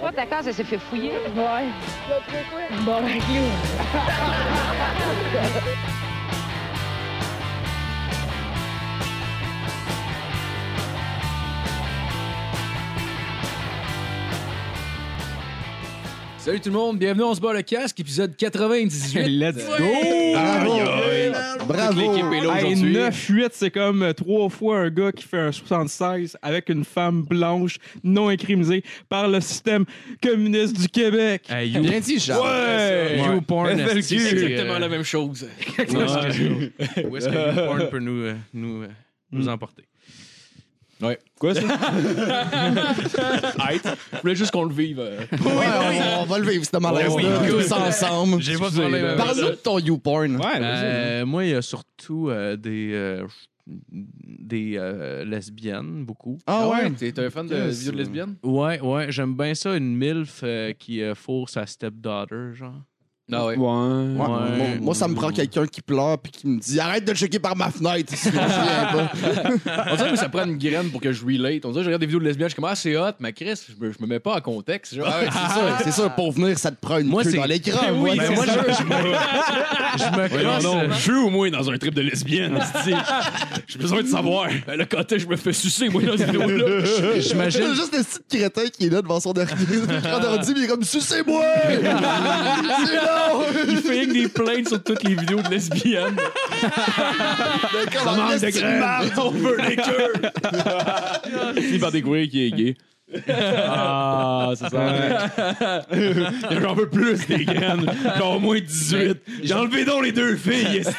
Toi, ta case, elle s'est fait fouiller. Ouais. Bon, ben, clou. Salut tout le monde, bienvenue, on se bat le casque, épisode 98. Let's go! Ah, Bravo! Bravo! L'équipe est Ah, là aujourd'hui. 9-8, c'est comme euh, trois fois un gars qui fait un 76 avec une femme blanche non incriminisée par le système communiste du Québec. Hey, you, Bien dit, Charles. Ouais! you porn, FLQ. c'est exactement la même chose. Ouais. Où est-ce que you porn peut nous, euh, nous, euh, Hmm. nous emporter? Ouais. Quoi, ça? Je voulais juste qu'on le vive. euh. oui, on, on va le vivre, ce malaise-là, Ouais, oui, tous good. ensemble. J'ai pas de Excusez, problème là. avec ça. Parle-nous de ton YouPorn. euh, Ouais, vas-y. Euh, moi, il y a surtout euh, des, euh, des euh, lesbiennes, beaucoup. Ah ouais? T'es un fan Yes. vieux Ouais, ouais, j'aime bien ça, une MILF euh, qui euh, fourre sa stepdaughter, genre. Ah ouais. Ouais. Ouais, Moi, moi, ça me prend quelqu'un qui pleure puis qui me dit arrête de checker par ma fenêtre si je me souviens pas. On dirait que ça prend une graine pour que je relate. On dirait que je regarde des vidéos de lesbiennes, je suis comme, ah, c'est hot, mais Chris, je me, je me mets pas en contexte. genre. Ah, Ouais, c'est sûr, c'est sûr, pour venir, ça te prend une Moi, queue c'est- dans l'écran. Oui, moi, c'est mais moi, ça. je- Je me Voyons crosse, donc, euh, je suis au moins dans un trip de lesbienne. esti. J'ai besoin de savoir. Le côté, je me fais sucer, moi, dans cette vidéo-là. J'imagine- J'ai juste un petit crétin qui est là devant son ordi, écran d'ordi, mais il est comme sucez-moi! c'est long! Il fait des plaintes sur toutes les vidéos de lesbiennes. Mais comment manque de est-ce que tu graines. marres? On veut les cœurs. Fini par découvrir qu'il est gay. Ah, c'est ça. J'en veux plus des graines. J'en veux au moins 18. J'ai enlevé donc les deux filles. esti.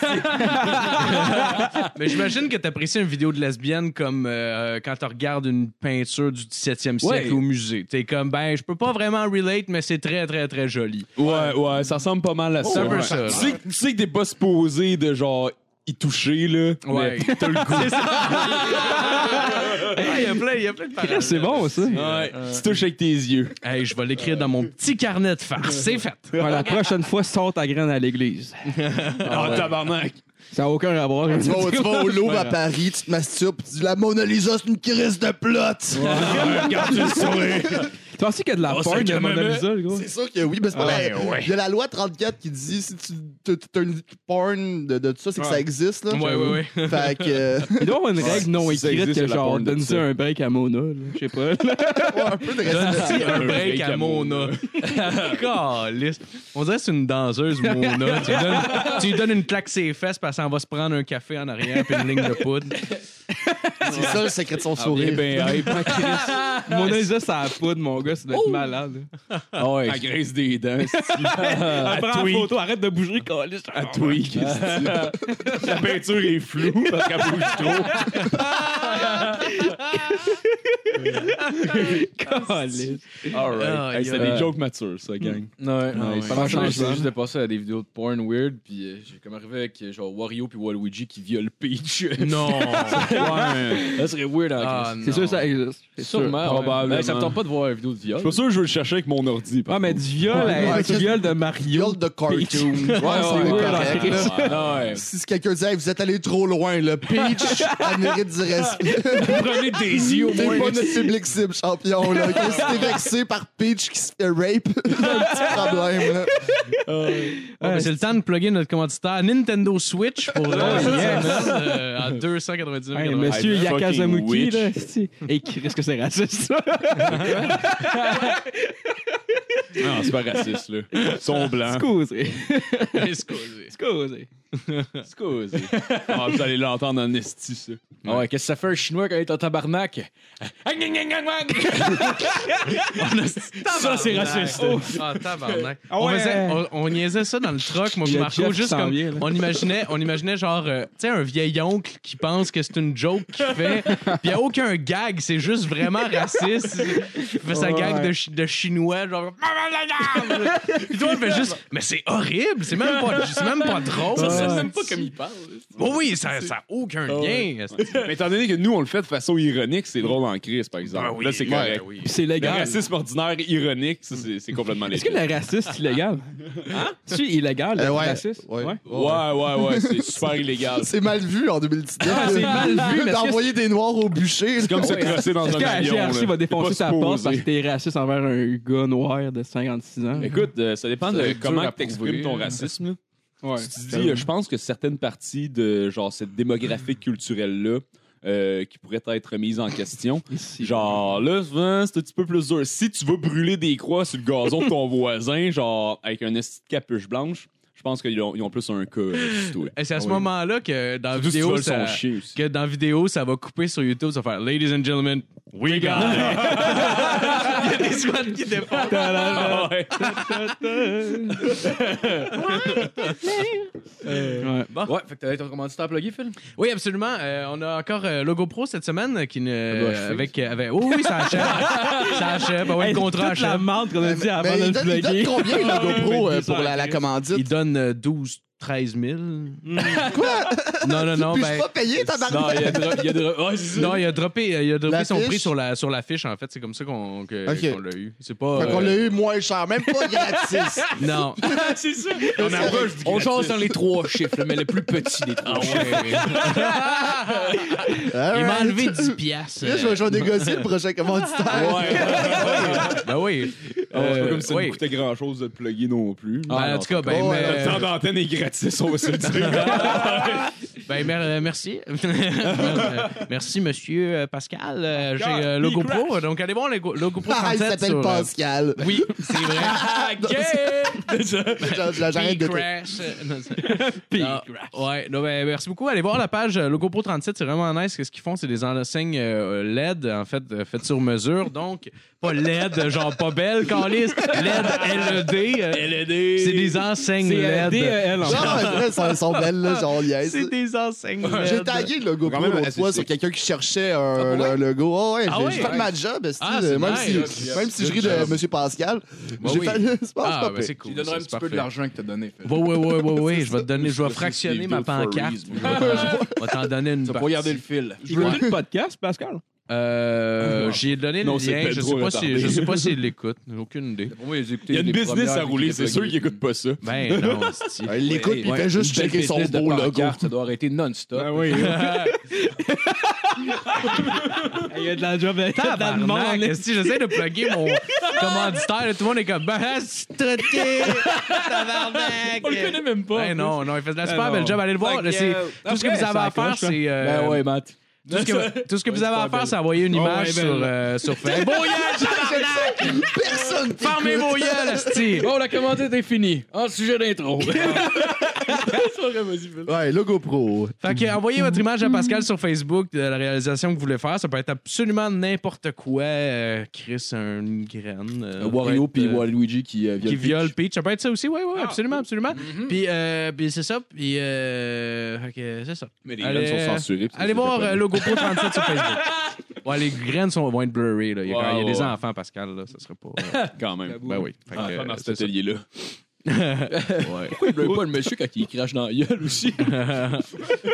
Mais j'imagine que t'apprécies une vidéo de lesbienne comme euh, quand tu regardes une peinture du 17e siècle Ouais. au musée. T'es comme, ben, je peux pas vraiment relate, mais c'est très, très, très joli. Ouais, ouais, ça ressemble pas mal à ça. C'est un peu Ouais. ça, Tu là. sais, tu sais que t'es pas supposé de genre y toucher, là. Ouais. mais T'as le goût. Il y a plein, il y a plein de Chris, C'est bon, ça. Ouais. Tu touches avec tes yeux. Hey, je vais l'écrire dans mon petit carnet de farce. C'est fait. Ouais, la prochaine fois, sors ta graine à l'église. Ah, tabarnak. Ça n'a aucun rapport. Tu vas, tu vas au Louvre à Paris, tu te masturbes, tu dis la Mona Lisa, c'est une crise de plot! Regarde le sourire. Tu penses qu'il y a de la Oh, porn c'est de quand Mona même- Lisa, le gars? C'est sûr que oui, mais c'est pas la- Il y a la loi 34 qui dit si tu tu- tu- t'as une porn de, de tout ça, c'est que ça existe. Là, Ouais, ouais, ouais. Fait que. euh, Il doit y avoir une règle non si ça écrite existe, que c'est la genre, porn de donne-lui ça. un break à Mona, là. je sais pas. là. ouais, un peu de Donne-y respect. un break à à Mona. Mona. Caliste. On dirait que c'est une danseuse, Mona. tu, lui donnes, tu lui donnes une claque ses fesses parce qu'on va se prendre un café en arrière puis une ligne de poudre. C'est ça le secret de son Eh sourire. ben, hey, Ah, Chris. Mona Lisa, ça a poudre, mon gars, ça doit être malade. ah ouais. La graisse des dents. Elle prend la photo, arrête de bouger, câlisse. À tweak. La peinture est floue parce qu'elle bouge trop. Câlisse. Ah, Alright. Hey, C'était yeah. des jokes matures, ça, gang. Ouais, ouais. ouais. Pendant que je Franchement, change j'ai ça. juste juste de passer à des vidéos de porn weird, puis euh, j'ai comme arrivé avec genre Wario puis Waluigi qui violent Peach. Non. ouais. Ça serait weird hein, en Ah, C'est sûr, ça existe. C'est sûr. Sûrement, Ouais. probablement. ça me tente pas de voir une vidéo de viol. Je suis pas sûr que je veux le chercher avec mon ordi. Ah, mais du viol, Ouais, euh, ouais, du Chris- viol de Viol Mario. de cartoon. Ouais, ouais, c'est ouais, correct, ouais. là. ouais. Si quelqu'un disait Hey, vous êtes allé trop loin, le Peach, elle mérite du respect. Prenez des yeux au T'es moins. pas notre public cible, champion. Là. Ok, Si t'es vexé par Peach qui se fait rape, t'as un petit problème. Là. Ouais, mais c'est le temps de plugger notre commanditaire Nintendo Switch pour euh, cette semaine, euh, à 299 Hey, monsieur I'm a fucking Yakazamuki, witch. là. c'est- Hey, Chris, que c'est raciste, ça. Non, c'est pas raciste, là. Ils sont blancs. Excusez. Excusez. Excusez. Excusez. Ah, vous allez l'entendre en esti, ça. Ah ouais, qu'est-ce que ça fait un chinois quand il est en tabarnak? Ça, c'est raciste. Oh. Ah, tabarnak. Ah on, ouais. faisait- on- on niaisait ça dans le truck, moi, Il y a Marco, Jeff qui juste s'en comme. vient, là. on, imaginait, on imaginait genre, euh, tu sais, un vieil oncle qui pense que c'est une joke qu'il fait, puis il n'y a aucun gag, c'est juste vraiment raciste. Il fait sa Ouais. gag de, chi- de chinois, genre. Puis toi, il fait juste. Mais c'est horrible, c'est même pas, c'est même pas drôle. sais Ouais. même pas comme il parle. Bon, oui, ça n'a aucun Ah ouais. lien. Mais étant donné que nous, on le fait de façon ironique, c'est drôle en crise, par exemple. Ah oui, Là, c'est ah correct. oui. Puis c'est Le légal. racisme ordinaire ironique, ça, c'est c'est complètement Est-ce que légal. le racisme, c'est illégal? C'est illégal, le Euh, ouais. racisme? Ouais. Ouais, ouais, ouais, c'est super illégal. Ah, C'est mal vu en 2019. Ah, c'est mal vu, mais D'envoyer des noirs au bûcher. C'est comme se Ouais. crosser dans Est-ce un que la avion. GRC là. va défoncer C'est sa pas porte parce supposé. que t'es raciste envers un gars noir de 56 ans? Écoute, euh, ça dépend Ça va de être dur comment à tu exprimes prouver, ton là. racisme. là. Ouais. Tu te dis, euh, je pense que certaines parties de genre cette démographie culturelle-là euh, qui pourraient être remises en question. Genre, là, souvent, c'est un petit peu plus dur. Si tu veux brûler des croix sur le gazon de ton voisin, genre, avec un esti de capuche blanche, je pense qu'ils ont, ils ont plus un cas euh, sur toi. Et c'est à ce Ah oui. moment-là que dans la Surtout si tu vidéo, veux ça, son chien aussi. que dans la vidéo, ça va couper sur YouTube, ça va faire Ladies and gentlemen, we got it. Il y a des squats qui dépassent. Ah ouais. Ouais. Ouais, fait que t'avais ton commanditaire à plugger, Phil? Oui, absolument. Euh, on a encore euh, Logo Pro cette semaine euh, qui ne Ah bah, doit achever. avec euh, avec. Oh oui, ça achève. ça achève. Ah ouais, Hey, le contrat toute la achève. marde qu'on a dit avant Mais de il le donne, il donne plugger. combien Ah, le GoPro ouais, euh, pour la, la Il commandite? donne euh, 12 13 000. Mm. Quoi? Non non non, Puis je ben suis pas payé, Non, il y tabarnak! a dro- il y a dro- ouais, c'est ça. non, il a droppé, euh, il a droppé La son fiche? prix sur la sur la fiche en fait, c'est comme ça qu'on que- Ok. qu'on l'a eu. C'est pas Fait qu'on euh, l'a eu moins cher, même pas gratis. Non. c'est ça. On approche On change dans les trois chiffres, là, mais le plus petit des Ah trois chiffres. Il m'a Alright. enlevé 10 piastres. Là, je vais, je vais négocier le prochain commanditaire. Ben oui. Ah ouais, c'est Euh, pas comme si ça oui. nous coûtait grand chose de plugger non plus. Ben, en tout cas, ben, cool. mais- Ouais, Le temps d'antenne est gratis, on va se le dire. ben, mer- euh, merci. Euh, merci, monsieur euh, Pascal. Euh, J'ai euh, Logo Crash. Pro. Donc, allez voir Logo, Logo Pro Ah, il 37 s'appelle sur, euh, Pascal. Oui, c'est vrai. J'a- j'a- J'arrête de te... P-Crash. Non, c'est- Ah, ouais, non, ben, merci beaucoup. Allez voir la page euh, Logo Pro 37, c'est vraiment nice. Ce qu'ils font, c'est des enseignes euh, LED, en fait, euh, faites sur mesure. Donc, pas LED, genre pas belle, calice. LED, LED. euh, LED. C'est E des enseignes C'est euh, LED. E DEL en Genre, c'est vrai, ça- ils sont belles, là, genre, liesse. C'est des enseignes J'ai LED. tagué le logo Quand Pro même, l'autre fois c'est- sur quelqu'un qui cherchait un le logo. Oh, ouais, Ah j'ai ouais? j'ai fait ma job, esti, Ah, euh, c'est même, nice. si, même si je ris de M. Pascal. Bah j'ai oui. fait. c'est pas- c'est Ah, pas ben pire. c'est Tu cool. lui donnerais un ça, petit c'est peu de parfait. l'argent que t'as donné, Phil. Ouais, ouais, ouais, ouais, ouais. Je vais te donner, je vais fractionner ma pancarte. Furries, Je vais t'en donner une Tu vas partie. pas garder le fil. Il écoute le podcast, Pascal? Euh, j'ai donné le Non, c'est lien. ben Je trop sais pas si, retardé. je sais pas s'il l'écoute. Aucune idée. Il y a une business à rouler, c'est sûr sûr qu'ils n'écoutent pas ça. Ben non, c'est Ouais, Il l'écoute, puis il fait juste checker son beau logo. Ça doit arrêter non-stop. Ben oui. Il y a de la job, il y a de la demande. Tabarnak, si j'essaie de plugger mon commanditaire, là, tout le monde est comme ben ah, c'est traité, tabarnak. On le connaît même pas, en Ben non, non, il fait de la super non. belle job. Allez le voir. Fuck là, c'est- yeah. Tout ce que Après, vous avez ça à faire, accroche, hein. c'est euh, Ben ouais, Matt. tout ce que tout ce que vous avez à super faire, c'est envoyer une image ouais, sur belle. euh, sur Facebook. Bon gueule, tabarnak! Personne t'écoute. Fermez vos gueules, esti. Bon, la commandite est finie. En sujet d'intro. Ouais, logo Pro. Fait que envoyez votre image à Pascal sur Facebook de la réalisation que vous voulez faire. Ça peut être absolument n'importe quoi. Euh, Chris, une graine. euh, peut Wario être, puis euh, Waluigi qui euh, qui viole viole Peach. Peach. Ça peut être ça aussi, oui, oui, absolument, absolument. Puis, euh, puis c'est ça, puis euh, fait que c'est ça. Mais les Allez, graines sont censurées. Allez voir euh, Logo Pro 37 sur Facebook. Ouais, les graines sont, vont être blurry. Là. Il y a, Ouais, quand- il y a ouais, des ouais. enfants, Pascal, là, ça serait pas... euh, Quand même. ben oui. Fait que, Ah, euh, dans cet c'est ça. atelier-là. Il pleure pas le monsieur quand il crache dans la gueule aussi.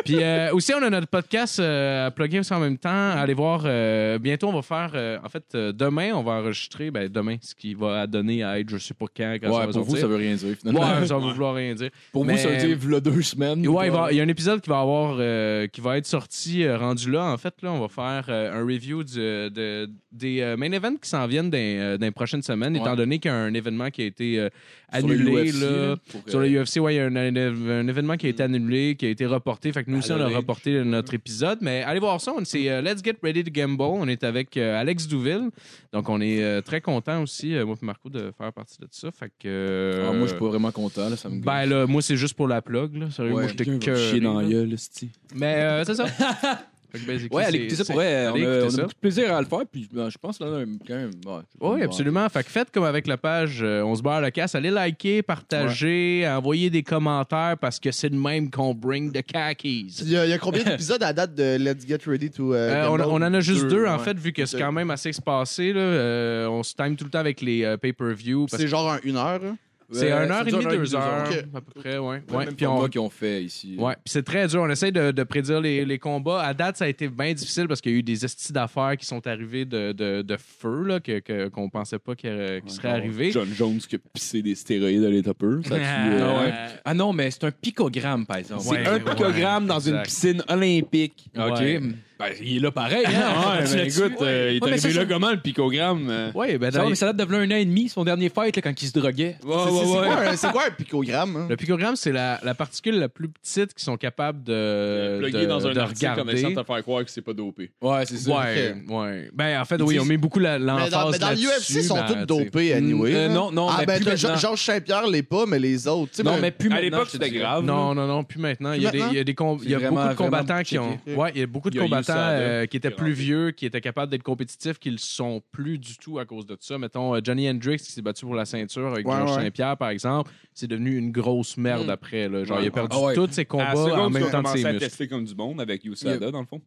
Puis euh, aussi, on a notre podcast euh, à plugger aussi en même temps. Allez voir. euh, bientôt, on va faire. euh, en fait, euh, demain, on va enregistrer. Ben, demain, ce qui va donner à être, je sais pas quand. quand ça va Ouais, pour vous, ça sortir. veut rien dire, finalement. Ouais, ça va vouloir rien dire. Pour vous, Mais- ça veut dire, v'là deux semaines. Et ouais, il, va- il y a un épisode qui va avoir, euh, qui va être sorti euh, rendu là. En fait, là, on va faire euh, un review du- de, des euh, main events qui s'en viennent dans, euh, dans les prochaines semaines, étant Ouais. donné qu'il y a un événement qui a été euh, Sur le annulé UFC, là. là, pour, Sur euh, Hmm. le UFC, ouais, il y a un, un- un événement qui a été annulé, qui a été reporté. Fait que nous aussi, on a Adelaide. reporté notre épisode. Mais allez voir ça. on- C'est euh, Let's Get Ready to Gamble. On est avec euh, Alex Douville. Donc, on est euh, très content aussi, euh, moi et Marco, de faire partie de ça. Fait que. euh, Ah, moi, je suis pas vraiment content, là, ça me ben là, moi, c'est juste pour la plug. Là. Sérieux, moi, j'étais que. Chier dans la que. gueule, esti. Mais euh, c'est ça. Fait que basically, Ouais, c'est- allez écouter ça c'est- pour vrai. On allez a, écouter on a ça. beaucoup de plaisir à le faire. Puis ben, je pense qu'on a quand même. Ouais, Oui, Ouais. absolument. Fait que faites comme avec la page euh, On se barre le casse. Allez liker, partager, envoyer des commentaires parce que c'est le même qu'on bring the khakis. Il y, a, il y a combien d'épisodes à date de Let's Get Ready to. euh, Euh, on, Gamble? on en a juste deux, Deux, en ouais. fait, vu que c'est Deux. quand même assez espacé. Là. Euh, on se time tout le temps avec les euh, pay-per-view. parce C'est genre un une heure. hein? C'est Ouais, 1 ça heure et dure demie, une heure et 2 demie, heures, deux heures. à peu près, ouais. Ouais, ouais. même Puis pas on- moi qui ont fait ici. Ouais, puis c'est très dur. On essaie de, de prédire les, les combats. À date, ça a été bien difficile parce qu'il y a eu des estis d'affaires qui sont arrivés de, de, de feu, là, que, que- qu'on pensait pas qu'ils seraient arrivés. John Jones qui a pissé des stéroïdes dans les toppers. Ça tue, Ah, euh, ouais. Ah non, mais c'est un picogramme, par exemple. C'est Ouais, un ouais, picogramme dans une exact. piscine olympique. OK. Ben, il est là pareil. hein? ouais, Tu mais l'as-tu? écoute, euh, il est Ouais, mais arrivé ça, là ça- comment le picogramme? euh? Ouais, ben, Ça, dans- va, mais ça date de v'là un an et demi, son dernier fight, là, quand il se droguait. Ouais, C'est- c'est- ouais, c'est ouais. quoi un- C'est quoi un picogramme? hein? Le picogramme, c'est la, la particule la plus petite qu'ils sont capables de, Euh, Plugué de, dans un de article en essayant de regarder. te faire croire que c'est pas dopé. Ouais, c'est Ouais, ouais. Ben, en fait, oui, ils ont mis beaucoup la- Mais dans, l'emphase mais dans le là-dessus, UFC, ils sont ben, tous t'sais. dopés, anyway. euh, là. non, non, Ah, mais ben, plus t'as Jo- maintenant. Georges Saint-Pierre l'est pas, mais les autres. tu sais, Non, ben, mais plus À maintenant, l'époque, je te c'était dirais. grave. là. Ah, Non, non, non, plus maintenant. Il y a, Plus des, il y a, des com- il y a C'est beaucoup de vraiment, combattants vraiment qui ont. checké. Ouais, il y a beaucoup de Il y a eu combattants ça, là, euh, qui étaient qui est plus rentré. vieux, qui étaient capables d'être compétitifs, qui le sont plus du tout à cause de ça. Mettons euh, Johnny Hendricks qui s'est battu pour la ceinture avec Ouais, Georges ouais. Saint-Pierre, par exemple. C'est devenu une grosse merde après. là. Genre, il a perdu Ah ouais. tous ses combats À la seconde en qu'ils même ont temps de commencé ses à muscles. tester comme du monde avec USADA, dans le fond.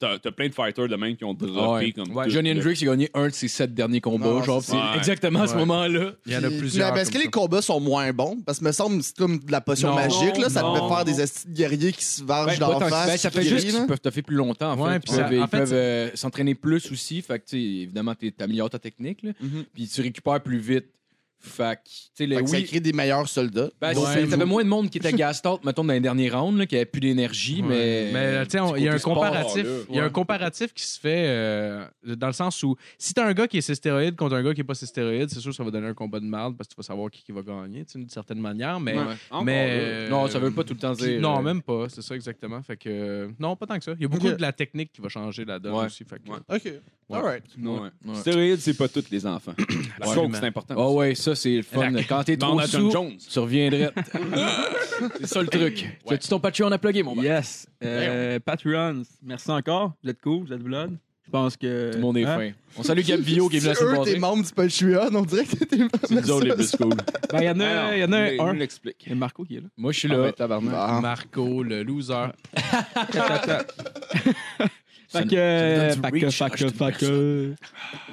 T'as t'as plein de fighters de même qui ont Ah droppé ouais. comme Ouais, tout, Johnny là. Hendricks, il a gagné un de ses sept derniers combats. Non, genre, c'est Ben, c'est ça. Ouais. exactement à ce Ouais. moment-là. Il y en a Puis- plusieurs. Mais est-ce que comme les ça. combats sont moins bons? Parce que me semble c'est comme de la potion Non. magique, là. Ça Non. te fait faire des estis de guerriers qui se vargent Ben, d'en pas tant que- face. ben, ça qui fait juste guérissent, qu'ils là. peuvent taffer plus longtemps. En fait. Ouais, ils puis ça- peuvent, ils en fait, peuvent, euh, s'entraîner plus aussi. Fait que, tu sais, évidemment, tu améliores ta technique, là, Mhm. puis tu récupères plus vite. Fait que, tu sais, les- Fait que Ça ben oui, crée des meilleurs soldats. ben, Ouais. c'est- t'avais moins de monde qui était gassed out, mettons, dans les derniers rounds, là, qui avait plus d'énergie, Ouais. mais. euh, Mais, tu sais, on- du il y a côté un sport, comparatif. là, Il y a ouais. un comparatif qui se fait euh, dans le sens où si t'as un gars qui est cystéroïde contre un gars qui est pas cystéroïde, c'est sûr que ça va donner un combat de merde parce que tu vas savoir qui, qui va gagner, tu sais, d'une certaine manière. Mais, Ouais. Encore mais là. euh, Non, ça veut pas tout le temps puis- dire. Non, euh, même pas, c'est ça exactement. Fait que euh, non, pas tant que ça. Il y a beaucoup Ok. de la technique qui va changer la donne Ouais. aussi. Fait que, Ouais. OK. Alright. Non, ouais. Ouais. Stéroïdes, c'est pas tous les enfants. La Ouais. coke, c'est important. Ah ouais, ça, c'est le fun. Quand t'es trop Demande à John sous, Jones. tu reviendrais. c'est ça le truc. Tu tu ton Patreon à plugger, mon gars? Yes. Euh, Patreons, merci encore. Vous êtes cool, vous êtes blood. Je pense que. Tout le monde est Hein? fin. On salue Gab Villot qui est venu la Si eux, semaine t'es passée. membre du Patreon, on dirait que t'es C'est nous autres, les plus cool. Ben, il y en a, il y en a Ah non, nous- un. nous Il l'explique. y a Marco qui est là. Moi, je suis là. Ah, Ah. Marco, le loser. Ça Fait nous- que, euh, ça nous donne fait que, du reach, hein, fait acheter que, une fait que.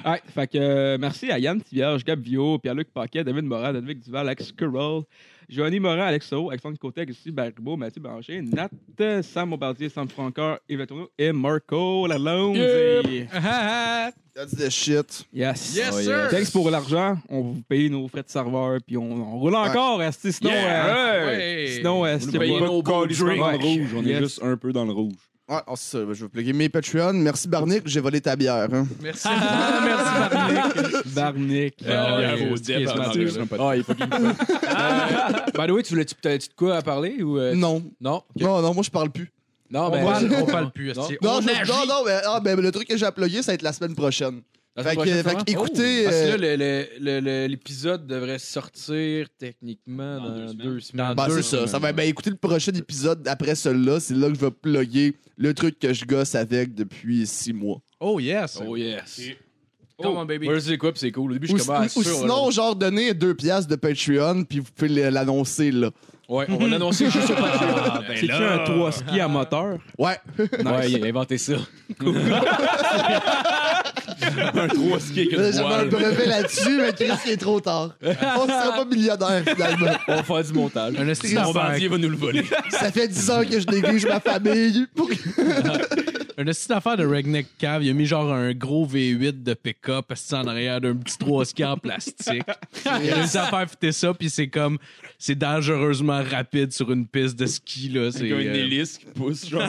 Ouais, fait que, euh, merci à Yann Tivierge, Gab Vio, Pierre-Luc Paquet, David Morin, David Duval, Alex Curl, Joanny Morin, Alex Sao, Alexandre Côté, Alexis Barbeau, Mathieu Banger, Nat, euh, Sam Bombardier, Sam Francoeur, Yves Le Tourneau et Marco Lalonde. That's the shit. Yes. Oh, yes. Thanks pour l'argent. On va vous paye nos frais de serveur, puis on, on roule encore, esti, sinon, euh, Ouais. sinon, euh, c'est nous payez pas- nos Pas gold drinks. dans le rouge, on est Yes. juste un peu dans le rouge. Ouais, oh, c'est ça. Je vais plugger mes Patreons. Merci, Barnick. J'ai volé ta bière. hein. Merci. Merci Marc. Ah, Barnick. Ah, bière ouais, au c'est- c'est- diep, attendez, c'est- je me Ah, il est fucking fun. Ah, By the way, tu voulais-tu peut-être de quoi à parler? Ou, euh, Non. Non? Non, non, moi, je parle plus. Non, ben, mais. On parle- on parle plus. Non. esti. Non, On je- agit. non, non, mais, ah, ben, le truc que j'ai à plugger, ça va être la semaine prochaine. La Fait semaine que- prochaine, fait ça va? que écoutez, Oh. Parce que là, euh, le- le- le- le- l'épisode devrait sortir techniquement Dans dans, deux deux semaines. semaines. Dans Bah, deux c'est ça. semaines. ça va, ben, écoutez le prochain épisode après celui-là. C'est là que je vais plugger le truc que je gosse avec depuis six mois. Oh yes. Oh yes. Oh, Come on, baby. Moi, je sais quoi, puis c'est cool. Au début, je Ou, suis comme ou- ah, ou sûr, sinon, genre, donnez deux piastres de Patreon, puis vous pouvez l- l'annoncer là. on va- Ouais, on va l'annoncer juste sur Patreon. C'est-tu un 3 ski à moteur? Ouais. Ouais, il a inventé ça. Un trois ski avec Là, une J'avais un voile. brevet là-dessus, mais Chris, il est trop tard. On sera pas millionnaire, finalement. On va faire du montage. Un esti d'affaire- Bombardier va nous le voler. Ça fait dix ans que je néglige ma famille. Pour... Un esti d'affaire de Redneck Cave, il a mis genre un gros V8 de pick-up parce que c'est en arrière d'un petit 3 ski en plastique. Il a réussi à faire fitter ça, puis c'est comme. C'est dangereusement rapide sur une piste de ski, là. C'est. Avec un euh, hélice qui pousse, genre.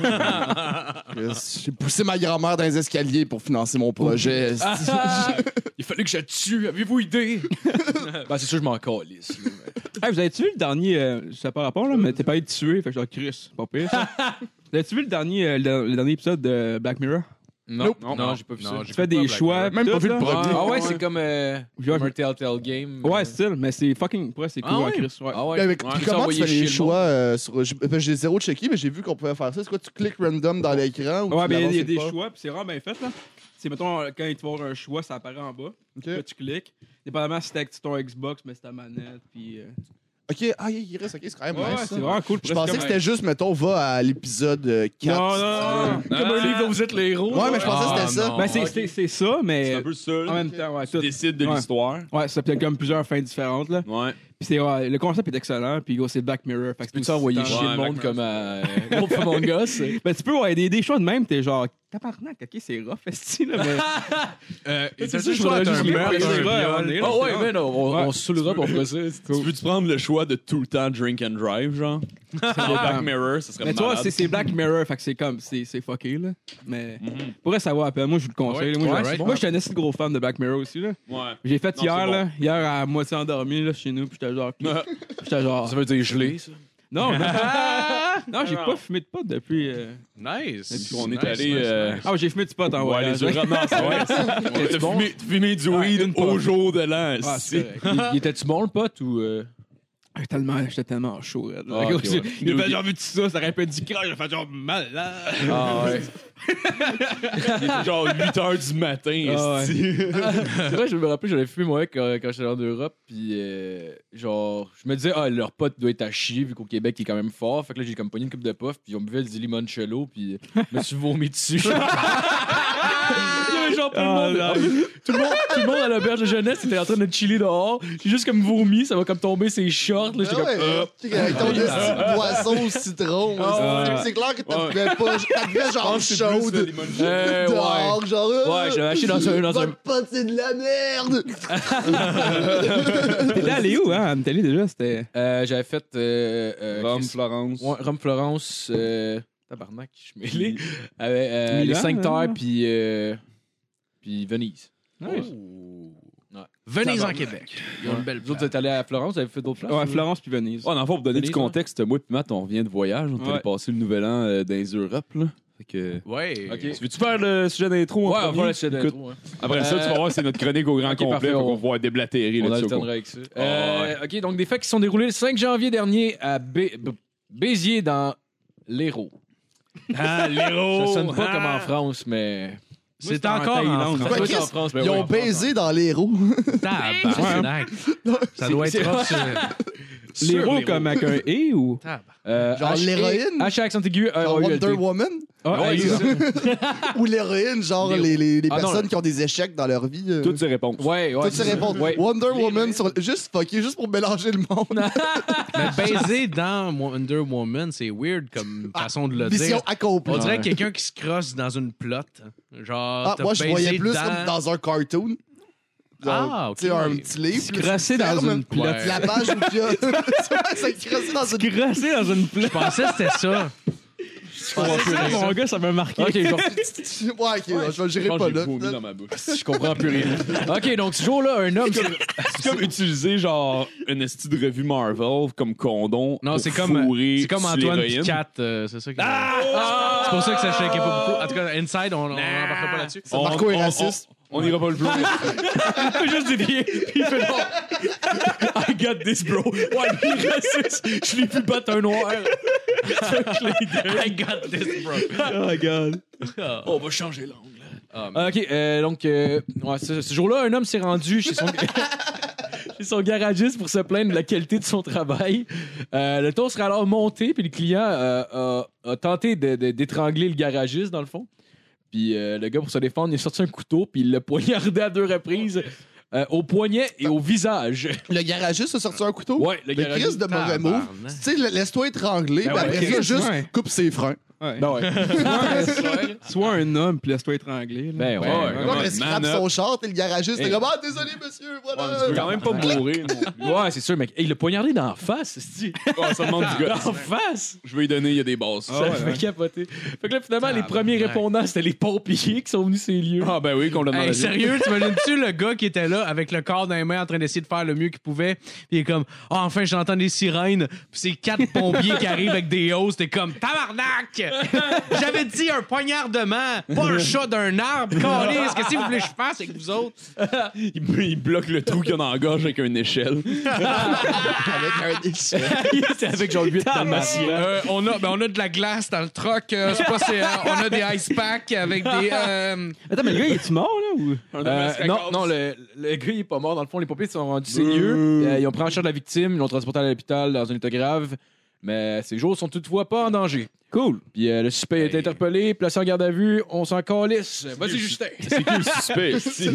J'ai poussé ma grand-mère dans les escaliers pour financer mon projet. Ah. Ah. Il fallait que je tue. Avez-vous idée? ben, c'est sûr, je m'en calisse. là, mais- Hey, vous avez-tu vu le dernier. Euh, ça par rapport, là, mais t'es pas allé te tuer, fait que genre Chris, pas pire. ça. vous avez-tu vu le dernier, euh, le, le dernier épisode de Black Mirror? Non, Nope. non, Non. j'ai pas vu Non, ça. Tu j'ai fais des choix. Même pas vu le là. premier. Ah ouais, c'est comme, euh, Genre, comme un Telltale Game. Ouais, style, mais c'est fucking. Pourquoi c'est cool, Ah hein, ouais? Chris? Ouais. Ah ouais. Ouais, Mais, mais ça comment tu envoyait fais les chier le choix euh, sur. je- ben, J'ai zéro checké, mais j'ai vu qu'on pouvait faire ça. C'est quoi, tu cliques random dans l'écran ou Ouais, tu mais il y a l'avances des pas? choix, puis c'est vraiment bien fait, là. C'est, mettons, euh, quand il te faut un choix, ça apparaît en bas. Ok. Là, tu cliques. Dépendamment si t'as ton Xbox, mais c'est ta manette, puis. euh, Ok, ah, il reste, ok, c'est quand même Ouais, nice, ouais, ça. c'est vraiment cool. Je pensais que c'était juste, mettons, va à l'épisode euh, 4. Non, non, non. Comme un livre dont vous êtes les héros. Ouais, mais je pensais que c'était Ah, ça. non. Ben, c'est, c'est, c'est ça, C'est mais. un peu ça. En là. même temps, ouais, Tu tout. décides de Ouais. l'histoire. Ouais, ça peut être comme plusieurs fins différentes, là. Ouais. Puis c'est, ouais, le concept est excellent, puis gros, c'est Black Mirror. Fait que Tu peux-tu tout envoyer le temps- chier le Ouais, monde Mac comme à Wolf Among Us? Ben, tu peux, ouais, des, des choses de même, t'es genre, tabarnak, ok, c'est rough, esti, là, mais. Euh, C'est t'as ça, juste je le choix voudrais entre un juste les prendre, meurtre, un les viol. gars, les- Ah c'est ouais, vrai. mais non, on, Ouais. on se saoulera pour faire ça. c'est Tu cool. peux-tu prendre le choix de tout le temps drink and drive, genre? Sur Black Mirror, ça serait Ah. Mais toi, malade. c'est, c'est Black Mirror, fait que c'est comme, c'est, c'est fucké, là. Mais. Mhm. Pourrait savoir, puis moi, je vous le conseille. Ouais, moi, ouais, j'en- c'est bon. moi, je suis un assez gros fan de Black Mirror aussi, là. Ouais. J'ai fait Non, hier, c'est bon. là. Hier, à moitié endormi, là, chez nous, puis j'étais genre. j'étais genre. Ça veut dire gelé, ça. Non, non, non, j'ai Non. pas fumé de pot depuis. euh, Nice. Et puis on est Nice, allé, nice, euh, nice. Ah, j'ai fumé du pot en Ouais, voyage. les yeux ramenés Ouais, c'est T'as bon. fumé, t'as fumé du Ouais, weed une au pomme. jour de l'an. Ah, si. c'est correct. Il, il était-tu bon, le pote, ou... euh, J'étais tellement, j'étais tellement chaud. là. Ah, ok, ouais. Il avait genre vu tout ça, ça aurait pu être du crash, j'aurais fait genre malade. Ah ouais. Il était genre 8 h du matin. Ah, ouais. esti. C'est vrai, je me rappelle, j'avais fumé moi quand, quand j'étais allé en Europe, puis euh, genre, je me disais, ah, leur pote doit être à chier, vu qu'au Québec, il est quand même fort. Fait que là, j'ai comme pogné une coupe de puff, puis on buvait du limoncello, puis je me suis vomi dessus. tout, genre Ah, le monde, tout le monde à l'auberge de jeunesse était en train de chiller dehors. J'ai juste comme vomi, ça m'a comme tombé ses shorts. Là, j'étais Ah ouais, comme, euh, tu sais, Avec ton dessin de poisson au citron, Ah c'est- ouais. c'est clair que t'en pouvais pas. T'en pouvais genre chaude. Euh, ouais. Dehors, genre. euh, Ouais, je l'avais acheté dans un. Dans un... Votre pote, c'est de la merde! T'étais allé où, hein, en Italie déjà? C'était. Euh, j'avais fait. Euh, euh, Rome, Chris- Florence. Ouais, Rome, Florence, euh, tabarnak, je suis mêlé. Avec, euh, Milan, les Cinq hein? Terres, puis, euh, puis Venise. Oh. Nice. Venez en Tabarnak. Québec. Ils ont une belle Vous autres, vous êtes allés à Florence, vous avez fait d'autres places? Ouais, Florence puis Venise. Ouais, dans le fond, pour donner du Venise, contexte, moi et Matt, on revient de voyage. On est allé Ouais. passer le nouvel an euh, dans les Europes. Là. Fait que... Ouais. Ok. Tu veux-tu faire le sujet d'intro? Ouais, en on va premier? voir la suite Écoute, d'intro, hein. Après ça, tu vas voir, c'est notre chronique au grand ok, complet. parfait, fait on- qu'on va pouvoir déblatérer On là-dessus. au alternera avec ça. Ah, ouais. Euh, OK, donc des faits qui sont déroulés le 5 janvier dernier à Bé- B- Béziers dans l'Hérault. Ah, l'héros. Ça sonne pas comme en France, mais... C'est c'était en encore en Thaïlande. Ça France. doit Ouais, être en Chris, France, mais Ils Ben ouais, ont en France. baisé dans les roues. Tabarnak. Ça doit être rough, ça. Les Sur roues comme avec un E ou. Tabarnak. Euh, Genre H- l'héroïne? H accent aigu, euh, R Genre O U L T. Wonder Woman. Ah, Ouais, oui, c'est ça. Ou l'héroïne, genre les, les, les Ah, non, personnes là. qui ont des échecs dans leur vie. euh. Toutes ces réponses. Ouais, ouais. Toutes ces réponses. Ouais. Wonder Woman, sur... juste fucké, juste pour mélanger le monde. Mais baiser dans Wonder Woman, c'est weird comme façon de le Mission dire. accomplie. On dirait quelqu'un qui se crosse dans une plotte. Genre, Ah, t'as moi, je baisé voyais plus dans... comme dans un cartoon. Ah, ok. Tu sais, un petit livre. puis Crasser tu dans fermes une plate. La page où il y a. C'est crassé dans une Crasser dans une Je pensais que c'était ça. Ah, plate. Mon gars, ça m'a marqué. OK, je vais Ouais, ok, je vais le gérer Je pense pas que j'ai là. vomi dans ma bouche. Je comprends plus rien. OK, donc ce jour-là, un homme... C'est comme utiliser genre une esti de revue Marvel comme condom. Non, pour c'est comme, euh, fourrer c'est comme sur Antoine l'héroïne. Ah! Picat. euh, c'est ça qui. Ah! c'est pour ça que ça shakeait pas beaucoup. En tout cas, Inside, on n'embarquera pas là-dessus. On- Marco est on- raciste. On on ira pas le plus loin. peut juste dévier. Il fait genre, I got this, bro. Ouais, il est raciste. Je l'ai vu battre un noir. I got this, bro. Ah. Oh, God. On va changer l'angle. Um, ok, euh, donc, euh, ouais, ce, ce jour-là, un homme s'est rendu chez son, chez son garagiste pour se plaindre de la qualité de son travail. Euh, le taux sera alors monté, puis le client euh, a, a tenté de- de- d'étrangler le garagiste, dans le fond. Puis euh, le gars, pour se défendre, il a sorti un couteau, puis il l'a poignardé à deux reprises. euh, au poignet et au visage. Le garagiste a sorti un couteau. Ouais, le Mais Chris garagiste. de mauvais move. Tu Tabarnak. sais, la- laisse-toi étrangler, Ben puis ouais, après Chris, ça, juste ouais. coupe ses freins. Ouais. Ben ouais. Soit un homme, puis laisse-toi étrangler. là. Ben ouais. Ouais, Comme ouais, il scrape man up. son char, et le garagiste, t'es Hey. comme Ah, désolé, monsieur, Ouais, tu voilà. veux quand même pas mourir. Ouais, c'est sûr, mec. Et il l'a poignardé dans la face, c'est-tu? Oh, ça demande du gars. Dans la face! Je vais lui donner, il y a des bases. Ah Ça ouais, fait hein. capoter. Fait que là, finalement, les premiers Tabarnak. répondants, c'était les pompiers qui sont venus sur les lieux. ben, Ah, ben oui, qu'on le demande. Hey, sérieux, tu imagines-tu le gars qui était là avec le corps dans les mains en train d'essayer de faire le mieux qu'il pouvait? Puis il est comme, Ah, enfin, j'entends des sirènes. Puis c'est quatre pompiers qui arrivent avec des hausses. T'es comme, tabarnak! J'avais dit un poignardement, pas un chat d'un arbre. Câlisse, qu'est-ce que vous voulez que je fasse avec vous autres? Il, il bloque le trou qu'il y a dans la gorge avec une échelle. Avec un échec. C'était avec genre 8 dalmatiens. Euh, on, a, ben, on a de la glace dans le truck. euh, c'est pas, c'est, euh, on a des ice packs avec des. euh, Attends, mais le gars, il est mort, là? Ou... Euh, non, non, le, le gars, il est pas Euh, mort. Dans le fond, les pompiers se sont rendus sérieux. ils ont pris en charge la victime, ils l'ont transporté à l'hôpital dans un état grave. Mais ces jours sont toutefois pas en danger. Cool. Puis euh, le suspect est Hey. interpellé, placé en garde à vue, on s'en calisse. Vas-y, Justin. C'est qui le suspect? si?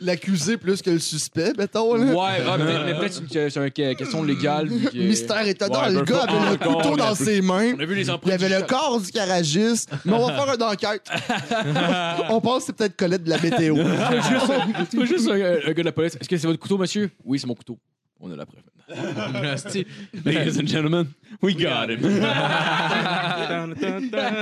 L'accusé plus que le suspect, mettons. Ouais, Là. ah, mais, mais peut-être que c'est une que- question légale. puis que- Mystère étonnant, Ouais, le ben, gars pas avait le encore, couteau mais dans un peu. ses mains. On a vu les Il y empreintes. avait le corps du caragiste, mais on va faire une enquête. on pense que c'est peut-être Colette de la météo. Tu peux juste euh, un gars de la police. Est-ce que c'est votre couteau, monsieur? Oui, c'est mon couteau. On a la preuve. Asti. Ladies and gentlemen, we got him.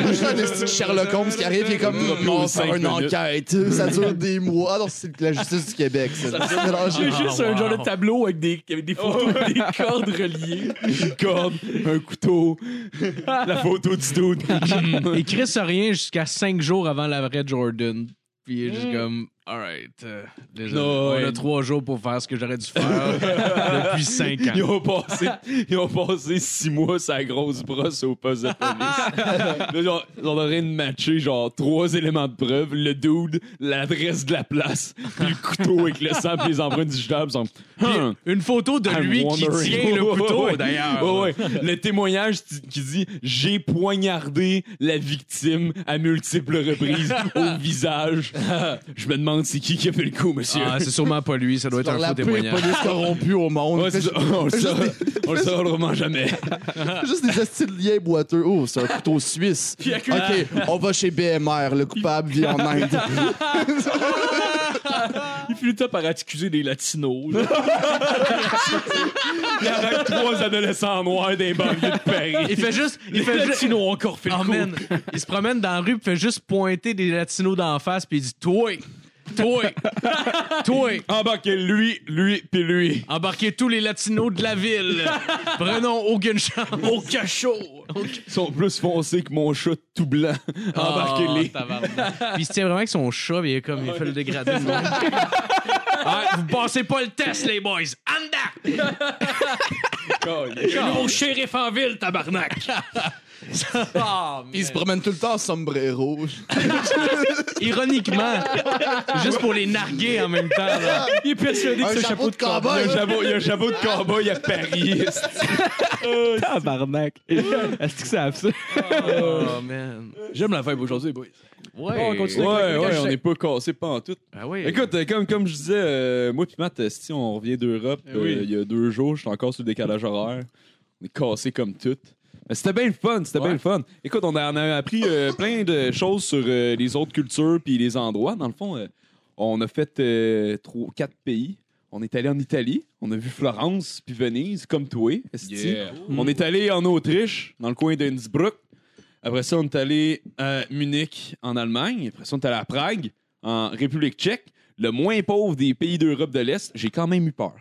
Juste un esti de Sherlock Holmes qui arrive et comme Droppé on aux fait cinq une minutes. enquête. Ça dure des mois. Ah Non, c'est la justice du Québec. Ça, C'est mélangé. J'ai juste Ah, un wow. genre de tableau avec des, avec des photos, et des cordes reliées. Une corde, un couteau, la photo du dude. Et Chris a rien jusqu'à 5 jours avant la vraie Jordan. Puis il est juste comme, alright, déjà, Non, on a ouais. 3 jours pour faire ce que j'aurais dû faire depuis 5 ans. Ils ont passé, ils ont passé six mois sa grosse brosse au poste de police. Là, genre, ils ont rien de matcher, genre, trois éléments de preuve, le dude, l'adresse de la place, puis le couteau avec le sang, puis les empreintes digitales. Ils sont, Hum, Une photo de I'm Hein? lui qui wondering. tient le Ouais, couteau, ouais. d'ailleurs. Ouais, ouais. Le témoignage t- qui dit J'ai poignardé la victime à multiples reprises au visage. Je me demande c'est qui qui a fait le coup, monsieur. Ah, c'est sûrement pas lui, ça doit être Genre un faux la pire témoignage. police corrompue au monde. Ouais, c'est ça. on le Juste saura, on le saura vraiment jamais. Juste des esti de liens boiteux. Oh, c'est un couteau suisse. OK, on va chez BMR. Le coupable vit en Inde. Il finit ça par accuser des latinos. là. Il y avait trois adolescents noirs des banlieues de Paris. Il fait juste. Il Les fait juste. latinos ont encore fait le Oh, coup. man. Il se promène dans la rue, puis fait juste pointer des latinos d'en face, puis il dit Toi, toi, toi, Embarquez lui, lui, puis lui. embarquez tous les latinos de la ville. Prenons aucune chance. Au cachot. Ils sont plus foncés que mon chat tout blanc. Ah, Embarquez-les. Puis il se tient vraiment avec son chat, puis il, est comme, il fait le dégradé. de même. Ah, vous passez pas le test, les boys! Anda! Le nouveau shérif en ville, tabarnak! Ah, Il se promène tout le temps en sombrero. Ironiquement, juste pour les narguer en même temps. là. Il est persuadé Un que ce chapeau de Il y a cowboy. un chapeau- Ah il y a un chapeau de cowboy à Paris. Tabarnak. Est-ce que c'est absurde? Oh, man. J'aime la vibe aujourd'hui, boys. Ouais. on continue. Ouais, ouais, je on sais. n'est pas cassé pas en tout. Ah oui. Écoute, euh, comme, comme je disais, euh, moi puis Matt, euh, si on revient d'Europe Eh euh, oui. il y a deux jours, je suis encore sur le décalage horaire. On est cassé comme tout. Mais c'était bien le fun, c'était bien le fun. Écoute, on a, on a appris euh, plein de choses sur euh, les autres cultures puis les endroits. Dans le fond, euh, on a fait euh, trois, quatre pays. On est allé en Italie, on a vu Florence puis Venise, comme toi. esti. On est allé en Autriche, dans le coin d'Innsbruck. Après ça, on est allé à Munich, en Allemagne. Après ça, on est allé à Prague, en République tchèque. Le moins pauvre des pays d'Europe de l'Est, j'ai quand même eu peur.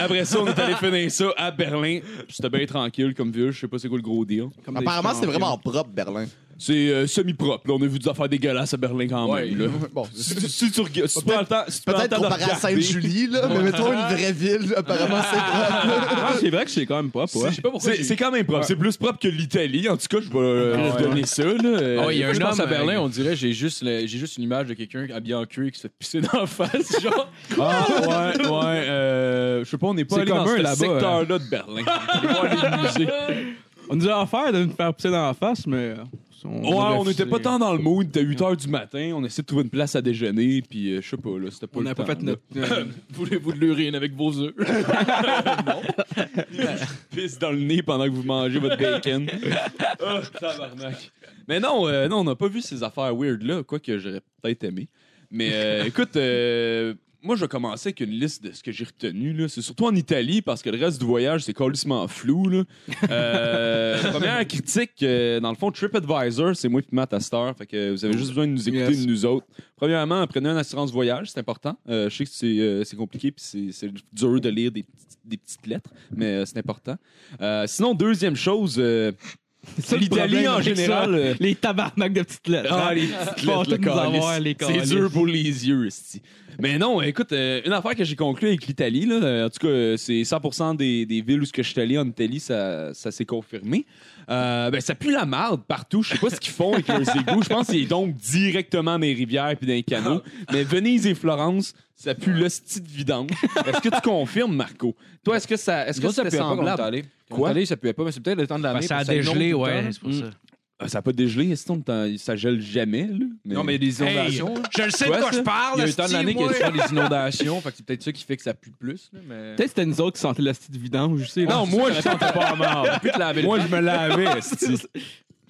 Après ça, on est allé finir ça à Berlin. C'était bien tranquille comme ville. Je sais pas c'est quoi le gros deal. Apparemment, c'est vraiment propre, Berlin. C'est euh, semi-propre. là. On a vu des affaires dégueulasses à Berlin quand même. là. Bon, Si, tu- si tu regardes- si tu prends le temps- si tu prends le Peut-être temps de comparé à regarder- Sainte-Julie, là, mais mettons une vraie ville, apparemment c'est propre. Ah, c'est vrai que c'est quand même pas, Je quoi. sais pas pourquoi. C'est j'ai- c'est quand même propre. C'est plus propre que l'Italie. En tout cas, je vais euh, vous donner ça. là. Ah ouais, il y a Euh, un je homme pense à Berlin. on dirait, j'ai juste, le- j'ai juste une image de quelqu'un habillé en cuir qui se fait pisser dans la face. Genre, Ah ouais, ouais. Euh, je sais pas, on n'est pas C'est allé dans commun ce là-bas, secteur-là de Berlin. On nous a offert de nous faire pousser dans la face, mais. euh, on- Ouais, a on n'était refusé. pas tant dans le mood. C'était 8 h du matin. On essayait de trouver une place à déjeuner. Puis, euh, je sais pas, là, c'était pas euh, On n'a n'a pas fait notre. voulez-vous de l'urine avec vos œufs? pisse dans le nez pendant que vous mangez votre bacon. oh, tabarnak. Mais non, euh, non on n'a pas vu ces affaires weird-là, quoi que j'aurais peut-être aimé. Mais euh, écoute, euh, moi, je vais commencer avec une liste de ce que j'ai retenu. là. C'est surtout en Italie, parce que le reste du voyage, c'est complètement flou. Là. Euh, première critique, euh, dans le fond, TripAdvisor, c'est moi et Matt à cette heure, Fait que vous avez juste besoin de nous écouter, Yes. de nous autres. Premièrement, prenez une assurance voyage, c'est important. Euh, je sais que c'est euh, c'est compliqué puis c'est- c'est dur de lire des, petites- des petites lettres, mais euh, c'est important. Euh, sinon, deuxième chose, euh, ça, le l'Italie problème en avec général. ça. euh, Les tabarnak de petites lettres. ah, les petites lettres, Faut le tout nous calice. avoir, les C'est calices. dur pour les yeux, esti. Mais non, écoute, euh, une affaire que j'ai conclue avec l'Italie, là, euh, en tout cas, euh, c'est 100% des, des villes où ce que je suis allé en Italie, ça, ça s'est confirmé. Euh, ben, ça pue la marde partout. Je sais pas ce qu'ils Ah. font avec leurs égouts. Je pense qu'ils tombent directement dans les rivières puis dans les canaux. Mais Venise et Florence, Ça pue l'hostie de vidange. Est-ce que tu confirmes, Marco? Toi, est-ce que ça, est-ce que ça c'était puait pas quand t'es semblable? allé. Quand Quoi? t'es allé, ça puait pas, mais c'est peut-être le temps de la Ben, mer, ça Mm. a parce que inonde dégelé, tout le ouais. temps. C'est pour ça. Ah, Ça n'a pas dégelé, sinon t'en- ça gèle jamais. Là. Mais- Non, mais les Hey, inondations. là. je le sais Ouais, de quoi ça. je parle. Il y a eu tant esti, d'années qu'il y moi. a souvent des inondations, fait que c'est peut-être ça qui fait que ça pue plus. là, mais... Peut-être que c'était nous autres qui sentait la petite vidange, je sais. Non, moi, je sentais pas mort. Plus te laver le Moi, bras. je me lavais, esti.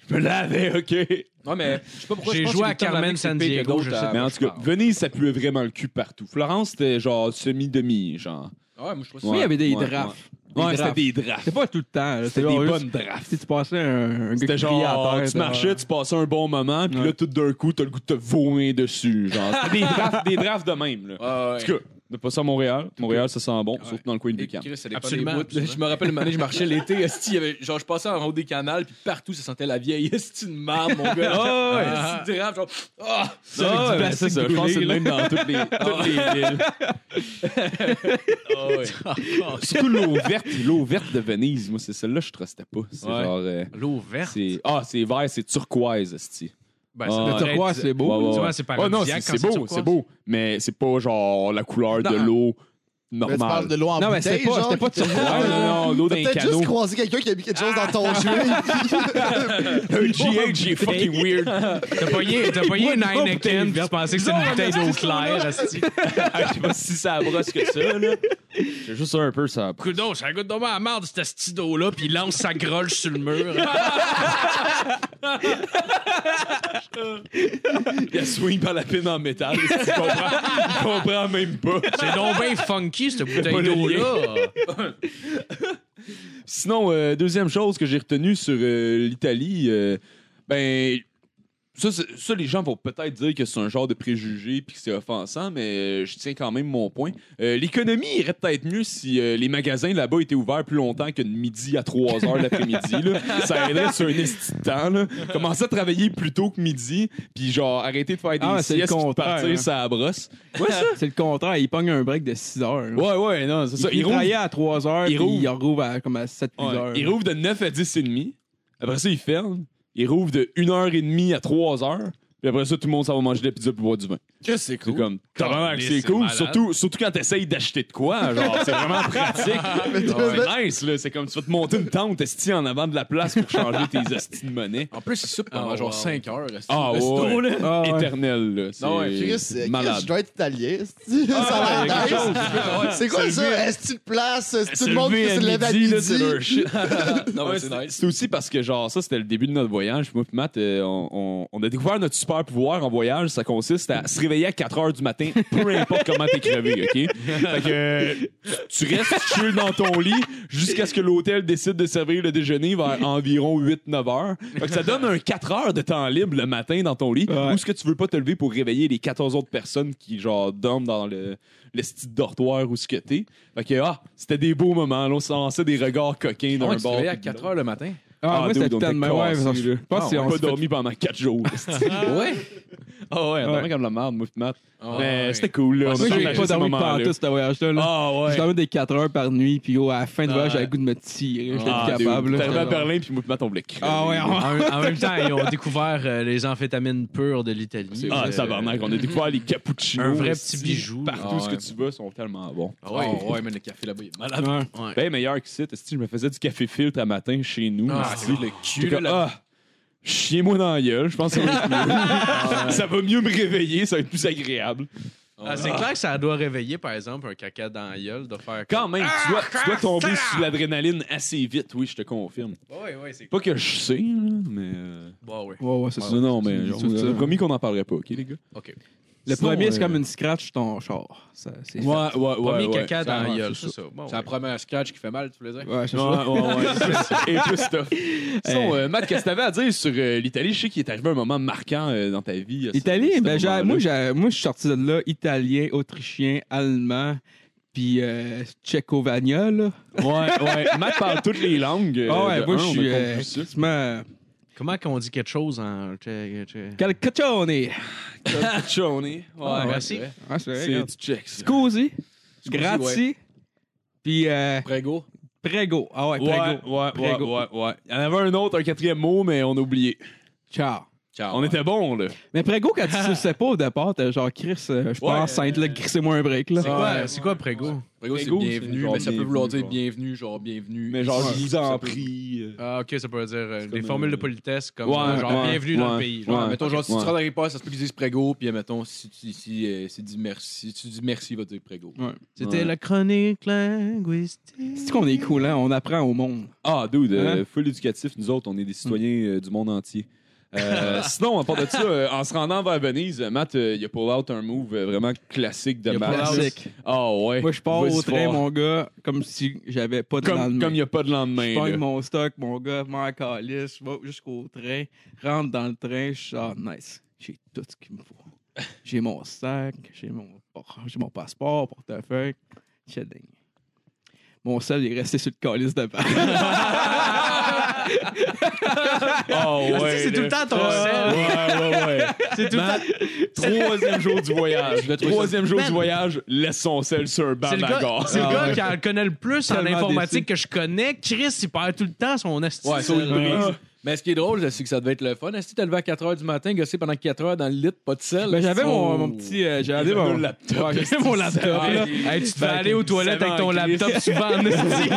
Je me lavais, OK. Non, mais je sais pas pourquoi. J'ai je pense joué que à le temps de la Carmen mer, c'est pire que Sandiego, d'autres, je sais euh, Mais en tout cas, parle. Venise, ça puait vraiment le cul partout. Florence, c'était genre semi-demi, genre. Ouais, Ah, moi, je trouve ça. Oui, il y avait des Ouais, drafts. Ouais, Des c'était drafts. des drafts. C'était pas tout le temps. là. C'était genre des juste- bonnes drafts. Si tu passais un, un gars C'était qui criait à genre, terre, tu marchais, tu passais un bon moment, puis Ouais. là, tout d'un coup, t'as le goût de te vomir dessus. Genre, c'était des drafts, des drafts de même, là. En tout cas, de pas ça à Montréal. Montréal, ça sent bon, surtout dans le coin du camp. Absolument, Absolument. absolument. Je me rappelle, une année, je marchais l'été, esti, il y avait- genre, je passais en haut des canals, puis partout, ça sentait la vieille esti de marde, mon gars. Ah, ouais. Ah, esti de rave, genre, ah! Ça, avec du plastique ça, brûlé, là. dans toutes les, toutes les villes. Ah, ouais. Surtout l'eau verte, l'eau verte de Venise, moi, c'est celle-là, je trustais pas. C'est Ouais. genre. euh, L'eau verte. c'est- ah, c'est vert, c'est turquoise, esti. Ben, Ah, devrait le turquoise, être- c'est beau. Tu vois, c'est Oh non, paradisiaque c'est quand c'est beau, turquoise. c'est beau. Mais c'est pas genre la couleur de Non. l'eau Mais tu parles normale. de l'eau en Non, mais bouteille, c'était pas, genre, c'était pas qui te- Ouais, turquoise. non, non, l'eau T'as d'un peut-être canot. juste croisé quelqu'un qui a mis quelque chose dans Ah. ton jeu. Un GH est fucking weird. T'as pogné, t'as pogné une Moi, Heineken, puis tu pensais que c'était une bouteille d'eau claire, esti. Ah, je sais pas si ça brosse que ça, là. J'ai juste un peu ça. Coudon, ça goûte dommage à marde, cet esti d'eau-là, puis il lance sa grolle sur le mur. Il a swing par la pine en métal. Il comprend, il comprend même pas. C'est donc bien funky, cette pas bouteille le d'eau-là. Sinon, euh, deuxième chose que j'ai retenue sur euh, l'Italie, euh, ben. Ça, c'est- ça, les gens vont peut-être dire que c'est un genre de préjugé puis que c'est offensant, mais euh, je tiens quand même mon point. Euh, L'économie irait peut-être mieux si euh, les magasins là-bas étaient ouverts plus longtemps que de midi à 3 heures l'après-midi. là. ça aiderait sur un esti de temps. Là. Commencer à travailler plus tôt que midi, puis genre arrêter de faire des Ah, c'est le siestes puis de contraire, hein. partir ça brosse. Ouais, ça. C'est le contraire, il pogne un break de 6 heures. Ouais, ouais, non, c'est ça. Il, Ils rouvent- travaillait à 3 heures, il puis rouvre. il rouvre à, comme à 7 Ouais. heures. Ils rouvrent de 9 à 10 et demi. Après ça, ils ferment. Ils rouvrent de 1h30 à 3h. Puis après ça, tout le monde s'en va manger de la pizza pour boire du vin. Que c'est C'est comme, tabarnak, Caliste, c'est c'est cool. malade. Surtout, surtout quand t'essayes d'acheter de quoi. Genre, c'est vraiment pratique. c'est nice, là. C'est comme, tu vas te monter une tente esti en avant de la place pour changer tes esti de monnaie. En plus, il soupe pendant Ah, wow. genre 5 heures. esti. Ah Le ouais. sto, là. Ah, ouais. Éternel, là. C'est Non, ouais, Chris, euh, Chris, malade. je dois être italien. Ah, c'est- ça a ouais, l'air quelque nice. chose. C'est quoi ça? Est-ce-tu de place? Est-ce que tout Se le monde lever qui à se lève à midi, là, c'est midi? leur shit. Non, Ouais, mais c'est c'est nice. c'est aussi parce que, genre, ça, c'était le début de notre voyage. Moi et Matt, euh, on, on- on a découvert notre super pouvoir en voyage. Ça consiste à se réveiller à 4 heures du matin, peu importe comment t'es crevé, OK? Fait que euh, tu tu restes chill dans ton lit jusqu'à ce que l'hôtel décide de servir le déjeuner vers environ 8-9 heures. Fait que ça donne un 4 heures de temps libre le matin dans ton lit. Ouais. Ou est-ce que tu veux pas te lever pour réveiller les 14 autres personnes qui, genre, dorment dans le, le style dortoir ou ce que t'es? Fait que, ah, c'était des beaux moments. Là, on se lançait des regards coquins Ah d'un ouais, tu te bord. réveilles à puis de l'autre. 4 heures le matin. Ah, Ah, moi, dude, c'était on putain de était me. Ouais, cassés, Ah, parce que je pense que on on pas s'est fait- dormi pendant 4 jours. Ouais. Ah ouais, on Ouais. dormait comme la merde, moi, pis Matt. Ah Mais ouais. c'était cool, Moi, là. on a j'ai partagé pas ce dormi moment-là. pendant tout ce voyage-là. là. Ah J'ai ouais. dormi des 4 heures par nuit, puis oh, à la fin de voyage, ouais. j'avais le goût de me tirer. J'étais Ah, plus dude, capable. là. T'es arrivé à Berlin, puis moi, pis Matt, on voulait crever. Ah ouais, on- En, en même temps, ils ont découvert euh, les amphétamines pures de l'Italie. Ah, Euh, tabarnak, on a découvert les cappuccinos. Un vrai aussi, petit bijou. Partout Ah ce ouais. que tu vas, sont tellement bons. Ah ouais, ouais, mais le café là-bas, il est malade. Ouais. Ouais. Ben meilleur qu'ici, si je me faisais du café filtre à matin chez nous. Ah, esti. c'est le J'étais cul. comme, là. ah, chiez-moi dans la gueule, je pense que ça va être mieux. Ça va mieux me réveiller, ça va être plus agréable. Ah, c'est clair que ça doit réveiller, par exemple, un caca dans la gueule, de faire Quand même, tu dois, tu dois tomber sous l'adrénaline assez vite, oui, je te confirme. Ouais, ouais, c'est Pas que je sais, là, mais. euh, Bon, ouais. Ouais, ouais, c'est ça. non, non, mais. c'est- on- c'est- on a c'est- promis qu'on n'en parlerait pas, ok, les gars? Le Sinon, premier, c'est euh, comme une scratch ton char. Ça, C'est fait. Ouais, ouais, Premier ouais. ouais. caca dans la gueule, c'est c'est ça. Bon, Ah, C'est la ouais. première scratch qui fait mal, tu voulais dire? Ouais, c'est Ouais, ça. ouais, ouais. Et plus stuff. Sinon, euh, Matt, qu'est-ce que t'avais à dire sur euh, l'Italie? Je sais qu'il est arrivé un moment marquant euh, dans ta vie. euh, ce- Italien, ce ben, j'ai- moment-là. moi, j'ai- moi, je suis sorti de là, italien, autrichien, allemand, puis euh, tchécovania, là. Ouais, ouais. Matt parle toutes les langues. euh, Ah de ouais, moi, un, je on a suis compris euh, ça. quasiment Comment qu'on dit quelque chose en. tchè- tchè- calcaccione. Caccione. Ah, Ouais, merci. euh, Ah, c'est vrai, C'est regarde. du check, ça. Scusi, Scusi, grazie, puis euh, Prego. prego. Ah ouais, Ouais, prego. ouais, ouais, Prego. ouais, ouais. Il y en avait un autre, un quatrième mot, mais on a oublié. Ciao. Ah, Ciao. On était bon, là. Mais Prego, quand tu ne sais pas au départ, t'es genre Chris, euh, je pense, Sainte-Luc, crissez-moi un break. Là. C'est quoi, c'est quoi Prego? Prego, c'est Prego, c'est bienvenue, genre mais ça peut vouloir dire bienvenue, bienvenue, genre bienvenue. Mais genre, ici, je vous ça en peut- prie. euh, Ah, ok, ça peut dire euh, des comme, formules de euh, politesse comme ouais, euh, genre ouais, bienvenue dans le ouais, pays. Ouais, genre. mettons, genre, si ouais. tu rentres dans les pas, ça se peut qu'ils disent Prego, puis euh, mettons, si tu si, euh, si tu dis merci, si tu dis merci, il va te dire Prego. C'était Ouais. la chronique linguistique. C'est qu'on est cool, hein? On apprend au monde. Ah, dude, euh, Hein? full éducatif, nous autres, on est des citoyens euh, du monde entier. Euh, sinon, à part de ça, euh, en se rendant vers Venise, euh, Matt, euh, il a pull out un move euh, vraiment classique de Il a pull Matt. out. Classique. Ah ouais. Moi, je pars Vas-y au train, fort. mon gars, comme si j'avais pas de Comme lendemain. comme il n'y a pas de Je lendemain. pogne là. mon stock, mon gars, mon calice, je vais jusqu'au train, rentre dans le train, je suis genre, nice, j'ai tout ce qu'il me faut. J'ai mon sac, j'ai mon, por- j'ai mon passeport, portefeuille, chedding. Mon sel est resté sur le calice de Ah ouais. c'est tout le temps ton sel. Ouais, ouais, ouais. C'est tout le temps- Troisième jour du voyage. Le troisième jour du voyage, laisse son sel sur un banc C'est le à gars, gare. c'est le Ah gars ouais. qui en connaît le plus en Tellement informatique que je connais. Chris, il perd tout le temps son astuce. Ouais, ça, il brise. Mais ce qui est drôle, c'est que ça devait être le fun. Est-ce que t'es levé à 4 h du matin, gossé pendant 4 heures dans le lit, pas de sel? Ben, j'avais mon, Oh. mon petit. euh, j'avais mon laptop. C'est mon laptop. là. Hey, tu te fais aller aux toilettes avec ton laptop souvent en esti.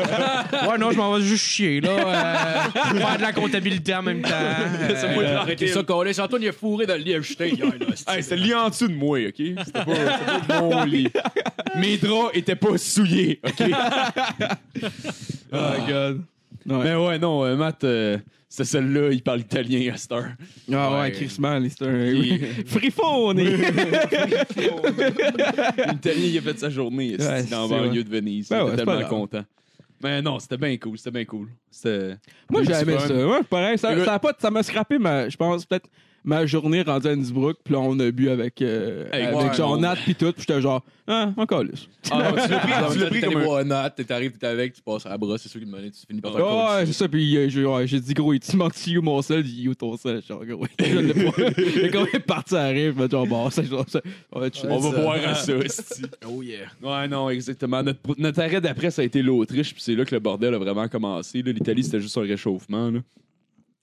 Ouais, non, je m'en vais juste chier, là. euh, faire de la comptabilité en même temps. euh, Laisse-moi Arrêtez ça, collé. Antoine, il est fourré dans le lit à jeter hier, là, c'est- Hey, c'était le lit en dessous de moi, OK? C'était pas, c'était pas mon lit. Mes draps étaient pas souillés, OK? Oh my god. Mais ouais, non, euh, Matt, euh, ce celle-là, il parle italien à cette heure. Ah ouais, euh, Ouais. Chris Mann, c'est un. Il- Frifo, on est. L'italien, il a fait sa journée Ouais, esti, dans c'est le vrai. banlieue de Venise. Ben J'étais ouais, c'est pas tellement grave. content. Mais non, c'était bien cool, c'était bien cool. C'était- Moi, j'aimais Fun. ça. Ouais, pareil. Ça Écoute- ça a pas- ça m'a scrappé, ma, je pense, peut-être ma journée rendue à Innsbruck. Puis là, on a bu avec, euh, Hey, avec ouais, genre non. Nat puis tout. Puis j'étais genre, ah, encore lisse. Ah, non, tu l'as pris, Ah, tu l'as pris T'es comme allé un- voir Nat, t'es- t'arrives, t'es avec, tu passes à la brosse, c'est sûr qu'il me tu finis par faire Ouais, coach. c'est ça. Puis euh, j'ai ouais, j'ai dit, gros, il manque tu you mon sel, dit you ton sel. Genre, gros, je l'ai pas. Il est quand même parti à rire. Puis genre, bon, ça, genre, ça. On va chiller. On va boire à ça, esti. Ah. Oh yeah. Ouais, non, exactement. Notre, notre arrêt d'après, ça a été l'Autriche, puis c'est là que le bordel a vraiment commencé. là. L'Italie, c'était juste un réchauffement. là.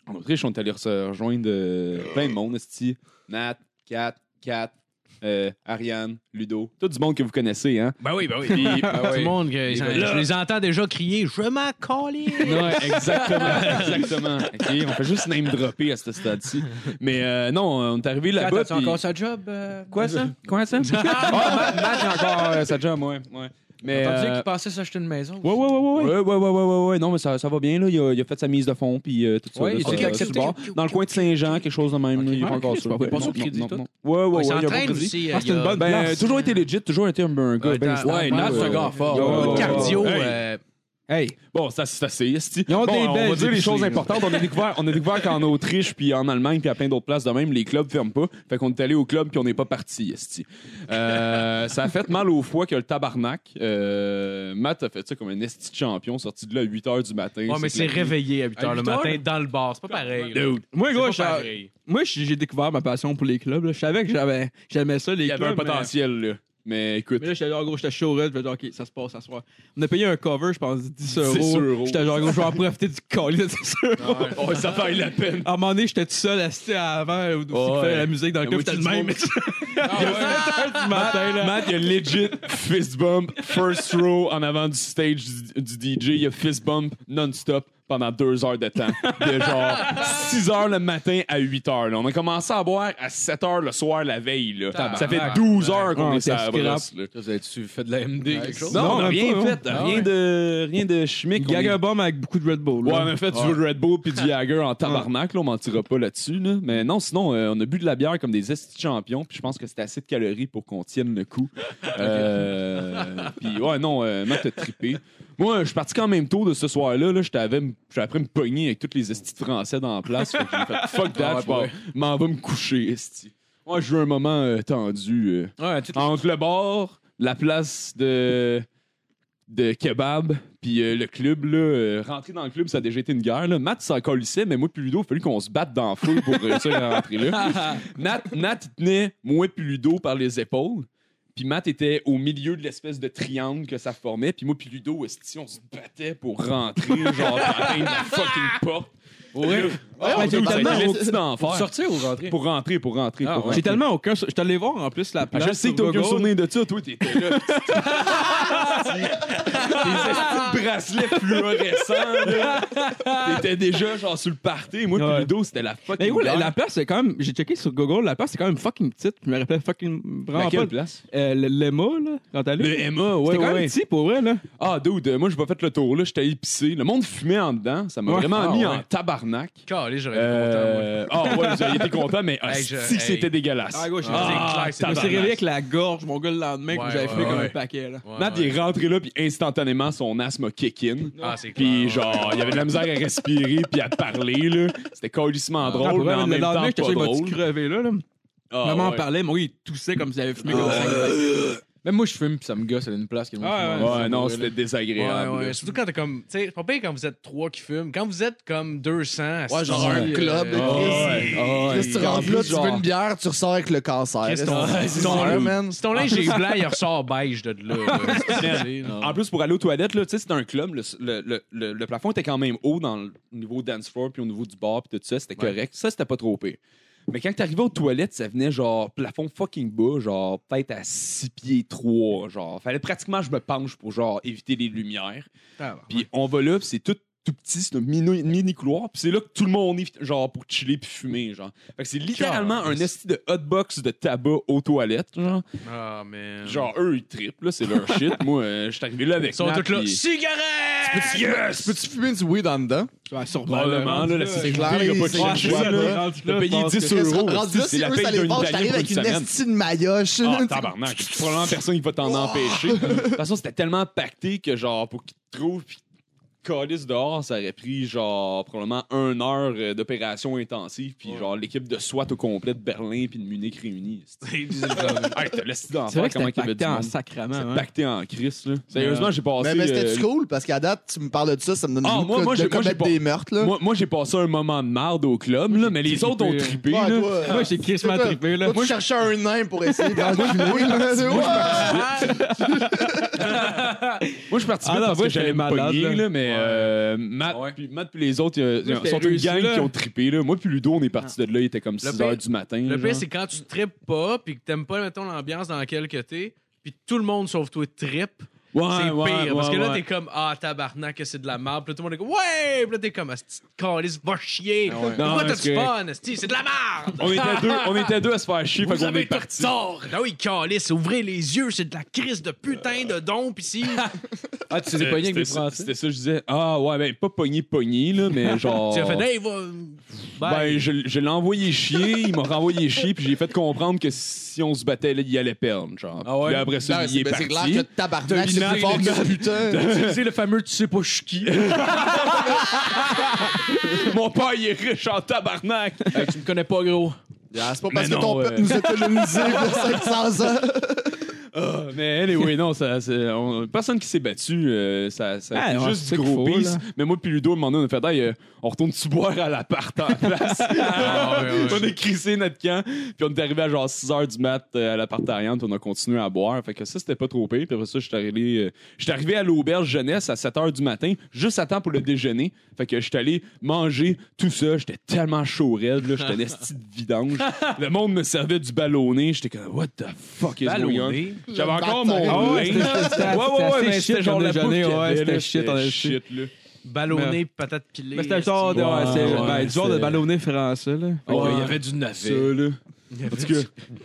En Autriche, on est allé se rejoindre euh, plein de monde, esti. Nat, Kat, Kat, euh, Ariane, Ludo. Tout du monde que vous connaissez, hein? Ben oui, ben oui. Puis- Tout le monde, que- je les entends déjà crier Je m'en calisse. Ouais, exactement, exactement. OK, on fait juste name dropper à ce stade-ci. Mais euh, non, on est arrivé là-bas. T'as puis- encore sa job? euh, Quoi ça? Quoi ça? Ah, Matt, Matt, il a encore euh, sa job, ouais. ouais. Mais, T'as dit euh, qu'il pensait s'acheter une maison. Ouais, ouais, ouais, ouais. Ouais, ouais, ouais, ouais, ouais, ouais. Non, mais ça, ça va bien, là. Il a, il a fait sa mise de fond, puis euh, tout ça. Ouais, là, il sur s'est le- fait accepter. sur le bord. Dans le coin de Saint-Jean, quelque chose de même. là, Il est pas Ah, encore Chris, sûr. pas Non, sur le non, crédit, non, tout. non. Ouais, ouais, ouais. Il il a bon s'entraîne crédit. aussi. Ah, c'est une bonne Ben, euh, place. toujours été legit, toujours été un, un gars. Ouais, ben t'as- fort, ouais, là, Nat, Nat, c'est euh, un gars fort. Ouais, Beaucoup ouais, de cardio. ouais. euh, Hey, Bon, ça, c'est assez. esti. Ils ont Bon, des on belles va dire les épiceries, choses là. importantes. On a découvert, on a découvert qu'en Autriche, puis en Allemagne, puis à plein d'autres places de même, les clubs ferment pas. Fait qu'on est allé au club, puis on n'est pas parti. esti. Euh, ça a fait mal au foie que le tabarnak. Euh, Matt a fait ça comme un esti de champion, sorti de là à 8 h du matin. Ouais, mais c'est claqué. réveillé à 8 h À le 8 heures, matin là? dans le bar. C'est pas pareil. là. Dude, moi, gros, C'est pas j'ai- pareil. moi, j'ai j'ai découvert ma passion pour les clubs. là. Je savais que j'avais- j'aimais ça, les il y clubs. avait un mais- potentiel, là. Mais écoute. Mais là, j'étais genre, gros, j'étais chaud, red, j'étais genre, OK, ça se passe, ça se passe. On a payé un cover, je pense, 10 euros. euros. J'étais genre, gros, je vais en profiter du colis de 10 euros. Oh, ça valait la peine. À un moment donné, j'étais tout seul assis avant, où tu Ouais. la musique dans le La club, j'étais le moitié même. du Il Ah, y a 7 heures Ah, du matin, là. Matt, il a legit fist bump, first row en avant du stage du, du DJ. Il a fist bump non-stop pendant deux heures de temps. De genre 6 heures le matin à 8 heures. là. On a commencé à boire à 7 heures le soir la veille. là. Ça fait 12 heures qu'on Ouais, est sur la c'est brosse. là. Ça, ça, Tu fais de la MD, quelque chose? Non, on même a rien pas, fait. non. Rien de, rien de chimique. on est- Gagabomb avec beaucoup de Red Bull. Ouais, là. on a fait du Red Bull puis du Jagger en tabarnak, là, on mentira pas là-dessus. Là. Mais non, sinon, euh, on a bu de la bière comme des estis champions, puis je pense que c'était assez de calories pour qu'on tienne le coup. Euh, puis ouais, non, euh, Matt a trippé. Moi, je suis parti quand même tôt de ce soir-là. Là, J'étais avec- j'étais après me pogner avec toutes les estis de français dans la place. Fait que j'ai fait fuck that, Ouais, je pars- Ah, ouais. m'en vais me coucher, esti. Moi, je veux un moment euh, tendu. euh, Ouais, tu entre le bar, la place de, de kebab, puis euh, le club, là, euh, rentrer dans le club, ça a déjà été une guerre. Là. Matt s'en colissait, mais moi puis Ludo, il a fallu qu'on se batte dans le feu pour euh, réussir à rentrer là. Nat, Nat il tenait moi puis Ludo par les épaules. Puis Matt était au milieu de l'espèce de triangle que ça formait. Puis moi puis Ludo, esti, on se battait pour rentrer, genre, pour atteindre la fucking porte. Ouais, j'ai ça a été tellement- l'investi d'enfer. Pour sortir ou rentrer? Pour rentrer, pour rentrer, Ah, pour ouais. J'ai rentrer. tellement aucun. Je suis allé voir en plus la Ah, place. Je sais que t'as sur aucun Google. souvenir de ça. Toi, t'étais là. Tes bracelets fluorescents, là. T'étais déjà, genre, sur le party. Moi, Ouais. puis Ludo, c'était la fucking. Mais oui, la, guerre. la place, c'est quand même. J'ai checké sur Google, la place, c'est quand même fucking petite. Je me rappelle fucking. Vraiment Laquelle pas. place? Euh, le- L'EMA, là, quand t'allais. Le Emma, ouais, C'était quand ouais. même petit pour vrai, là. Ah, dude, euh, moi, j'ai pas fait le tour, là. J'étais épicé. Le monde fumait en dedans. Ça m'a Ouais. vraiment Ah, mis ouais. en tabarnak. Calé, j'aurais été content, Euh, Ah, ouais, vous avez été content, mais ah, Hey, je- si que c'était hey. dégueulasse. gauche, moi. Ah, Je me suis tabarnak. réveillé avec la gorge, mon gars, le lendemain, que Ouais, j'avais ouais, fumé comme ouais. un paquet, là. Ouais, Matt, ouais. il est rentré là, puis instantanément, son asthme a kick in. Ah, c'est clair. Puis ouais. genre, il y avait de la misère à respirer puis à parler, là. C'était colissement Ah, pour drôle, mais vrai, en le même temps, lendemain, pas j'étais sûr qu'il m'a drôle. dû crever, là. là. Ah, Maman en ouais. parlait, mon gars, il toussait comme s'il avait fumé comme ça. Même moi, je fume, puis ça me gosse, c'est une place qui me Ah, fume. Ouais, non, c'était Ouais, désagréable. Ah, ouais. là. Surtout quand t'es comme. Tu sais, c'est pas bien quand vous êtes trois qui fument. Quand vous êtes comme 200. Ouais, genre assis, un euh, club de ouais. Chris. ouais. Ah, ouais. Chris, tu rentres là, tu veux une bière, tu ressors avec le cancer. Chris, ton- Ouais, ton- c'est ça, man. Si ton linge est blanc, il ressort beige de là. là. C'est- En plus, pour aller aux toilettes, là, tu sais, c'était un club. Le, le- le- le- le plafond était quand même haut dans le niveau dance floor, puis au niveau du bar, puis tout ça, c'était Ouais. correct. Ça, c'était pas trop pire. Mais quand t'arrivais aux toilettes, ça venait genre plafond fucking bas, genre peut-être à 6 pieds 3, genre. Fallait pratiquement que je me penche pour genre éviter les lumières. Puis on va là, puis c'est tout tout petit, c'est un mini, mini couloir, puis c'est là que tout le monde est genre pour chiller puis fumer genre. Fait que c'est littéralement un esti de hotbox de tabac aux toilettes genre. Ah, man. Genre eux ils trippent là, c'est leur shit. Moi euh, je suis arrivé là avec Ils sont Nat, tous là. puis- Cigarette! Ah, Yes! Peux-tu fumer du weed en dedans? Ouais, sûrement. Probablement, là, la C'est sécurité, clair, il a pas de c'est- chance de ouais, choix, là. T'as payé 10 Chris, euros, rendu là, c'est si la eux, paye ça les d'un fâche, Italien t'arrives pour avec une une semaine. estie de maillotche. Ah, tabarnak. Probablement personne qui va t'en empêcher. De toute façon, c'était tellement pacté que, genre, pour qu'ils te trouvent pis calisse dehors, ça aurait pris, genre, probablement une heure euh, d'opération intensive. Puis, genre, l'équipe de SWAT au complet de Berlin puis de Munich réunis. hey, t'as laissé d'en C'est vrai faire que comment c'était qu'il y pacté avait du en monde. sacrament. C'était hein. pacté en crise, là. Sérieusement, j'ai passé. Ben, Mais, mais euh, c'était cool parce qu'à date, tu me parles de ça, ça me donne Ah, le goût moi- de- moi, de j'ai- moi, j'ai commettre pas- des meurtres. Là. Moi, moi, j'ai passé un moment de marde au club, là, mais les autres ont trippé. Ouais, là. toi, euh, Moi, j'ai crissement toi, trippé, là. Toi, tu cherchais un nain pour essayer d'enculer. là, c'est- Ah, Ouais. Moi, je participais Ah non, parce moi, que j'allais j'étais me malade, pogner, là. là, mais euh, Matt, Ouais. puis, Matt puis les autres, ils j'étais sont une réussi, gang là. qui ont trippé. Là. Moi puis Ludo, on est partis de là, il était comme 6 pire- h du matin. Ah. Le genre. pire, c'est quand tu tripes pas, puis que t'aimes pas, mettons, l'ambiance dans laquelle que t'es, puis tout le monde sauf toi trip, Ouais, c'est pire. ouais, parce que ouais, là, ouais. t'es comme, ah, tabarnak, que c'est de la merde. Puis là, tout le monde est comme, ouais! Puis là, t'es comme, asti, calice, va chier. Non, Pourquoi t'as c'est du fun, asti? C'est de la merde! on était, deux, on était deux à se faire chier, fait Vous qu'on avez est tout partis. tort! Ah oui, calice, ouvrez les yeux, c'est de la crise de putain de don, pis si. Ah, tu t'es pogné avec C'était les ça, Français. c'était ça, je disais. Ah ouais, ben pas pogné, pogné, là, mais genre. Tu as fait, hey, va. Ben, je, je l'ai envoyé chier, il m'a renvoyé chier, puis j'ai fait comprendre que si on se battait, là, il allait perdre. Genre. Ah ouais? Puis après ça, Non, il est, c'est ben, c'est parti. clair que tabarnak, T'as c'est plus une fort natte. que putain. C'est le fameux tu sais pas je suis qui. Mon père, il est riche en tabarnak. Hey, tu me connais pas, gros. Ah, C'est pas parce Mais que non, ton euh. peuple nous a colonisés il y a 500 ans. Ah, mais anyway, non, ça, c'est- on- personne qui s'est battu. euh, ça, ça Ah, fait ouais, juste c'est du ça gros qu'il faut, pisse. là. Mais moi, puis Ludo, à un moment donné, on a fait Hey, euh, on retourne-tu boire à l'appart en place Ah, ouais, ouais. On a crissé notre camp, puis on est arrivé à genre 6 h du mat euh, à l'appart arrière, puis on a continué à boire. Fait que ça, c'était pas trop pire. Puis après ça, j'étais arrivé, euh, j'étais arrivé à l'auberge jeunesse à 7 h du matin, juste à temps pour le déjeuner. Fait que j'étais allé manger tout ça. J'étais tellement chaud raide, là. J'étais un esti de vidange. Le monde me servait du ballonné. J'étais comme, what the fuck is going on? Ballonné. J'avais Le bâtard. encore mon Ah ouais, linge. c'était- c'était- ouais, ouais, c'était mais assez c'était shit genre comme la déjeuner, bouffe qu'il y ouais, avait, c'était là, shit, on a- shit, là. Ballonné, patate pilée. Mais c'était le genre de. esti. ouais, c'est- ouais, ben, du genre de c'est- ballonné français, là. Ouais, il y avait du navet. Parce que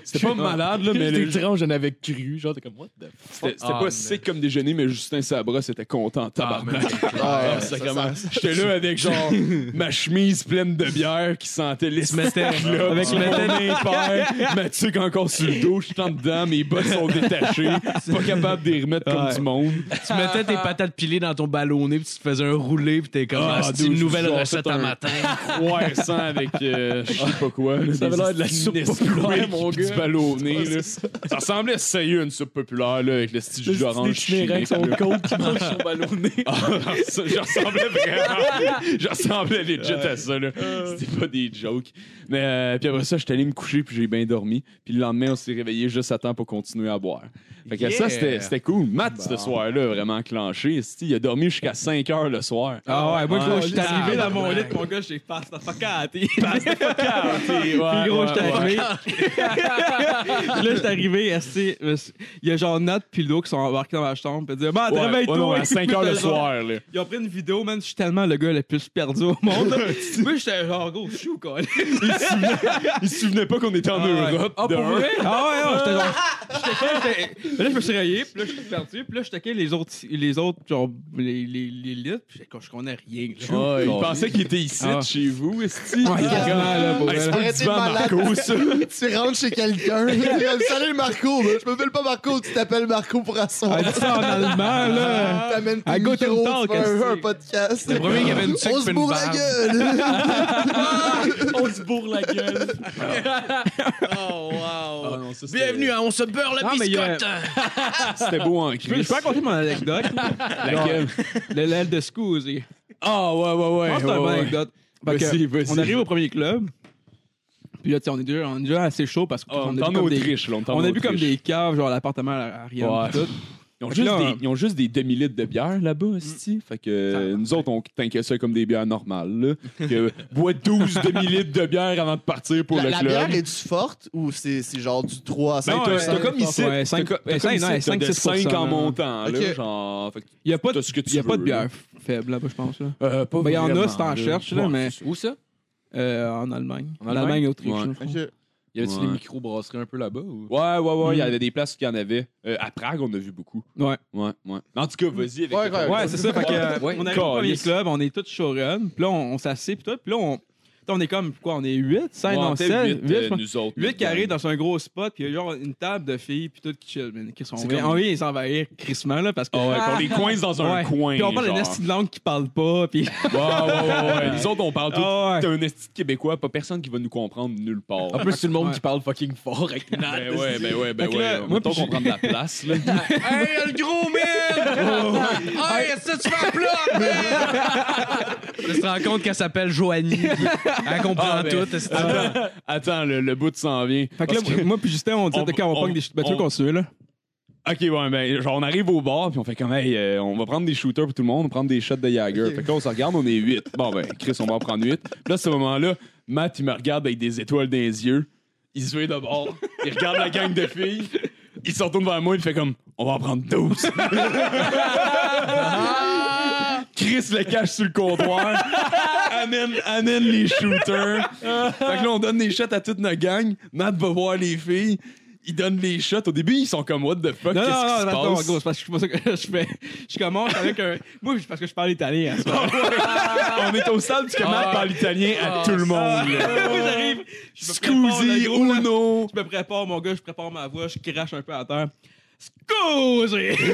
c'était Ah. pas malade, là, mais Mais le- les étrange, j'en avais cru. Genre, t'es comme, what the fuck? c'était c'était Ah, pas mais- sec comme déjeuner, mais Justin Sabra, c'était content. Ah, Tabarnak. man. Ah, ça, Sacrément. J'étais là avec genre ma chemise pleine de bière qui sentait les Tu mettais- là, avec Avec mon le- impair, ma tuque encore sur le dos, je suis en dedans, mes bottes sont détachées, pas capable de les remettre comme Ouais. du monde. Tu mettais tes patates pilées dans ton ballonné, puis tu te faisais un roulé, puis t'es comme, Ah, ah, c'est dude, une je nouvelle vous en recette fais à un. matin. Croissant avec euh, je sais pas quoi. là, Ça avait des l'air de la soupe estimes populaire, mon puis gars. Du ballonné, Ouais, là. Ça ressemblait sérieux à une soupe populaire, là, avec le style jus d'orange. chinois chiné, avec son puis là. code qui mange son ballonné. Ah, ça, Je ressemblais vraiment. Je ressemblais legit à ça, là. C'était pas des jokes. Mais euh, puis après ça, j'étais allé me coucher, puis j'ai bien dormi. Puis le lendemain, on s'est réveillé juste à temps pour continuer à boire. Fait que Yeah. ça, c'était c'était cool. Matt, ce soir-là, vraiment clenché. Esti, Il a dormi jusqu'à 5 heures le soir. Ah ouais, moi, Ah, gros, je suis tabarnak. arrivé dans mon lit, mon gars, j'ai fast the fuck out. Fast the fuck out. Puis, Puis gros, je suis arrivé. là, je suis arrivé, esti, euh, il y a genre Nat puis Ludo qui sont embarqués dans ma chambre. Puis ils disent, bah, Ouais, ouais, travaille-toi. non, à 5 heures le Puis, soir, là. Ils ont pris une vidéo, man. Je suis tellement le gars le plus perdu au monde. Moi, j'étais genre, gros, je suis où, quoi. Il se souvenait pas qu'on était en ouais. Europe. de un. Ah ouais, ouais, j'étais genre. j'étais- j'étais- Mais Là, je me suis rayé, puis là, je suis parti, puis là, je checkais les autres, les autres, genre, les, les, les litres, puis j'étais comme, je connais rien. là. il pensait qu'il était ici, Ah. chez vous, esti. Ouais, quasiment, là, pour Ah, vrai. c'est pas Arrêtez le de divan malade. Marco, ça. tu rentres chez quelqu'un. t'es comme, Salut Marco, ben, je m'appelle pas Marco, tu t'appelles Marco pour asseoir. Ah, dis ça en allemand, là. T'amènes Ah, tes go to micros, tu fais talk, un, esti. un podcast. Le premier, il y avait une tuque On se puis une bourre la barbe. gueule. On se bourre la gueule. Oh, wow. Ah non, ça, c'était- Bienvenue à On se beurre la Non, mais il y a- biscotte. C'était beau en Je peux, Christ. je peux raconter mon anecdote. Laquelle? Le l'aile de Scoozy. Ah, ouais, ouais, ouais. Je pense que c'est une ouais, bonne ouais. anecdote. Fait que, Vas-y, vas-y. on arrive au premier club. Puis là, tu sais, on est déjà, on est déjà assez chaud parce Ah, qu'on on a est vu en comme des, Autriche, là. on a vu comme des caves, genre l'appartement à Ariane. Ouais. tout. Ils ont, Fait juste que là, des, ils ont juste des demi-litres de bière là-bas, esti. Fait que euh, nous autres, on t'inquiète ça comme des bières normales. Là. Que, bois 12 demi-litres de bière avant de partir pour La, le la club. bière est-tu forte ou c'est c'est genre du 3 à 5 Ben, Non, t'as- euh, t'as comme ici, ouais, t'as cinq- co- t'as euh, comme cinq, non, ici, cinq, t'as de six pour 5 en cent, montant, là, Ok. genre, fait que Il n'y a pas, de- t'as ce que tu il y a pas de veux, là. bière faible là-bas, je pense. Là. Euh, pas Ben, il y en a, vraiment, si t'en cherches, là, Ouais, mais- c'est ça. Où ça? Euh, en Allemagne. En En Allemagne? Allemagne et Autriche. Ouais. là, je pense. Y avait-tu Ouais. des micro-brasseries un peu là-bas? Ou... Ouais, ouais, ouais, il y Mm. avait des places qui en avaient. Euh, à Prague, on a vu beaucoup. Ouais. Ouais, ouais. En tout cas, vas-y avec Ouais, toi. ouais. Ouais, c'est ça. Fait que, euh, Ouais. on arrive au premier Calice. club, on est tous showrun. Puis là, on, on s'assied, puis tout. Puis là, on, on est comme, quoi, on est 8, 5, Ouais, non, peut-être 7, huit, 8, euh, nous autres. 8 qui arrivent dans un gros spot, puis il y a genre une table de filles, puis tout qui chill. man. Qu'est-ce qu'on C'est vient- comme- On vient les envahir crissement, là, parce que. Ah ouais, puis on les coince dans un Ouais. coin. Puis on parle genre. d'une esti de langue qui parle pas, puis. Ouais, ouais, ouais, ouais. Les autres, on parle tout. Ah T'es un esti de québécois, pas personne qui va nous comprendre nulle part. En plus, c'est le monde Ouais. qui parle fucking fort avec Nat. Ben ouais, ben ouais, ben Ah, Fait que là, ouais. moi, Moi, puis qu'on prend de la place, là. Hey, le gros man! Hey, est-ce que tu fais un plat, man? Je te rends compte qu'elle s'appelle Joanie. Elle comprend Ah, ben, tout. est-ce que- Attends, attends, le, le bout s'en vient. Fait que là, Parce que- moi, puis Justin, on disait, on- OK, on va on- prendre des. ch- Ben, tu veux on- continuer, là? Ok, ouais, ben, genre, on arrive au bar, puis on fait comme, hey, euh, on va prendre des shooters pour tout le monde, on va prendre des shots de Jagger. Fait que là, on se regarde, on est 8. Bon, ben, Chris, on va en prendre 8. Puis là, à ce moment-là, Matt, il me regarde avec des étoiles dans les yeux. Il se met de bord, il regarde la gang de filles, il se retourne vers moi, il fait comme, on va en prendre 12. Chris le cache sur le comptoir, amène, amène les shooters. Fait que là, on donne des shots à toute notre gang. Matt va voir les filles. Il donne les shots. Au début, ils sont comme, what the fuck, Non, non, qu'est-ce qui non, se attends, passe? gros, c'est parce que c'est pas ça que je fais. Je commence avec un. Moi, c'est parce que je parle italien à ce moment-là. on est au stade du camarade parle italien à tout le monde. Moi, j'arrive. Je me prépare, le Scusi, gros, là. Uno. Je me prépare, mon gars, je prépare ma voix, je crache un peu à terre. Scusi!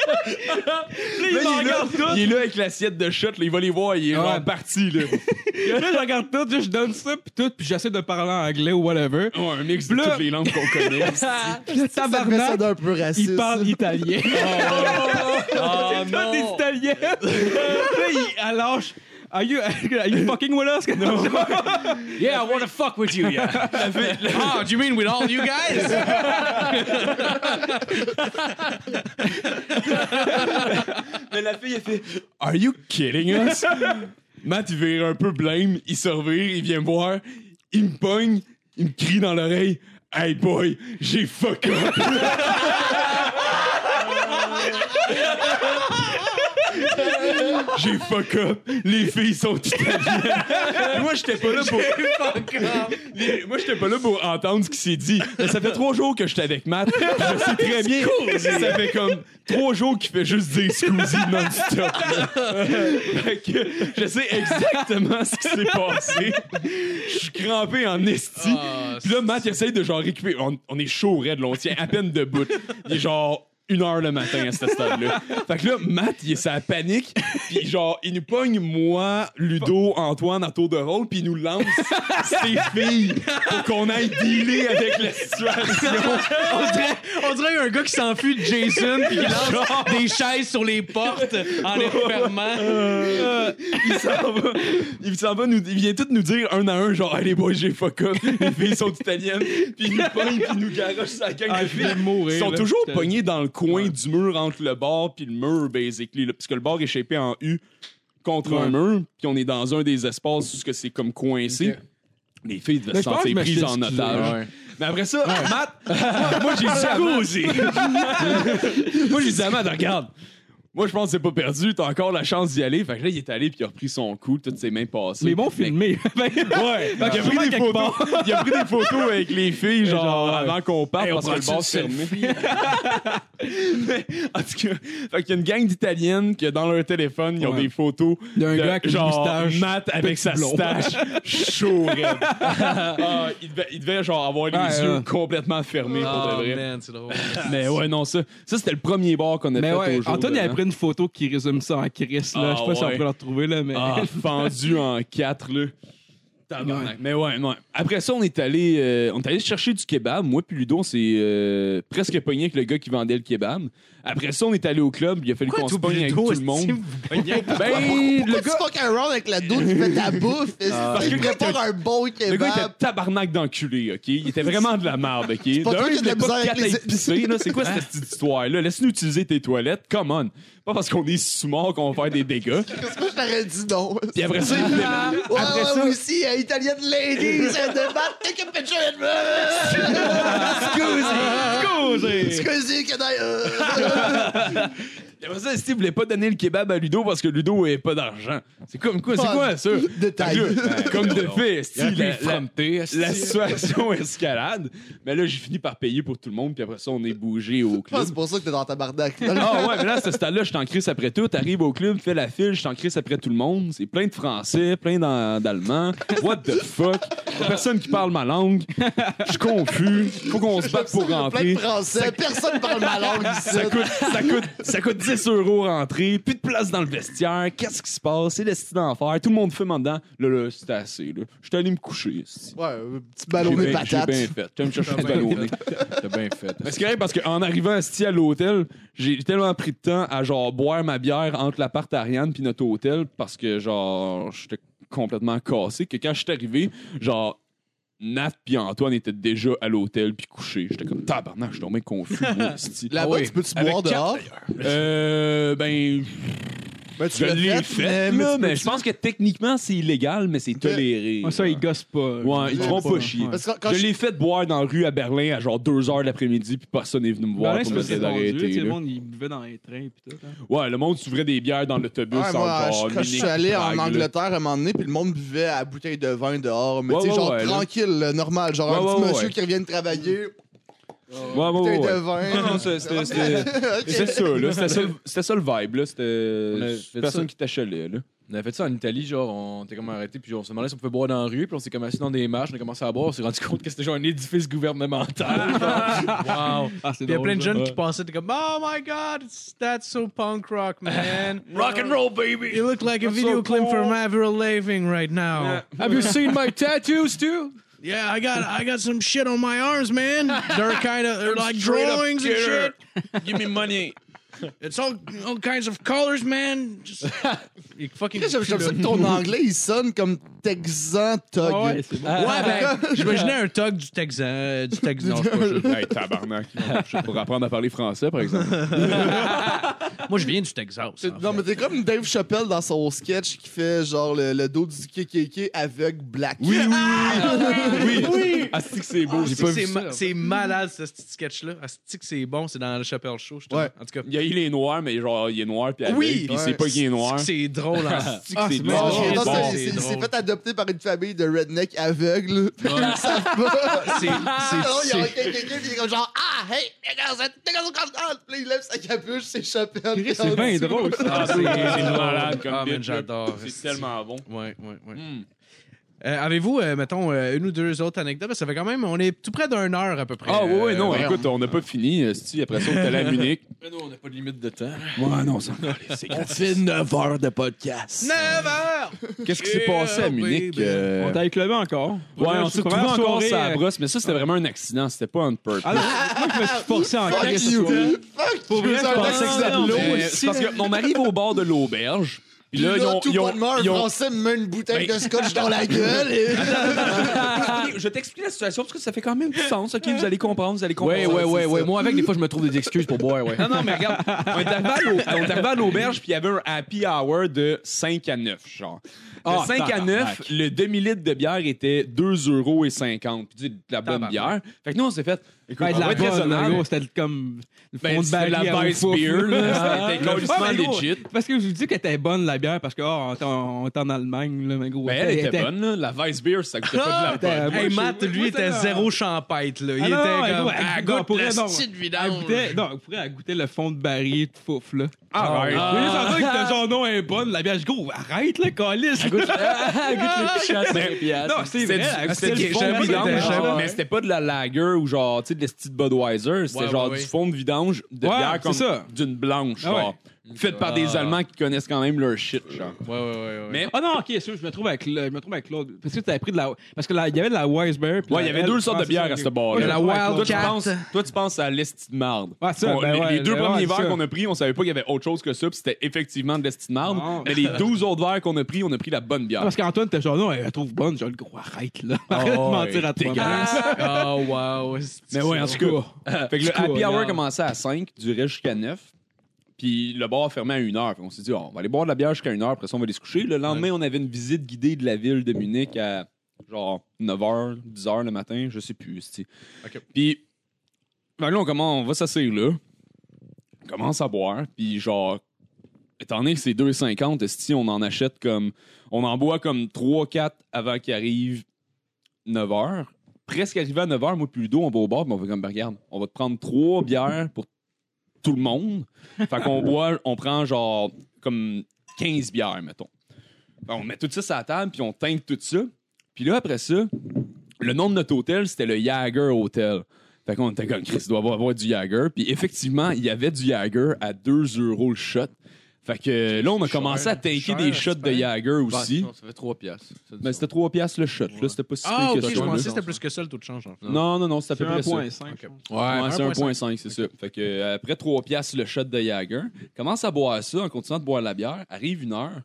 Là, Là, ils me il, est là, regardent tous. il est là avec l'assiette de shots. Là, il va les voir. Il est Ouais. genre parti. Là. Là, je regarde tout, là, je donne ça, puis tout, puis j'essaie de parler en anglais ou whatever. Ouais, un mix Bleu. de toutes les langues qu'on connaît. Le Ah, Ça fait ça tabarnak, d'un peu raciste. il parle italien. Ah, C'est oh, toi, des italiens! Là, il elle lâche. Are you, are you fucking with us? Yeah, I wanna fuck with you, yeah. Oh, do you mean with all you guys? Mais la fille, elle fait Are you kidding us? Matt, il vire un peu blême, il se revire, il vient me voir, il me pogne, il me crie dans l'oreille Hey boy, j'ai fuck up! J'ai fuck up, les filles sont italiennes. Moi, j'étais pas là pour. Les- Moi, j'étais pas là pour entendre ce qui s'est dit. Mais ça fait trois jours que j'étais avec Matt. puis Je sais très bien. Ça fait comme trois jours qu'il fait juste des Scoozy non-stop. là. Fait que je sais exactement ce qui s'est passé. Je suis crampé en esti. Ah, Puis là, Matt, il essaye de genre récupérer. On, on est chaud, raide, là. On tient à peine debout. Il est genre une heure le matin à ce stade-là. fait que là, Matt, il est sa panique, puis genre, il nous pogne, moi, Ludo, Antoine, en tour de rôle, puis il nous lance ses filles pour qu'on aille dealer avec la situation. On dirait, on dirait un gars qui s'enfuit de Jason puis qui lance des chaises sur les portes en les fermant. Ah, Euh, il s'en va, il s'en va nous, il vient tout nous dire un à un, genre, allez, boys, j'ai fuck up, les filles sont italiennes, puis il nous pogne, puis il nous garoche sa gang de filles. Ils sont toujours pognés dans le coin du mur entre le bar puis le mur, basically. là, puisque le bar est shapé en U contre un mur, puis on est dans un des espaces où ce que c'est comme coincé. Les filles devaient se je pense que sentir je me suis prises en Ah, excusé, otage. Mais après ça, Matt, moi, moi, j'ai dit à Matt- moi, j'ai dit à Matt, regarde, moi, je pense que c'est pas perdu, t'as encore la chance d'y aller. Fait que là, il est allé, puis il a repris son coup, toutes ses mains passées. Mais Ben, bon, filmé. Ouais, ben, il a, pris des photos, il a pris des photos avec les filles, genre, avant qu'on parte, Hey, on parce que le prend-tu bar se fermait. Mais, en tout cas, fait qu'il y a une gang d'Italiennes qui, dans leur téléphone, ils ont des photos D'un de, gars avec une genre, moustache. Matt avec sa blond. stache chaud raide. Ah, il, devait, il devait, genre, avoir les Ouais, yeux ouais. complètement fermés, Ah, pour de vrai. c'est drôle. Mais ouais, non, ça, ça c'était le premier bar qu'on a Mais fait ouais, au jour Antoine, il de avait l'an. pris une photo qui résume ça en Chris, là. Ah, je sais pas si on ouais. peut la retrouver, là, mais. Ah, fendu en quatre, là. Tabarnak. Mais ouais, ouais. Après ça, on est allé, euh, on est allé chercher du kebab. Moi puis Ludo, on s'est euh, presque pogné avec le gars qui vendait le kebab. Après ça, on est allé au club. Il a fallu qu'on se pogne avec tout le monde. Ben, Ah, Pourquoi le tu gars, fuck around avec la douche qui fait ta bouffe? parce Parce que que le gars prépare un bon le gars était kebab. tabarnak d'enculé, OK? Il était vraiment de la merde, OK? pas De toi un, qui as de il la était misère pas avec quatre à les- épicer, là. C'est quoi cette petite histoire-là? Laisse-nous utiliser tes toilettes. Come on. Pas parce qu'on est sous-mort qu'on va faire des dégâts. Parce que je t'aurais dit non. Puis après ça, il venait- Ouais, après ouais, ça- moi aussi, euh, Italian Ladies, euh, de battre, take a picture and Excusez! Excusez! Excusez, canaille! euh. Et après ça, Steve voulait pas donner le kebab à Ludo parce que Ludo avait pas d'argent. C'est comme quoi, c'est Ah, quoi ça? détail. Fait que là, comme de fait, Il a Steve, la, la- la situation escalade. Mais là, j'ai fini par payer pour tout le monde, puis après ça, on est bougé au Je pense club. que c'est pour ça que t'es dans ta bardaque. Ah ouais, mais là, à ce stade-là, je t'en crisse après tout. T'arrives au club, fais la file, je t'en crisse après tout le monde. C'est plein de Français, plein d'An- d'Allemands. What the fuck? Y'a personne qui parle ma langue. Je suis confus. Faut qu'on se batte pour Plein rentrer. de français, personne parle ma langue ici. Ça coûte, ça, coûte, ça coûte 10 euros rentrer, plus de place dans le vestiaire. Qu'est-ce qui se passe? C'est l'esti d'enfer. Tout le monde fume en dedans. Là, là, c'est assez. Là. Je suis allé me coucher. esti. Ouais, un petit ballon J'ai de bien- patates. J'ai bien fait. Tu me chercher du ballonné. T'as bien fait. Mais c'est correct parce qu'en arrivant esti, à l'hôtel, j'ai tellement pris de temps à genre boire ma bière entre l'appart à Ariane puis notre hôtel parce que genre j'étais complètement cassé que quand je suis arrivé, genre Nat puis Antoine étaient déjà à l'hôtel puis couchés. J'étais comme tabarnak, je suis tombé confus. moi, esti. Là-bas, tu peux-tu Avec boire quatre, dehors? Euh, ben, Ben, je tu l'as l'ai fait, fait, mais là, tu mais peux-tu- je pense que techniquement, c'est illégal, mais c'est toléré. Moi, Ah, ça, il gosse pas. Ouais, ils te font pas chier. Parce que quand Je je- l'ai fait boire dans la rue à Berlin à genre 2 h l'après-midi, puis personne n'est venu me voir Ben là, pour c'est me parce que dire c'est bon Dieu, tu d'arrêter. sais, le là. monde, il buvait dans les trains pis tout. hein. Ouais, le monde s'ouvrait des bières dans l'autobus Ouais, en moi, genre. je- quand je mini suis allé en drague, là. Angleterre à un moment donné, puis le monde buvait à la bouteille de vin dehors, mais Ouais, tu sais, ouais, genre ouais, là. tranquille, normal, genre Ouais, un petit ouais, monsieur ouais. qui revient de travailler, Ouais, ouais, bouteille ouais. de Oh, ouais. Non, vin. non, c'est- c'était c'était- Ok. c'était ça, là. C'était ça, le- c'était ça le vibe, On là. a C'était fait personne ça. qui t'achalait, là. On a fait ça en Italie, genre, on était comme arrêté, puis on se demandait si on pouvait boire dans la rue, puis on s'est comme assis dans des marches, on a commencé à boire, on s'est rendu compte que c'était genre un édifice gouvernemental. Wow. Ah, c'est Il y a drôle, plein de ça. jeunes Ouais. qui passaient, t'es comme, oh my god, it's- that's so punk rock, man. Rock and roll, baby! You look like a That's video so clip cool. from Avril Lavigne right now. Have you seen my tattoos too? Yeah, I got I got some shit on my arms, man. They're kind of they're like Straight up drawings and shit. killer. Give me money. It's all all kinds of colors, man. Just you fucking. J'aime j'aime ça que ton anglais, il sonne comme texan tog. Ah ouais, c'est bon. Ouais, ben, j'imaginais un tug du Texan. Du Texan. non, c'est pas ça. Hey, tabarnak. Pour apprendre à parler français, par exemple. Moi, je viens du Texas. en C'est- fait. Non, mais t'es comme Dave Chappelle dans son sketch qui fait genre le, le dos du KKK avec Black. Oui, oui, oui. Oui. oui. Ah, c'est que c'est beau. J'ai Asti pas que vu C'est ça. ma- c'est malade, ce petit sketch-là. Asti que c'est bon, c'est dans le Chappelle Show, je Ouais. En tout cas, Il, y a, il est noir, mais genre, il est noir, puis Oui. oui, puis c'est Ouais. pas qu'il est noir. asti que c'est drôle. Asti que Ah, c'est c'est Non, drôle. non, c'est non, bon, c'est- c'est c'est- il s'est drôle. fait adopter par une famille de redneck aveugles. Ils le savent pas. C'est- Non, il y a c'est- quelqu'un qui est comme genre Ah, hey, regarde, ça- regarde, regarde, ah! Puis là, il lève sa capuche, c'est Chappelle. Chris, C'est bien drôle, ça. Ah, c'est c'est malade comme Ah, man, bit, là. j'adore. C'est tellement bon. Ouais, ouais, ouais. Euh, Avez-vous, euh, mettons, euh, une ou deux autres anecdotes? Parce que ça fait quand même, on est tout près d'une heure à peu près. euh, Ah, oui, oui, Euh, non, ouais. écoute, on n'a pas fini. euh, Si, après ça, on est allé à Munich. Nous, on n'a pas de limite de temps. Ouais, non, ça. C'est On fait 9 heures de podcast. 9 heures! Qu'est-ce qui s'est passé à Munich? euh? On t'a éclavé encore. Ouais, on s'est retrouvé encore sur la à brosse, mais ça, c'était vraiment un accident. C'était pas on purpose. Ah non, moi, je me suis forcé en Fuck quatre ce you. soir. Fuck you. vrai, Ah, C'est je un pensais que accident. c'était Ah, Mais c'est parce que on arrive au bord de l'auberge. Puis là, ils ont. tout ils ont- pas de mort, ils ont- français me met une bouteille Ben- de scotch dans la gueule. et- Je t'explique la situation parce que ça fait quand même du sens. OK, vous allez comprendre, vous allez comprendre. Ouais, ouais, ouais, ouais. Moi, avec, des fois, je me trouve des excuses pour boire, ouais. Non, non, mais regarde, on est arrivé à l'au- on est arrivé à l'auberge, puis il y avait un happy hour de 5 à 9, genre. De Ah, 5 à 9, le demi-litre de bière était 2,50 euros. Puis tu sais, de la bonne Tabarnak. bière. Fait que nous, on s'est fait. Écoute, Ben, on de va la être bonne, raisonnable. gros, c'était comme le fond Ben, de c'était de baril à la la Vice Beer, là. C'était complètement Ouais, mais gros, legit. Parce que je vous dis qu'elle était bonne, la bière, parce que, oh, on était- on était en Allemagne, là, mais gros. Ben, elle était bonne, là. La Vice Beer, ça coûtait pas de la Ah, bonne. moi, Hey, je- Matt, moi, lui, j'étais était là. zéro champêtre, là. Il Ah, était non, non, elle comme, goût- elle ah, goût- goûte non, pour la vrai, non. Ah, petite Elle vidange. goûtait, non, elle pourrait elle goûtait le fond de baril de fouf, là. Ah, ouais. Mais là, sans dire que t'as genre, non, elle est bonne, la bière. Je dis, gros, arrête, le calice. Non, c'est vrai, C'était Ah, du- elle goûtait c'était le du fond fond de de baril. vidange, Ah, ouais. mais c'était pas de la lager ou genre, tu sais, de la petite Budweiser. C'était Ouais, ouais, genre ouais. du fond de vidange de Ouais, bière c'est ça. comme d'une blanche, Ah, ouais. genre. Faite par des Allemands qui connaissent quand même leur shit, genre. Ouais, ouais, ouais. ouais. Mais Ah non, ok, sûr, je me trouve avec le- je me trouve avec l'autre. Parce que tu avais pris de la. Parce que là, il y avait de la Wise Bear. puis Ouais, il la y avait L, deux sortes de ah, c'est bières ça, à ok. ce bar. Moi, je Là. me la trouve avec Toi, l'autre. tu Wildcat. penses, toi, tu penses à l'esti de marde. Ouais, ça, On- ben les, ouais, les deux ouais, premiers ouais, verres ça. qu'on a pris, on savait pas qu'il y avait autre chose que ça, puis c'était effectivement de l'esti de marde. Non. Mais les 12 autres verres qu'on a pris, on a pris la bonne Ah, bière. Parce qu'Antoine, t'es genre, non, elle la trouve bonne. Genre, le gros, arrête, là. Ah, Arrête de mentir à toi. Ah, wow. Mais ouais, en tout cas. fait que le Du coup, happy hour regarde. commençait à 5, durait jusqu'à 9. Puis le bar fermait à 1 heure. Fait qu'on s'est dit, oh, on va aller boire de la bière jusqu'à 1 heure, après ça, on va aller se coucher. Le lendemain, on avait une visite guidée de la ville de Munich à genre 9h, 10h le matin, je sais plus. c'ti. Puis ben là, on, commence, on va s'asseoir là. On commence à boire. Puis genre, étant donné que c'est 2,50, si on en achète comme. On en boit comme 3-4 avant qu'il arrive 9 heures presque arrivé à 9h, moi plus d'eau, on va au bar, mais on va comme, ben, regarde, on va te prendre trois bières pour tout le monde. Fait qu'on boit, on prend genre comme 15 bières, mettons. Ben, on met tout ça sur la table, puis on teinte tout ça. Puis là, après ça, le nom de notre hôtel, c'était le Jagger Hotel. Fait qu'on était comme, Chris, il doit avoir avoir du Jagger. Puis effectivement, il y avait du Jagger à 2 euros le shot. Fait que là, on a commencé à tanker cher, des shots de c'est Jagger aussi. ça fait 3 piastres. Mais c'était 3 piastres le shot. Là, c'était pas si Ah, pire ok, que je ça, là. pensais que c'était plus que ça le taux de change. en fait. Non, non, non, c'était à peu près ça. Ok. Ouais, c'est 1,5. 1.5, c'est ça. Fait que euh, après 3 piastres le shot de Jagger, commence à boire ça en continuant de boire la bière, arrive une heure,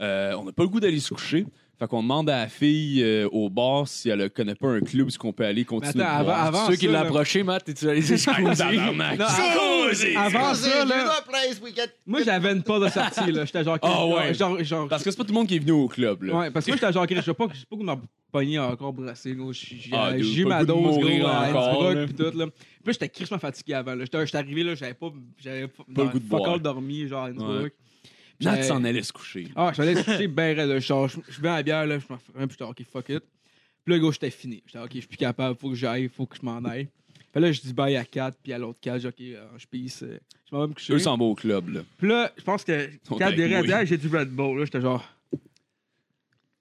euh, on n'a pas le goût d'aller se coucher. Fait qu'on demande à la fille euh, au bar si elle ne connaît pas un club, si qu'on peut aller continuer Mais attends, de boire. avant Ceux qui ça, l'ont là. approché, Matt, t'es-tu allé jusqu'au Non, Avant Excusez, ça, you là, know a place we get- moi, j'avais une part de sortie, là. J'étais genre, Ah, ouais. genre, genre, Parce que c'est pas tout le monde qui est venu au club, là. Ouais, parce que moi, j'étais genre, Chris, je veux pas que je veux pas qu'on m'a pogné encore brassé, gros. J'ai Ah, dude, j'ai eu pas ma le goût de dose, gros, mourir à encore, là. Innsbruck, pis tout, là. Puis là, j'étais crissement fatigué avant, là. J'étais j'étais arrivé, là, j'avais pas. J'avais pas, le goût de fuck all boire. dormi, genre, à Innsbruck. Ouais. Puis Nat j'avais- s'en allait se coucher. Ah, je allé coucher ben raide, là. Genre, je je vais à la bière, là, je m'en fais un, puis j'étais, ok, fuck it. Puis là, gros, j'étais fini. J'étais, ok, je suis plus capable, faut que j'aille, faut que je m'en aille. Fait là, je dis bye à 4, puis à l'autre 4, j'ai, ok, euh, je pisse. euh, Je m'en vais me coucher. Eux s'en vont au club, là. Puis là, je pense que sont quand avec des moi. radiales, j'ai du Red Bull. Là, j'étais genre.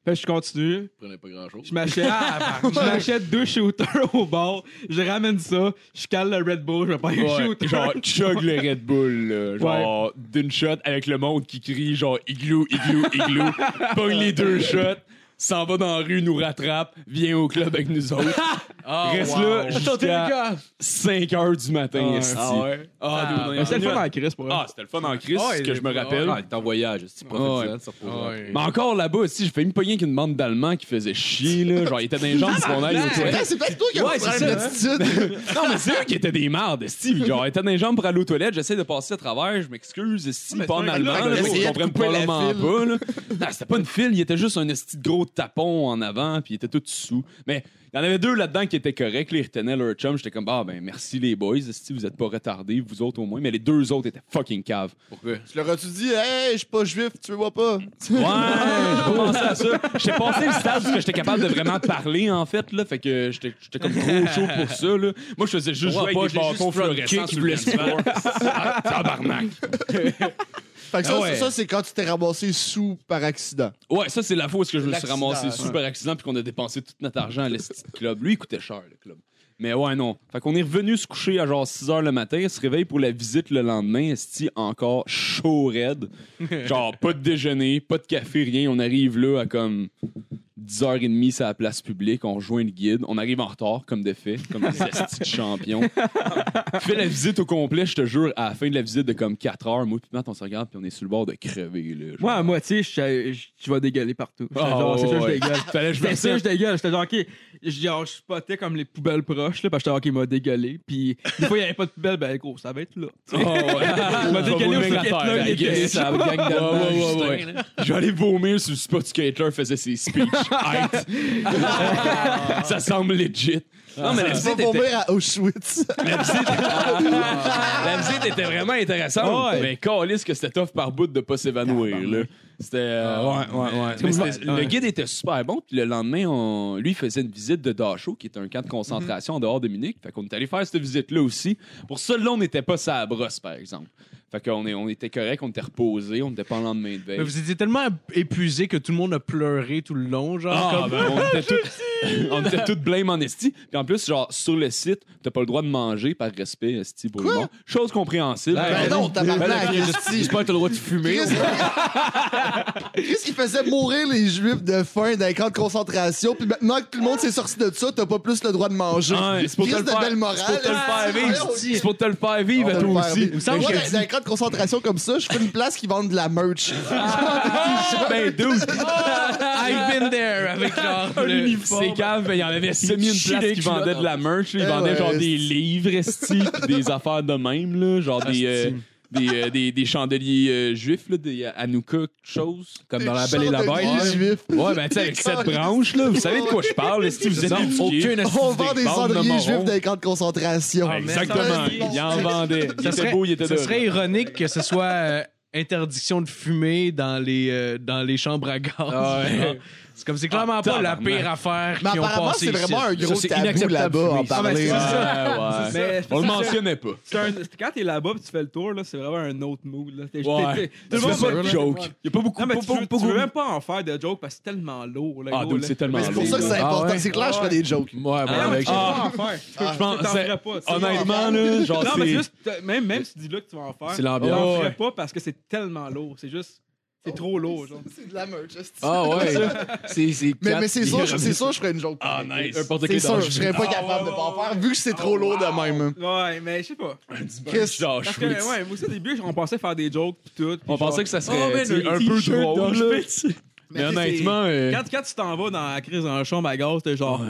Fait que je continue. prenais pas grand-chose. Je m'achète, ah, bah, je m'achète deux shooters au bar. Je ramène ça. Je cale le Red Bull. Je vais pas un shooter. genre, chug le Red Bull, là. genre, d'une shot avec le monde qui crie, genre, igloo, igloo, igloo, pogne les deux shots, s'en va dans la rue, nous rattrape, vient au club avec nous autres, Ah, reste wow. là jusqu'à 5 heures du matin, Ah, esti. Ah ouais? Ah, dude, on est Mais c'est le revenu fun à- en crise pour Ah, elle. c'était le fun en crise, Ah, ce il que est- je me ah, rappelle. T'es en voyage, c'est profite-en, professionnel, ça Ah, ouais. Mais encore là-bas aussi, j'ai failli me pogner avec une bande d'Allemands qui faisait chier, là. Genre, ils étaient dans les jambes sur qu'on aille aux toilettes. Ben, C'est peut-être toi qui as Ouais, un c'est problème d'attitude. Non, mais c'est eux qui étaient des mardes, Steve. Genre, étaient dans les jambes pour aller aux toilettes, j'essaie de passer à travers, je m'excuse, Steve, pas en allemand, là, là, parce qu'ils essayait de comprennent couper la probablement file. pas, là. Non, c'était pas une file, il était juste un esti de gros tapon en avant, puis il était tout sous. Mais il y en avait deux là-dedans qui étaient corrects, là, ils retenaient leur chum, j'étais comme, ah ben merci les boys, Steve, vous êtes pas retardés, vous autres au moins, mais les deux autres étaient fucking caves. Pourquoi? Je leur as-tu dit, hey, je suis pas juif, tu me vois pas? Ouais, j'ai pas pensé à ça. J'étais passé le stade où j'étais capable de vraiment parler, en fait, là. Fait que j'étais j'étais comme trop chaud pour ça, là. Moi, je Ah, faisais juste jouer avec des bâtons fluorescents sur le festival. Tabarnak. Fait que ça, Ah ouais. ça, c'est quand tu t'es ramassé sous par accident. Ouais, ça, c'est la fois où est-ce que je me suis L'accident, ramassé ouais. super accident puis qu'on a dépensé tout notre argent à l'esti de club. Lui, il coûtait cher, le club. Mais ouais, non. Fait qu'on est revenu se coucher à genre 6 h le matin, il se réveille pour la visite le lendemain, esti encore chaud raide. Genre, pas de déjeuner, pas de café, rien. On arrive là à comme 10h30, c'est à la place publique, on rejoint le guide, on arrive en retard, comme de fait, comme des estis de champions. Fais la visite au complet, je te jure, à la fin de la visite de comme 4 h moi puis Matt, on se regarde puis on est sur le bord de crever, là. genre. Moi, à moitié, je- je- tu vas dégueuler partout. J'étais Ah, genre, c'est ouais, sûr, je ouais. dégueule. Fallait que je me J'étais sûr, retienne. je dégueule. J'étais genre, ok, je- genre, je spotais comme les poubelles proches, là, parce que j'étais genre, ok, il m'a dégueulé. Puis, des fois, il n'y avait pas de poubelle, ben, gros, ça va être là. tu sais. Il m'a dégueulé au skate-là, il était ça, gang d'Allemand, Justin, là. Je vais aller vomir sur le spot où Skater faisait ses speeches. Arrête. ça semble legit. Non, Tu mais la vas visite, était, vomir à Auschwitz. la visite était vraiment intéressante. Mais calisse que c'était tough par bout de pas s'évanouir. là. C'était. euh, ouais, ouais, ouais. Mais c'était- Le guide était super bon. Puis le lendemain, on- lui, il faisait une visite de Dachau, qui est un camp de concentration en dehors de Munich. Fait qu'on est allé faire cette visite-là aussi. Pour ça, là, on n'était pas sa brosse, par exemple. Fait qu'on est- on était correct, on était reposé, on n'était pas en lendemain de veille. Mais vous étiez tellement épuisé que tout le monde a pleuré tout le long, genre. Ah, comme- ben, on était tous on était tous blame en esti. Puis en plus, genre, sur le site, t'as pas le droit de manger par respect esti pour le Quoi? monde. Chose compréhensible. Ben non, tabarnak, esti. J'espère que t'as le droit de fumer. Chris- Qu'est-ce qui faisait mourir les juifs de faim dans les camps de concentration? Puis maintenant que tout le monde s'est sorti de ça, t'as pas plus le droit de manger. Ah, c'est pour te Chris le de faire- belle morale. c'est pour te le faire esti, Ah, vivre. voyons, C'est pour te le faire vivre à toi aussi. Moi, semble que- dans dans les camps de concentration comme ça, je fais une place qui vend de la merch. Ah! Ben, dude, I've been there avec genre Ah, le- c'est cave, mais il y en avait semi une chie place des qui vendait de la merch. là. Eh Ils vendaient ouais, genre des esti. livres esti, puis des affaires de même, là, genre des. euh, des, euh, des, des chandeliers euh, juifs, là, des euh, Hanouka, quelque chose, comme dans La Belle et la Bête. Chandeliers Ouais. juifs. Ouais, ben, tu sais, avec Des cette câlisses. branche, là, vous savez de quoi je parle, si vous êtes éduqués. On vend des cendriers juifs dans les camps de concentration. Ah, Exactement, il en vendait. Il Ça était serait, beau, il était ça de- serait ironique que ce soit euh, interdiction de fumer dans les, euh, dans les chambres à gaz. Ah, genre. C'est comme c'est clairement Ah, pas la tabarnak. pire affaire Mais qu'ils ont apparemment, passée c'est ici. vraiment un gros c'est tabou inacceptable, là-bas fumer. en Ah, ben, parler. c'est ça. Ouais, Mais ouais. c'est On parce le que c'est- mentionnait pas. c'est un- c'est- Quand t'es là-bas puis tu fais le tour, là, c'est vraiment un autre mood. Là. T'es- Ouais. t'es- t'es- tout le monde C'est va- pas de joke. Il y a pas beaucoup Non, mais tu, veux, beaucoup- tu veux beaucoup- même pas en faire de joke parce que c'est tellement lourd. Là, Ah, gros, dude, là. c'est tellement Mais c'est pour lourd. ça que c'est Ah, important. ouais. C'est clair, je fais des jokes. Ouais, Ah, bon, mais avec tu peux pas en faire. Je pense- Tu t'en c'est- ferais pas. tu sais. Honnêtement, là, genre, Non, mais c'est c'est. juste, t'as- même, même si tu dis là que tu vas en faire, C'est tu l'ambiance. n'en ferais pas parce que c'est tellement lourd. C'est juste, c'est trop lourd. Genre. C'est de la merch. esti. Ah ouais. C'est c'est Mais, mais quatre- c'est sûr, c'est sûr, je ferais une joke. Ah, nice. Ah, N'importe C'est quel sûr, danger. je serais pas capable de pas en faire vu que c'est trop lourd de même. Ouais, mais je sais pas. Ah, Chris, Genre, Parce que, ouais, moi aussi, au début, on pensait faire des jokes pis tout. pis On genre- pensait que ça Oh, serait man, tu sais, un un peu t-shirt drôle. dans le là. Mais Mais honnêtement, euh, Quand, quand tu t'en vas dans la crise dans la chambre à gaz, t'es genre.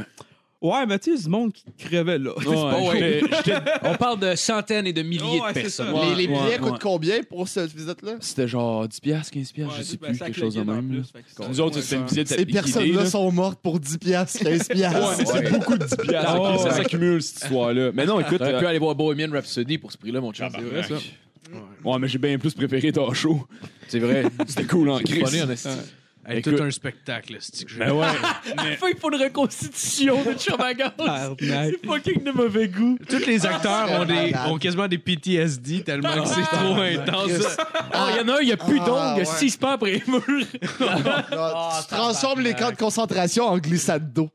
Ouais, mais tu sais, du monde qui crevait là. ouais, j'étais- j'étais- On parle de centaines et de milliers Oh, ouais, de c'est personnes. ça. les, les billets Ouais, coûtent ouais. combien pour cette visite-là? C'était genre 10$, 15$, Ouais, je c'est sais pas plus, ben, ça quelque que chose de les même. guides, là. en plus, fait que Nous autres, c'est- c'était une visite à Ces personnes-là liquider, sont mortes pour 10 piastres, 15 piastres. Ouais, c'est beaucoup de 10 piastres. Ah, ok, ouais. Ça s'accumule, cette histoire-là. Mais non, écoute. T'aurais euh, Ah, bah, pu aller voir Bohemian Rhapsody pour ce prix-là, mon chum. C'est vrai, ça. Ouais, mais j'ai bien plus préféré ton show. C'est vrai. C'était cool hein, en C'est funny, Christ. en esti. Hey, Écoute- tout un spectacle, stick. Ben ouais. il faut une reconstitution de Chumagos. Tabarnak. fucking de mauvais goût. Tous les acteurs c'est ont, des, malade. ont quasiment des PTSD tellement que c'est trop intense. Ah, il y en a un, il n'y a plus Ah, d'ongles, ouais. s'il se pend après les murs. Ah, Non, tu transformes les camps de concentration en glissade d'eau.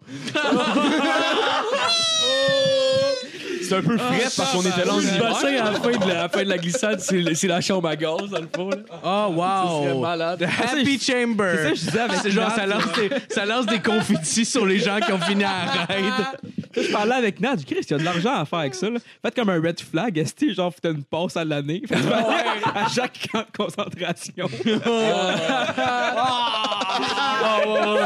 C'est un peu frais parce qu'on était là en Le hiver. bassin à la fin de la, à la fin de la glissade, c'est le- c'est la chambre à gaz, dans le fond. là. Oh, C'est wow! malade. Happy Chamber! C'est ça, que je disais avec C'est genre, Nat, ça lance, des, ça lance des confettis sur les gens qui ont fini à raid. Je parlais avec Nat, j'ai dit, Chris, il y a de l'argent à faire avec ça. Là. Faites comme un red flag, esti, genre, faites une passe à l'année. Faites à chaque camp de concentration. Oh,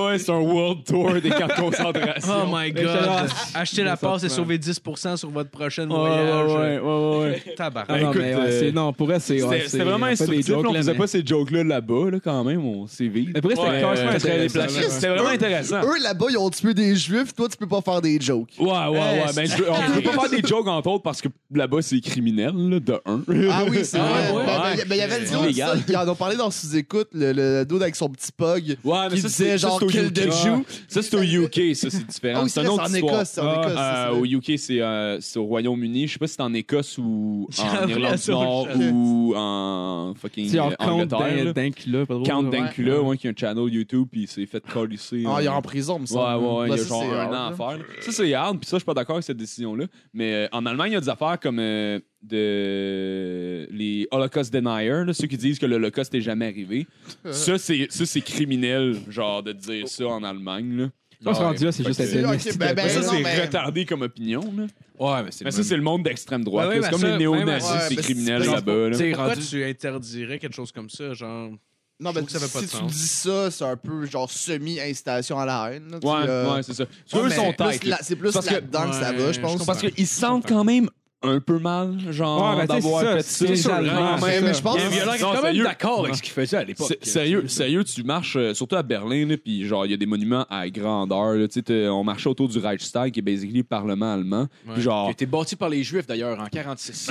Ah, ouais, c'est un world tour des camps de concentration. Oh my god! j'adore. Achetez la passe et sauvez 10% sur votre prochaine voyage. ouais, ouais, ouais, ouais. Tabarnak. Ben, écoute, euh, Ah non, pour vrai, c'est. C'était c'était vraiment instructif. là, On faisait pas ces jokes-là là-bas, là, quand même. On s'est vite. Mais pour vrai, c'était Ouais, carrément euh, intéressant, c'était déplacé. là. C'était vraiment intéressant. Eux, là-bas, ils ont tué des juifs, toi, tu peux pas faire des jokes. Ouais, ouais, ouais. Eh, Ben, je- on peut pas faire des jokes, entre autres, parce que là-bas, c'est criminel, là, de un. Ah oui, c'est vrai. ouais. Ben, ben, ben, il y avait le gars, Illégal. ça, ils en ont parlé dans sous-écoute, le, le dude avec son petit pug. Ouais, mais Qui disait ça, c'est genre ça, c'est au Kill the UK. Jew. Ça, c'est au UK, ça, c'est différent. Ah oui, c'est c'est un vrai, autre c'est en histoire. Écosse, c'est en Écosse, Ah, c'est euh, vrai. au UK, c'est euh, c'est au Royaume-Uni. Je sais pas si c'est en Écosse ou en Irlande du Nord ou en fucking C'est en euh, compte Angleterre. là. d'Incula, pas drôle. Count ouais. Dankula, ouais, qui a un channel YouTube, puis il s'est fait colisser. euh, Ah, là. il est en prison, me Ouais, semble. ouais, il Ben, y a ça, genre c'est un hard, an à là. faire. Ça, c'est hard, puis ça, je suis pas d'accord avec cette décision-là. Mais euh, en Allemagne, il y a des affaires comme euh, de... les Holocaust deniers, là, ceux qui disent que l'Holocauste n'est jamais arrivé. ça, c'est ça, c'est criminel, genre, de dire ça en Allemagne. Là. Toi, ce rendu là, c'est Fait juste que C'est- la ok, ben, ben, Mais ça, non, c'est mais- retardé comme opinion. Là. Ouais, mais c'est. Mais ça, c'est le monde d'extrême droite. Ouais, là. ouais, c'est mais comme ça, les ouais, néo-nazis, ouais, c'est mais criminel c'est- là-bas. là. T'sais, Pourquoi rendu- tu interdirais quelque chose comme ça, genre. Non, Je mais trouve que ça fait pas si de tu sens. dis ça, c'est un peu genre semi-incitation à la haine. là, tu, euh, Ouais, ouais, c'est ça. ouais, Eux mais sont plus têtes. là. la- C'est plus Parce que- là-dedans que ça va, Ouais, je je pense. comprends. Parce qu'ils se sentent quand même un peu mal, genre, Ouais, ben, tu sais, d'avoir c'est ça, fait c'est ça. les Allemands, quand Mais- même. mais je pense Il y a un violent qui est Non, quand même sérieux. d'accord avec ce qu'il faisait à l'époque. S- Sérieux, sérieux, tu marches, euh, surtout à Berlin, là, puis genre, il y a des monuments à grandeur. là, tu sais, t'es- on marchait autour du Reichstag, qui est basically le Parlement allemand. Ouais. Puis Qui a genre, été bâti par les Juifs d'ailleurs en 46.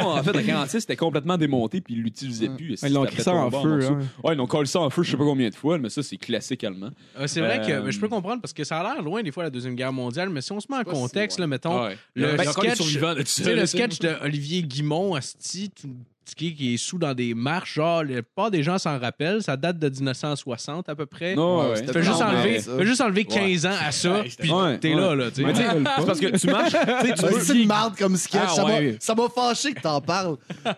non, en fait, à 46, c'était complètement démonté, puis ils l'utilisaient Ouais. plus. Ils l'ont crissé en feu. hein. Ouais, ils l'ont collé ça en feu, je sais pas combien de fois, mais ça, c'est classique allemand. Euh, c'est vrai que Euh, mais je peux comprendre parce que ça a l'air loin des fois la Deuxième Guerre mondiale, mais si on se met en pas si contexte, là, mettons, Ah, Ouais. Il Le y a encore des sketch- survivants de tout tu ça, sais, là, le sketch de Olivier Guimont, Asti, tout ce qui est- qui est sous dans des marches, genre, la plupart des gens s'en rappellent, ça date de 1960 à peu près. Non, ouais, ouais. c'était Fais juste, Non, mais enlever, ça- fais juste enlever 15 ans à ça, puis Ouais, t'es ouais. là, là, tu sais. Mais tu sais, c'est parce que tu marches, tu sais, tu Ben, peux- c'est une marde comme sketch. Ah, ça m'a- ouais. ça m'a fâché que t'en parles. Ah,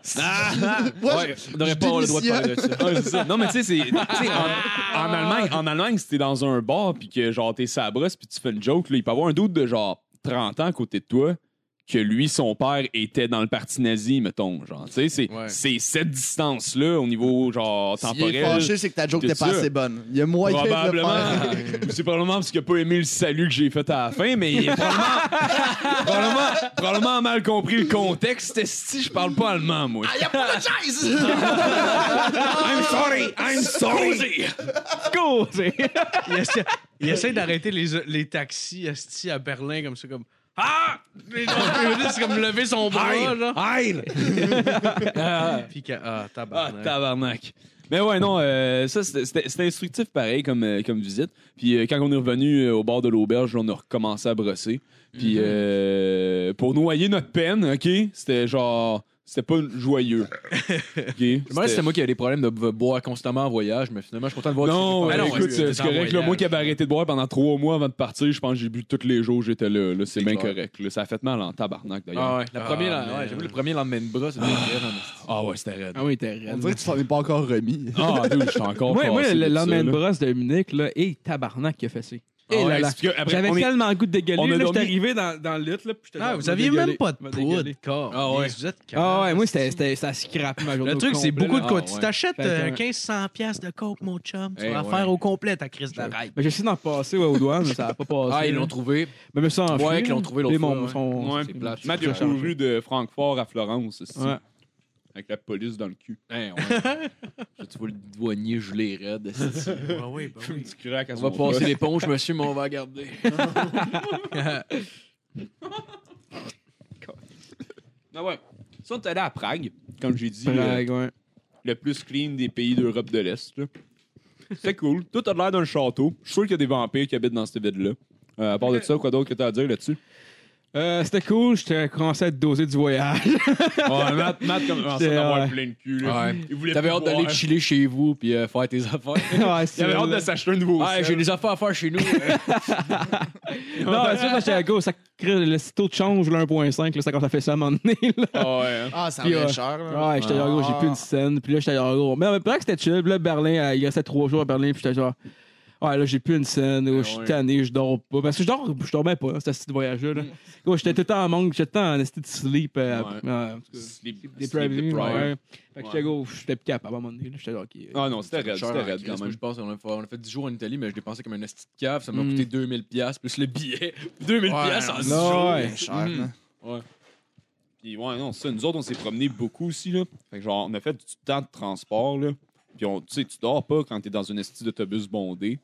Moi, Ouais, je- on n'aurait je pas le droit de démissionne. parler de ça. Ouais, c'est ça. Non, mais tu sais, c'est. tu sais, En, en Allemagne, en Allemagne, si t'es dans un bar puis que genre t'es sa brosse puis tu fais une joke, là, il peut y avoir un doute de genre 30 ans à côté de toi que lui, son père, était dans le parti nazi, mettons. Genre, tu sais, c'est Ouais. c'est cette distance-là au niveau genre S'il est temporel. fâché, c'est que ta joke T'es n'était pas sûr? assez bonne. Il y a moyen de le faire. Probablement. C'est probablement parce qu'il a pas aimé le salut que j'ai fait à la fin, mais il a probablement, probablement, probablement mal compris le contexte. Si je parle pas allemand, moi. I apologize! I'm sorry, I'm sorry. Go! c'est- Il essaie, il essaie d'arrêter les, les taxis, Asti, à Berlin, comme ça, comme. Ah! Les gens, C'est comme lever son bras, Heil! genre. Heil! Euh, Puis que- ah, Ah, tabarnak. tabarnak. Mais ouais, non, euh, ça, c'était- c'était c'était instructif pareil comme, euh, comme visite. Puis euh, quand on est revenu euh, au bord de l'auberge, on a recommencé à brosser. Puis euh, pour noyer notre peine, OK, c'était genre... C'était pas joyeux. OK? Je me demandais si c'était moi qui avais des problèmes de bo- boire constamment en voyage, mais finalement, je suis content de voir Non, que Ah euh, non, écoute, euh, c'est t'es c'est en correct. Là, voyage. moi qui avais arrêté de boire pendant trois mois avant de partir, je pense que j'ai bu tous les jours, j'étais là. là, c'est bien clair. correct. là. ça a fait mal en tabarnak, d'ailleurs. Ah ouais, la Ah, première, la- mais- ouais, j'ai vu le premier lendemain de bras, c'était une grève en esti. Ah ouais, c'était raide. Ah oui, t'es raide. On dirait que tu t'en es pas encore remis. Ah, dude, j'étais encore Moi, moi, cassé le de ça, lendemain de là. brosse de Munich, là, et tabarnak qui a fessé. Ah Eh ouais, là là. parce que après, J'avais on est- tellement le goût de on a dégueuler. Là, dormi- j'étais arrivé dans, dans le lit, là, puis j'étais Ah, là, vous je vais aviez dégueuler, même pas je de vais poudre, dégueuler. corps. Ah ouais. Vous êtes Ah ouais, calme, moi, esti. c'était, c'était, ça scrape ma journée. Le au truc, c'est complet, beaucoup là. de là. coke. Ah, Tu ouais. t'achètes Fait euh, que- 1500 pièces de coke, mon chum. Tu Eh vas la ouais. faire au complet, ta crise de raille. Mais j'ai essayé d'en passer ouais, aux douanes, mais ça n'a pas passé. Ah, ils là. l'ont trouvé. Mais je me suis enfui. Ouais, qu'ils l'ont trouvé l'autre Les fois, mon- ouais. son- Ouais. C'est plate. Matt, il a Ouais. couru de Francfort à Florence, c'est Ouais. ça, avec la police dans le cul. Hein, ouais. Ah, Tu vois le douanier gelé raide. esti. Ah oui, bah oui. Petit crack à On son va passer boss. l'éponge, monsieur, mais on va la garder. Ah ouais. Ça, on est allé à Prague, comme j'ai dit, euh, Prague, ouais. le plus clean des pays d'Europe de l'Est. là. C'était cool. Tout a l'air d'un château. Je suis sûr qu'il y a des vampires qui habitent dans cette ville-là. Euh, à part de ça, quoi d'autre que t'as à dire là-dessus? Euh, c'était cool, j'étais commencé à doser du voyage. Ouais, Matt, Matt commençait C'est, à avoir ouais. plein de cul. là. Ouais. Il voulait T'avais plus hâte d'aller boire. chiller chez vous puis euh, faire tes affaires. ouais, Il c'est avait hâte de s'acheter un nouveau Ouais, sel. j'ai des affaires à faire chez nous. Non, mais c'est parce que j'étais à go, ça crée le taux de change, là, 1.5, là, ça quand ça fait ça à un moment donné, là. Ah ouais, hein. Ah, ça Puis, va euh, cher. là. Ouais, j'étais à go, j'ai plus une scène, puis là, j'étais à go. Mais en même temps que c'était chill, puis là, Berlin, euh, il restait trois jours à Berlin, puis j'étais genre, ouais, là, j'ai plus une scène, oh, je suis Ben ouais. tanné, je dors pas. Parce que je dors, je dormais pas, hein, c'était ce voyage-là, là. Go, j'étais tout le temps en manque, j'étais tout le temps en esti de sleep. euh, Ouais. euh, en tout cas, Sleep- des sleep premiers, deprived. ouais. Fait que j'étais go, j'étais plus capable à un moment donné, là, j'étais genre, ok. Ah non, c'était Cher raide, c'était en raide crise, quand moi, même. Je pense qu'on a fait, on a fait 10 jours en Italie, mais je dépensais comme un esti de cave. Ça m'a Mm. coûté 2000$ piastres, plus le billet. 2000$ piastres en 10 non, ah, jours. ouais. C'est cher, Mhm. là. Puis ouais, non, ça, nous autres, on s'est promenés beaucoup aussi, là. Fait que genre, on a fait du temps de transport, là. Puis on, tu sais, tu dors pas quand t'es dans une esti d'autobus bondé.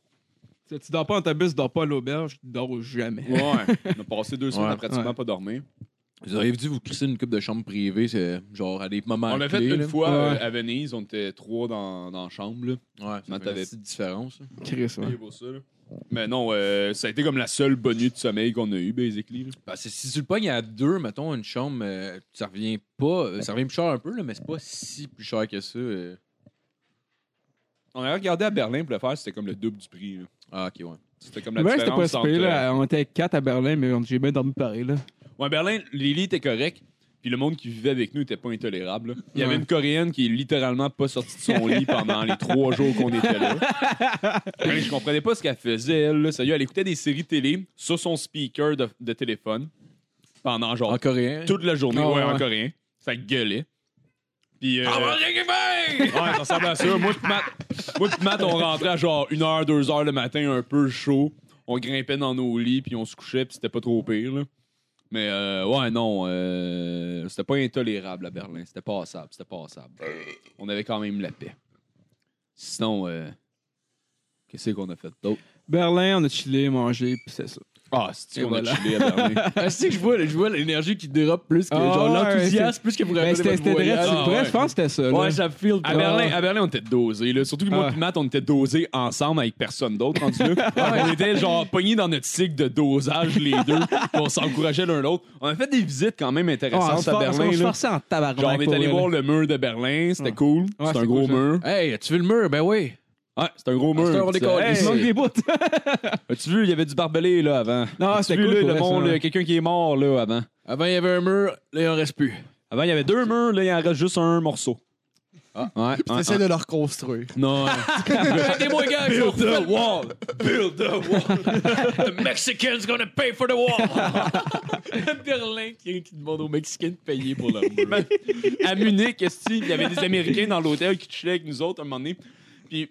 Tu tu dors pas en autobus, tu dors pas à l'auberge, tu dors jamais. Ouais. on a passé deux semaines à pratiquement ouais. pas dormir. Vous auriez dû vous crisser une coupe de chambre privée, c'est genre à des moments on l'a fait clés, une là. fois euh, Ouais. à Venise, on était trois dans, dans la chambre, là. Ouais, Non, ça fait t'avais- une petite différence. là. Chris, ouais. Payé pour ça, là. Mais non, euh, ça a été comme la seule bonne nuit de sommeil qu'on a eue, basically. là. Parce que si tu le pognes à deux, mettons, une chambre, euh, ça revient pas. euh, ça revient plus cher un peu, là, mais c'est pas si plus cher que ça. euh. On a regardé à Berlin pour le faire, c'était comme le double du prix. là. Ah, ok, ouais. C'était comme la Ben, c'était pas différence si entre... pire, là. On était quatre à Berlin, mais on- j'ai bien dormi pareil, là. Ouais, Berlin, les lits étaient corrects. Puis le monde qui vivait avec nous était pas intolérable. là. Il y avait Ouais. une Coréenne qui est littéralement pas sortie de son lit pendant les trois jours qu'on était là. Ben, je comprenais pas ce qu'elle faisait, elle. Là. Sérieux, elle écoutait des séries télé sur son speaker de, de téléphone pendant genre En coréen. toute la journée. Ah, ouais, ouais. en coréen. Ça gueulait. Puis. euh, ouais, ça ressemble à ça. Moi, pis Matt, moi pis Matt, on rentrait à genre 1h, 2h le matin, un peu chaud. On grimpait dans nos lits, puis on se couchait, puis c'était pas trop pire. là. Mais euh, ouais, non, euh, c'était pas intolérable à Berlin. C'était passable, c'était passable. On avait quand même la paix. Sinon, euh, qu'est-ce qu'on a fait d'autre? Berlin, on a chillé, mangé, puis c'est ça. Ah, c'est Et qu'on voilà. a chillé à Berlin. Ah, c'est que je vois, je vois l'énergie qui dérape plus que Ah, genre ouais, l'enthousiasme plus que pour Ben, ramener c'était votre c'était vrai, voyage. c'est Ah, vrai, ouais. je pense que c'était ça. là. Ouais, ça file. À Ah. Berlin, à Berlin, on était dosés. Là. Surtout que moi Ah. et Matt, on était dosés ensemble avec personne d'autre. rendu là. on était genre pognés dans notre cycle de dosage, les deux. puis On s'encourageait l'un l'autre. On a fait des visites quand même Ah, on intéressantes se à for- Berlin. on se là. forçait en tabarnak. Genre, on est pour allé vrai, voir là. le mur de Berlin. C'était cool. c'est un c'est gros cool, ça. mur. Hey, as-tu vu le mur? Ben oui. Ouais, c'est un gros mur. c'est un Puis des ça- Il câlisses. Hey, manque des bouts. As-tu vu, il y avait du barbelé là avant. Non, As-tu vu, c'était cool. pour là, le vrai, monde, ça. là, quelqu'un qui est mort là avant. Avant, il y avait un mur, là, il en reste plus. Avant, il y avait deux murs, là, il en reste juste un morceau. Ah, ouais. ouais, J'essaie ouais. de le reconstruire. Non. Arrêtez-moi, gars, ils sont Build the wall! Build the wall! The Mexican's gonna pay for the wall! Berlin qui, qui demande aux Mexicains de payer pour leur mur. à Munich, esti, il y avait des Américains dans l'hôtel qui chillaient avec nous autres un moment donné. Puis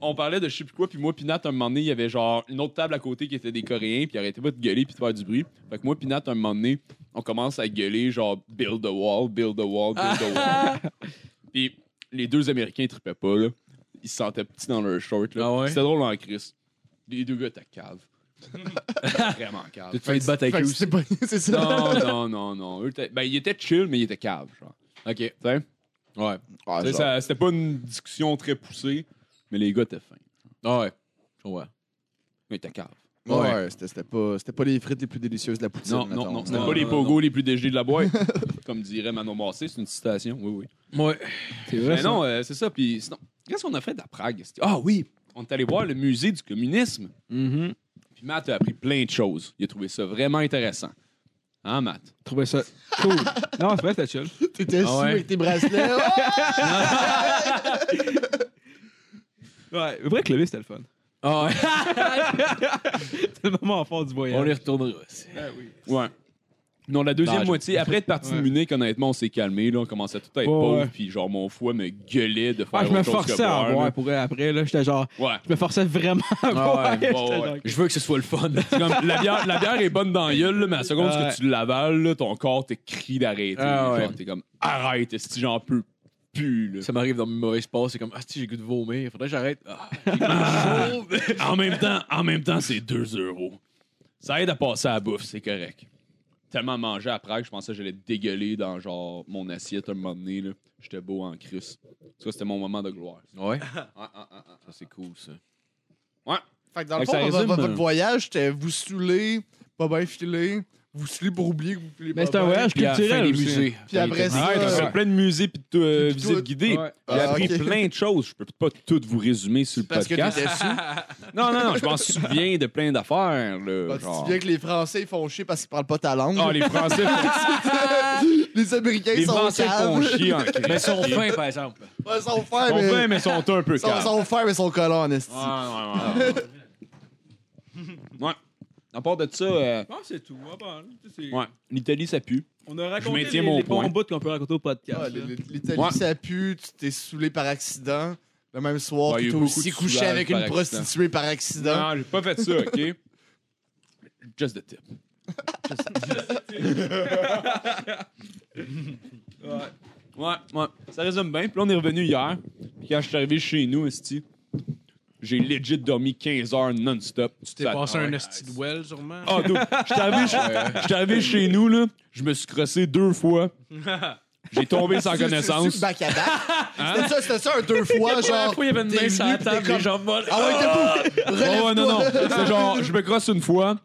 on parlait de je sais plus quoi, puis moi, Pinat, un moment donné, il y avait genre une autre table à côté qui était des Coréens, puis ils arrêtaient pas de gueuler puis de faire du bruit. Fait que moi, Pinat, un moment donné, on commence à gueuler genre build the wall, build the wall, build the Ah. wall. puis les deux Américains ils trippaient pas, là. Ils se sentaient petits dans leur short, là. Ah ouais? C'était drôle en crise. Les deux gars étaient cave. Vraiment cave. Tu te fais te battre avec Fait eux que aussi. c'est pas- C'est ça. Non, non, non, non. Eux étaient- ben, ils étaient chill, mais ils étaient cave, genre. Ok. Ouais. Tu sais? Ouais, Ah, Tu sais, genre. ça- C'était pas une discussion très poussée, mais les gars étaient fins. Ah, ouais. Ouais. Ils étaient caves. Ouais, c'était c'était pas, c'était pas les frites les plus délicieuses de la poutine. Non, non, mettons. non. C'était Non, pas les non, pogos les plus dégelés de la boîte. comme dirait Manon Massé, c'est une citation. Oui, oui. Ouais. C'est vrai. Mais non, euh, c'est ça. Puis sinon, qu'est-ce qu'on a fait à Prague? c'est- Ah oui, on est allé voir le musée du communisme. Mhm. Puis Matt a appris plein de choses. Il a trouvé ça vraiment intéressant. Hein, Matt? Je trouvais ça cool. Non, c'est vrai, c'était chill. Ah, T'étais sous ouais. avec tes bracelets. Ouais, vrai que le c'était le fun. Ah ouais. C'était le moment fort du voyage. On les retournera. aussi. Ouais. Non, la deuxième Non, je- moitié, après être parti de Ouais. Munich, honnêtement, on s'est calmé. Là, on commençait tout à être Ouais, pauvre. ouais. Puis genre, mon foie me gueulait de faire Ah, je me autre chose que forçais à boire, boire pour vrai, après, là. J'étais genre. là. Ouais. Je me forçais vraiment à boire. ouais, J'étais Ah, ouais, genre- ouais. Je veux que ce soit le fun. C'est comme, la, bière, la bière est bonne dans la gueule, là, mais à la seconde Ouais. que tu l'avales, là, ton corps te crie d'arrêter. Ah ouais. Genre, T'es comme arrête, si j'en peux plus. là. Ça m'arrive dans mes mauvais sports, c'est comme, ah, si j'ai le goût de vomir, faudrait que j'arrête. Ah, Ah, en même temps, en même temps, c'est 2 euros. Ça aide à passer à la bouffe, c'est correct. Tellement mangé après que je pensais que j'allais dégueuler dans genre mon assiette un moment donné. là. J'étais beau en crise. Ça, c'était mon moment de gloire. Ouais. Ah, ah, ah, ah. Ça, c'est cool, ça. Fait que dans le Fait que ça fond, vo- résume, vo- euh, votre voyage, c'était vous saouler, pas bien filer, vous saouler pour oublier que vous filez Mais pas c'est un bien. voyage euh, Puis à la fin culturel. des aussi. musées. Puis après ça, Ah, Ouais, t'as euh, fait plein de musées puis de euh, Puis visites tout. guidées. Ouais. J'ai Ah, appris ok. plein de choses. Je peux pas toutes vous résumer sur le parce que podcast. Ah, t'étais sous. Non, non, non, je m'en souviens de plein d'affaires. là, Bah, tu te genre. souviens que les Français ils font chier parce qu'ils parlent pas ta langue. Ah, les Français, les Américains les sont Français caves. font chier en crise. Mais sont fins, par exemple. Ouais, ils sont Ils faire, sont mais. fins, mais sont un peu Ils sont, caves. sont faire, mais ils sont collants, en esti. Ah, ouais, ouais, ouais. ouais. À part de ça, euh, Non, c'est tout. hein, On va ouais, l'Italie, ça pue. On a raconté maintiens les- mon les bons point. bouts qu'on peut raconter au podcast. Ah, l- l- L'Italie, Ouais. ça pue, tu t'es saoulé par accident. Le même soir, Ouais, il tu t'es y a eu beaucoup aussi de couché soulage avec par une accident. prostituée par accident. Non, j'ai pas fait ça, OK? Just the tip. Ouais, ouais. Ça résume bien. Puis là, on est revenu hier. Puis quand je suis arrivé chez nous, esti, j'ai legit dormi 15 heures non-stop. Ah, Tu T'es passé un hostie de well, sûrement. Ah, dude, j'étais arrivé, chez- j'étais arrivé chez nous, là. Je me suis crossé deux fois. J'ai tombé sans connaissance. Back à back. C'était ça, c'était ça, un deux fois, genre. il y avait une t'es main sur la venu, table, t'es les jambes molles. Ah ouais, t'es fou! Oh, ouais, non, non. Relève-toi. C'est genre, je me crosse une fois,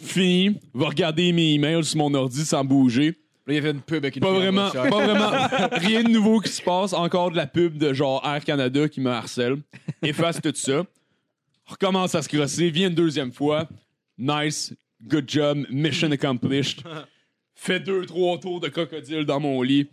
fini, va regarder mes emails sur mon ordi sans bouger. Là, il y avait une pub avec une Pas fille en vraiment, boxeur. pas vraiment. Rien de nouveau qui se passe. Encore de la pub de genre Air Canada qui me harcèle. Efface tout ça. Recommence à se crosser. Viens une deuxième fois. Nice. Good job. Mission accomplished. Fais deux, trois tours de crocodile dans mon lit.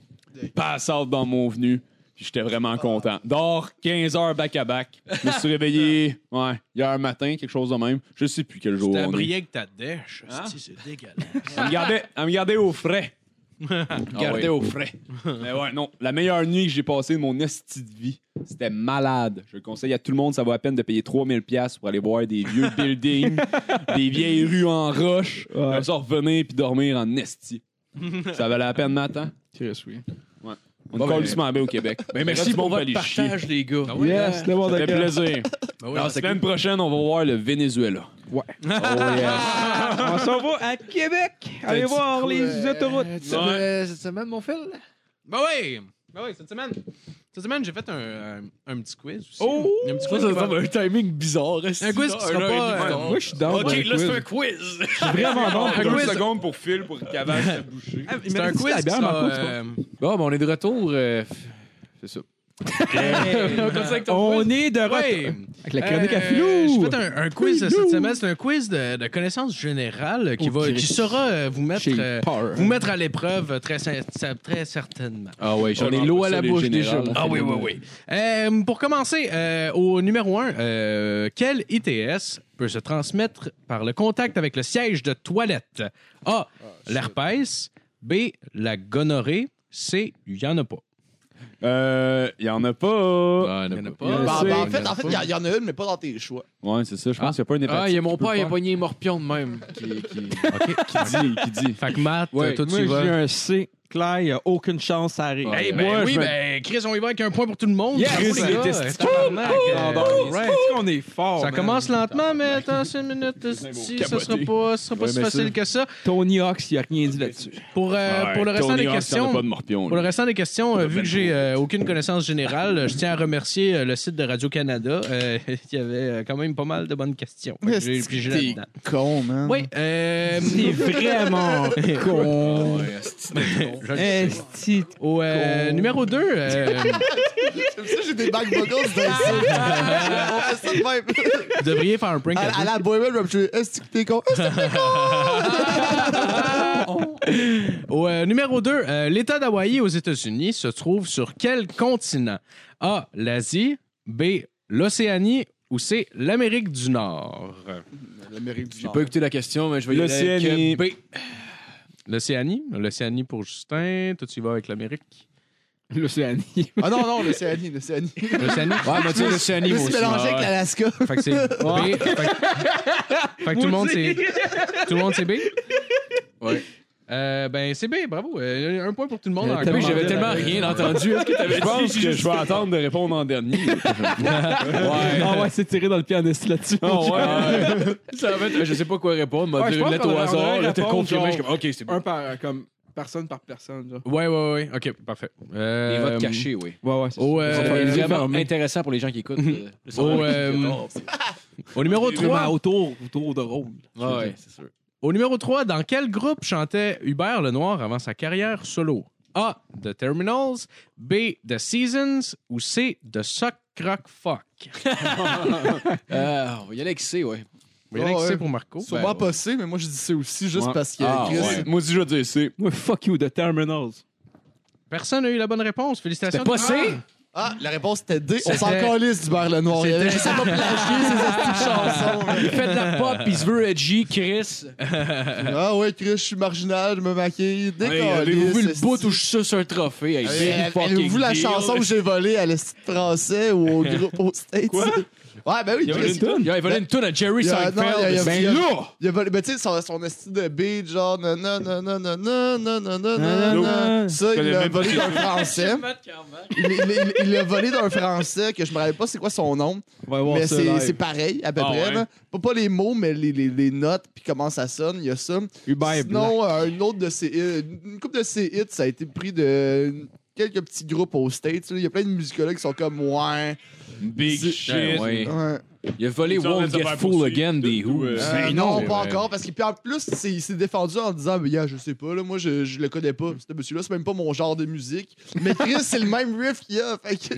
Passe out dans mon venu. Puis J'étais vraiment content. Dors 15 heures back à back. Je me suis réveillé ouais, hier matin, quelque chose de même. Je sais plus quel jour. T'as on est. brillé avec ta dèche. hostie, C'est dégueulasse. Elle me gardait, elle me gardait au frais. Gardait au frais. Mais ouais, non. La meilleure nuit que j'ai passée de mon esti de vie, c'était malade. Je le conseille à tout le monde, ça vaut la peine de payer 3000$ pour aller voir des vieux buildings, des vieilles rues en roche, comme ça revenir puis dormir en esti. Ça valait la peine, Matt, hein? Ouais. Ben, On Bon, est ben, colissement bien au Québec. Mais Ben, merci Reste pour bon, votre allez chier. partage, les gars. Yes, le monde Ça fait de plaisir. La semaine prochaine, on va voir le Venezuela. Ouais. Oh, yes. On s'en va à Québec. Allez voir les autoroutes. euh, Cette semaine, mon fil? Bah oui! Bah oui, cette semaine. Cette semaine, j'ai fait un, un, un petit quiz aussi. Oh! un petit Ça, quiz. ça qui me va- semble un timing bizarre. Un quiz qui sera pas. euh, Moi, je suis dans le quiz. quiz. C'est vraiment bon. Un quiz. secondes pour Phil pour qu'il avale sa bouchée. Ah, il C'est m'a un dit quiz la qui bière, sera. Marco, tu euh, Bon, ben, on est de retour. euh, f- C'est ça. On continue avec vois. ton quiz. On est de retour. ouais. Avec la chronique à Euh, Philou. J'ai fait un, un quiz euh, cette semaine. C'est un quiz de, de connaissances générales qui, Oh, va, Christ. qui saura euh, vous mettre, J'ai euh, peur. vous mettre à l'épreuve euh, très, sin- sa- très certainement. Ah ouais, j'en Oh, ai non, l'eau ça, à la les bouche déjà. générales. mon Ah oui, oui, oui. Euh, pour commencer, euh, au numéro 1, quel ITS peut se transmettre par le contact avec le siège de toilette? A. L'herpès. B. La gonorrhée. C. Il n'y en a pas. Euh, y en a pas. Ah, non, Il y en a pas- pas. il y en a Ben, pas. ben, en fait, en fait, il y, en a une, mais pas dans tes choix. Ouais, c'est ça. Je pense qu'il n'y a pas une hépatite. Ah, il y a qui mon peut père, le il a faire. pogné morpion de même. Qui, qui... Qui dit, qui dit. Fait que Matt, Ouais, euh, toi, tu Moi, y vas. j'ai un C. Claire, il n'y a aucune chance, ça arrive. Eh Ouais, ben, je oui, me- ben, Chris, on y va avec un point pour tout le monde. Yes! Bravo, les Chris, les gars. testicules. Tabarnak, Ah, euh, ben, right. est-ce qu'on est fort. Oh, Ça man? commence lentement, mais attends, c'est une minute. Si, ça sera pas, ça sera pas Ouais, si mais facile que ça. Tony Hawk, il a rien dit là-dessus. Pour, euh, Ouais, pour le restant Tony des Hawk, y'en questions, a pas de morpion. pour le là. restant des questions, euh, vu que j'ai euh, aucune connaissance générale, euh, je tiens à remercier euh, le site de Radio Canada. Euh, Il y avait euh, quand même pas mal de bonnes questions. Fait que J'ai Est-ce que pigé t'es là-dedans. con, man. Oui, euh, C'est vraiment con. je le sais. Esti de Au euh, numéro euh, 2, Comme ça, j'ai des back vocals dans ça. On fait ça de même. vous devriez faire un prank à À, à deux. la boy band, je me est-ce que t'es con? Est-ce que t'es Au euh, numéro 2, l'État d'Hawaï aux États-Unis se trouve sur quel continent? A. L'Asie. B. L'Océanie. Ou C. L'Amérique du Nord. con? L'Amérique du J'ai pas écouté la question, mais je vais y aller avec, L'Océanie. euh, B. L'Océanie. L'Océanie pour Justin. Toi, tu y vas avec l'Amérique. L'Océanie. Ah non, non, l'Océanie, l'Océanie. L'Océanie. Ouais, mais tu sais, l'Océanie, Je me moi suis aussi. mélangé avec Ah, l'Alaska. Fait que c'est B. Fait que- fait que tout le monde, c'est... Tout le monde, c'est B? Ouais. Euh, ben, c'est B, bravo. Euh, un point pour tout le monde. Euh, encore. tellement- oui, J'avais tellement rien entendu. Est-ce que t'avais Je pense que je vais attendre de répondre en dernier. Ouais. Ah ouais, Ah c'est tiré dans le pied en esti là-dessus. Oh, ouais. Ça, en fait, je sais pas quoi répondre. M'a Ouais, dit je pense une lettre au qu'on aurait hasard. Là, t'as répondu, confirmé. Je suis genre- comme, OK, c'est bon. Un par, euh, comme, personne par personne, genre. Ouais, ouais, ouais. OK, parfait. Euh, Les votes cachés, oui. Ouais, ouais, c'est Au, euh, C'est euh, vraiment intéressant pour les gens qui écoutent. euh, le au, soir. euh, au numéro 3, autour, autour de Rome. Ah ouais, c'est sûr. Au numéro 3, dans quel groupe chantait Hubert Lenoir avant sa carrière solo? A. The Terminals. B. The Seasons. Ou C. The Suck Crock Fuck. Euh, on va y aller avec C, ouais. Il y en a qui Oh, Ouais. sait pour Marco. Sûrement Ben, pas C, mais moi, je dis C aussi, juste Ouais. parce que Ah, Chris... ouais. Moi aussi, je vais dire C. Moi, fuck you, The Terminals. Personne n'a eu la bonne réponse. Félicitations. C'était pas C? Ah, la réponse était D. On s'en C'était- calisse du beurre le noir. Il avait juste à pas plagier ces astuces de chansons. là. Il fait de la pop, il se veut edgy, Chris. Ah ouais, Chris, je suis marginal, je me maquille. Hey, Décalisse. Avez-vous vu le esti. bout où je suce un trophée? Hey, very Hey, fucking Avez-vous Euh, la deal. chanson que j'ai volée à l'esti de français ou au groupe au States? Ouais, ben oui, Il y avait Chris. une toune. Il a volé une toune à Jerry Il y a- Seinfeld. non, il y a- il y a- Ben, il y a- Là! Il a volé- ben, tu sais, son, son esti de beat, genre, non, non, non, non, non, non, non, non, non, non, non. Ça, Je il connais l'a même pas volé d'un français. Il- il- il- Il l'a volé d'un français que je me rappelle pas c'est quoi son nom, On va voir mais ça. c'est live. c'est pareil, à peu Ah près. ouais. là. Pas, pas les mots, mais les, les, les notes, puis comment ça sonne, il y a ça. Hubert Blanc. Sinon, euh, une autre de ses hits, une couple de ses hits, ça a été pris de quelques petits groupes aux States. là. Il y a plein de musicologues qui sont comme, ouais. Big shit. ben, ouais. ouais. Il a volé Tu en train Won't de te Get faire Full poursuivre. Again des Ou, Who. euh, Euh, Ben non, non. pas Ouais. encore, parce qu'il puis en plus, c'est- il s'est défendu en disant, mais gars, je sais pas, là, moi, je, je le connais pas, ce monsieur-là, c'est même pas mon genre de musique. Mais Chris, c'est le même riff qu'il a, fait que...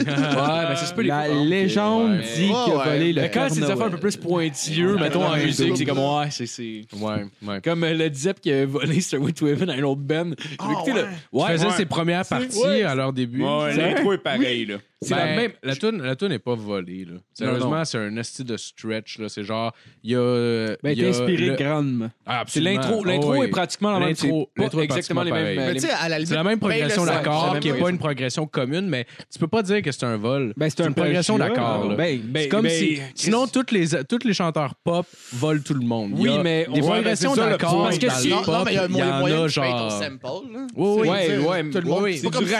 Ouais, ben ça se peut les La fois. légende Ouais. dit qu'il a Ouais, volé ouais. le Mais quand Père c'est des Noël. affaires un peu plus pointilleux, mettons en Ouais. musique, c'est comme ouais, c'est- c'est. Ouais, ouais. Comme euh, le Zep qui a volé Stairway to Heaven à un autre band. J'ai écouté le- Il Ouais, faisait ouais. ses premières parties ouais. à leur début. Ouais, l'intro est pareil, là. c'est Ben, la même. La toune, la toune n'est pas volée. Là. Sérieusement, c'est un esti de stretch. là. C'est genre, il y a. euh, Ben, il y t'es a inspiré le- grandement. Ah, C'est absolument. l'intro. L'intro Oh, oui. est pratiquement la même. L'intro- C'est pas l'intro est exactement les pratiquement mêmes. pareil. Mais les tu sais, à la limite, C'est la même paye Ben, le progression sac. c'est la d'accord, même qui n'est pas progression. une progression commune, mais tu peux pas dire que c'est un vol. Ben, c'est une progression plagiat. d'accord, là. Ben, ben, C'est comme ben, si. Chris- Sinon, tous les, tous les chanteurs pop volent tout le monde. Il y Oui, a mais Des on- ouais, progressions c'est ça, le d'accord. point. Parce que dans si- le non, pop, non, mais il y a il y moyen, moyen en que a tu payes ton genre. sample, là. oui, C'est- ouais, c'est- ouais, tout le monde- ouais. c'est C'est pas comme si-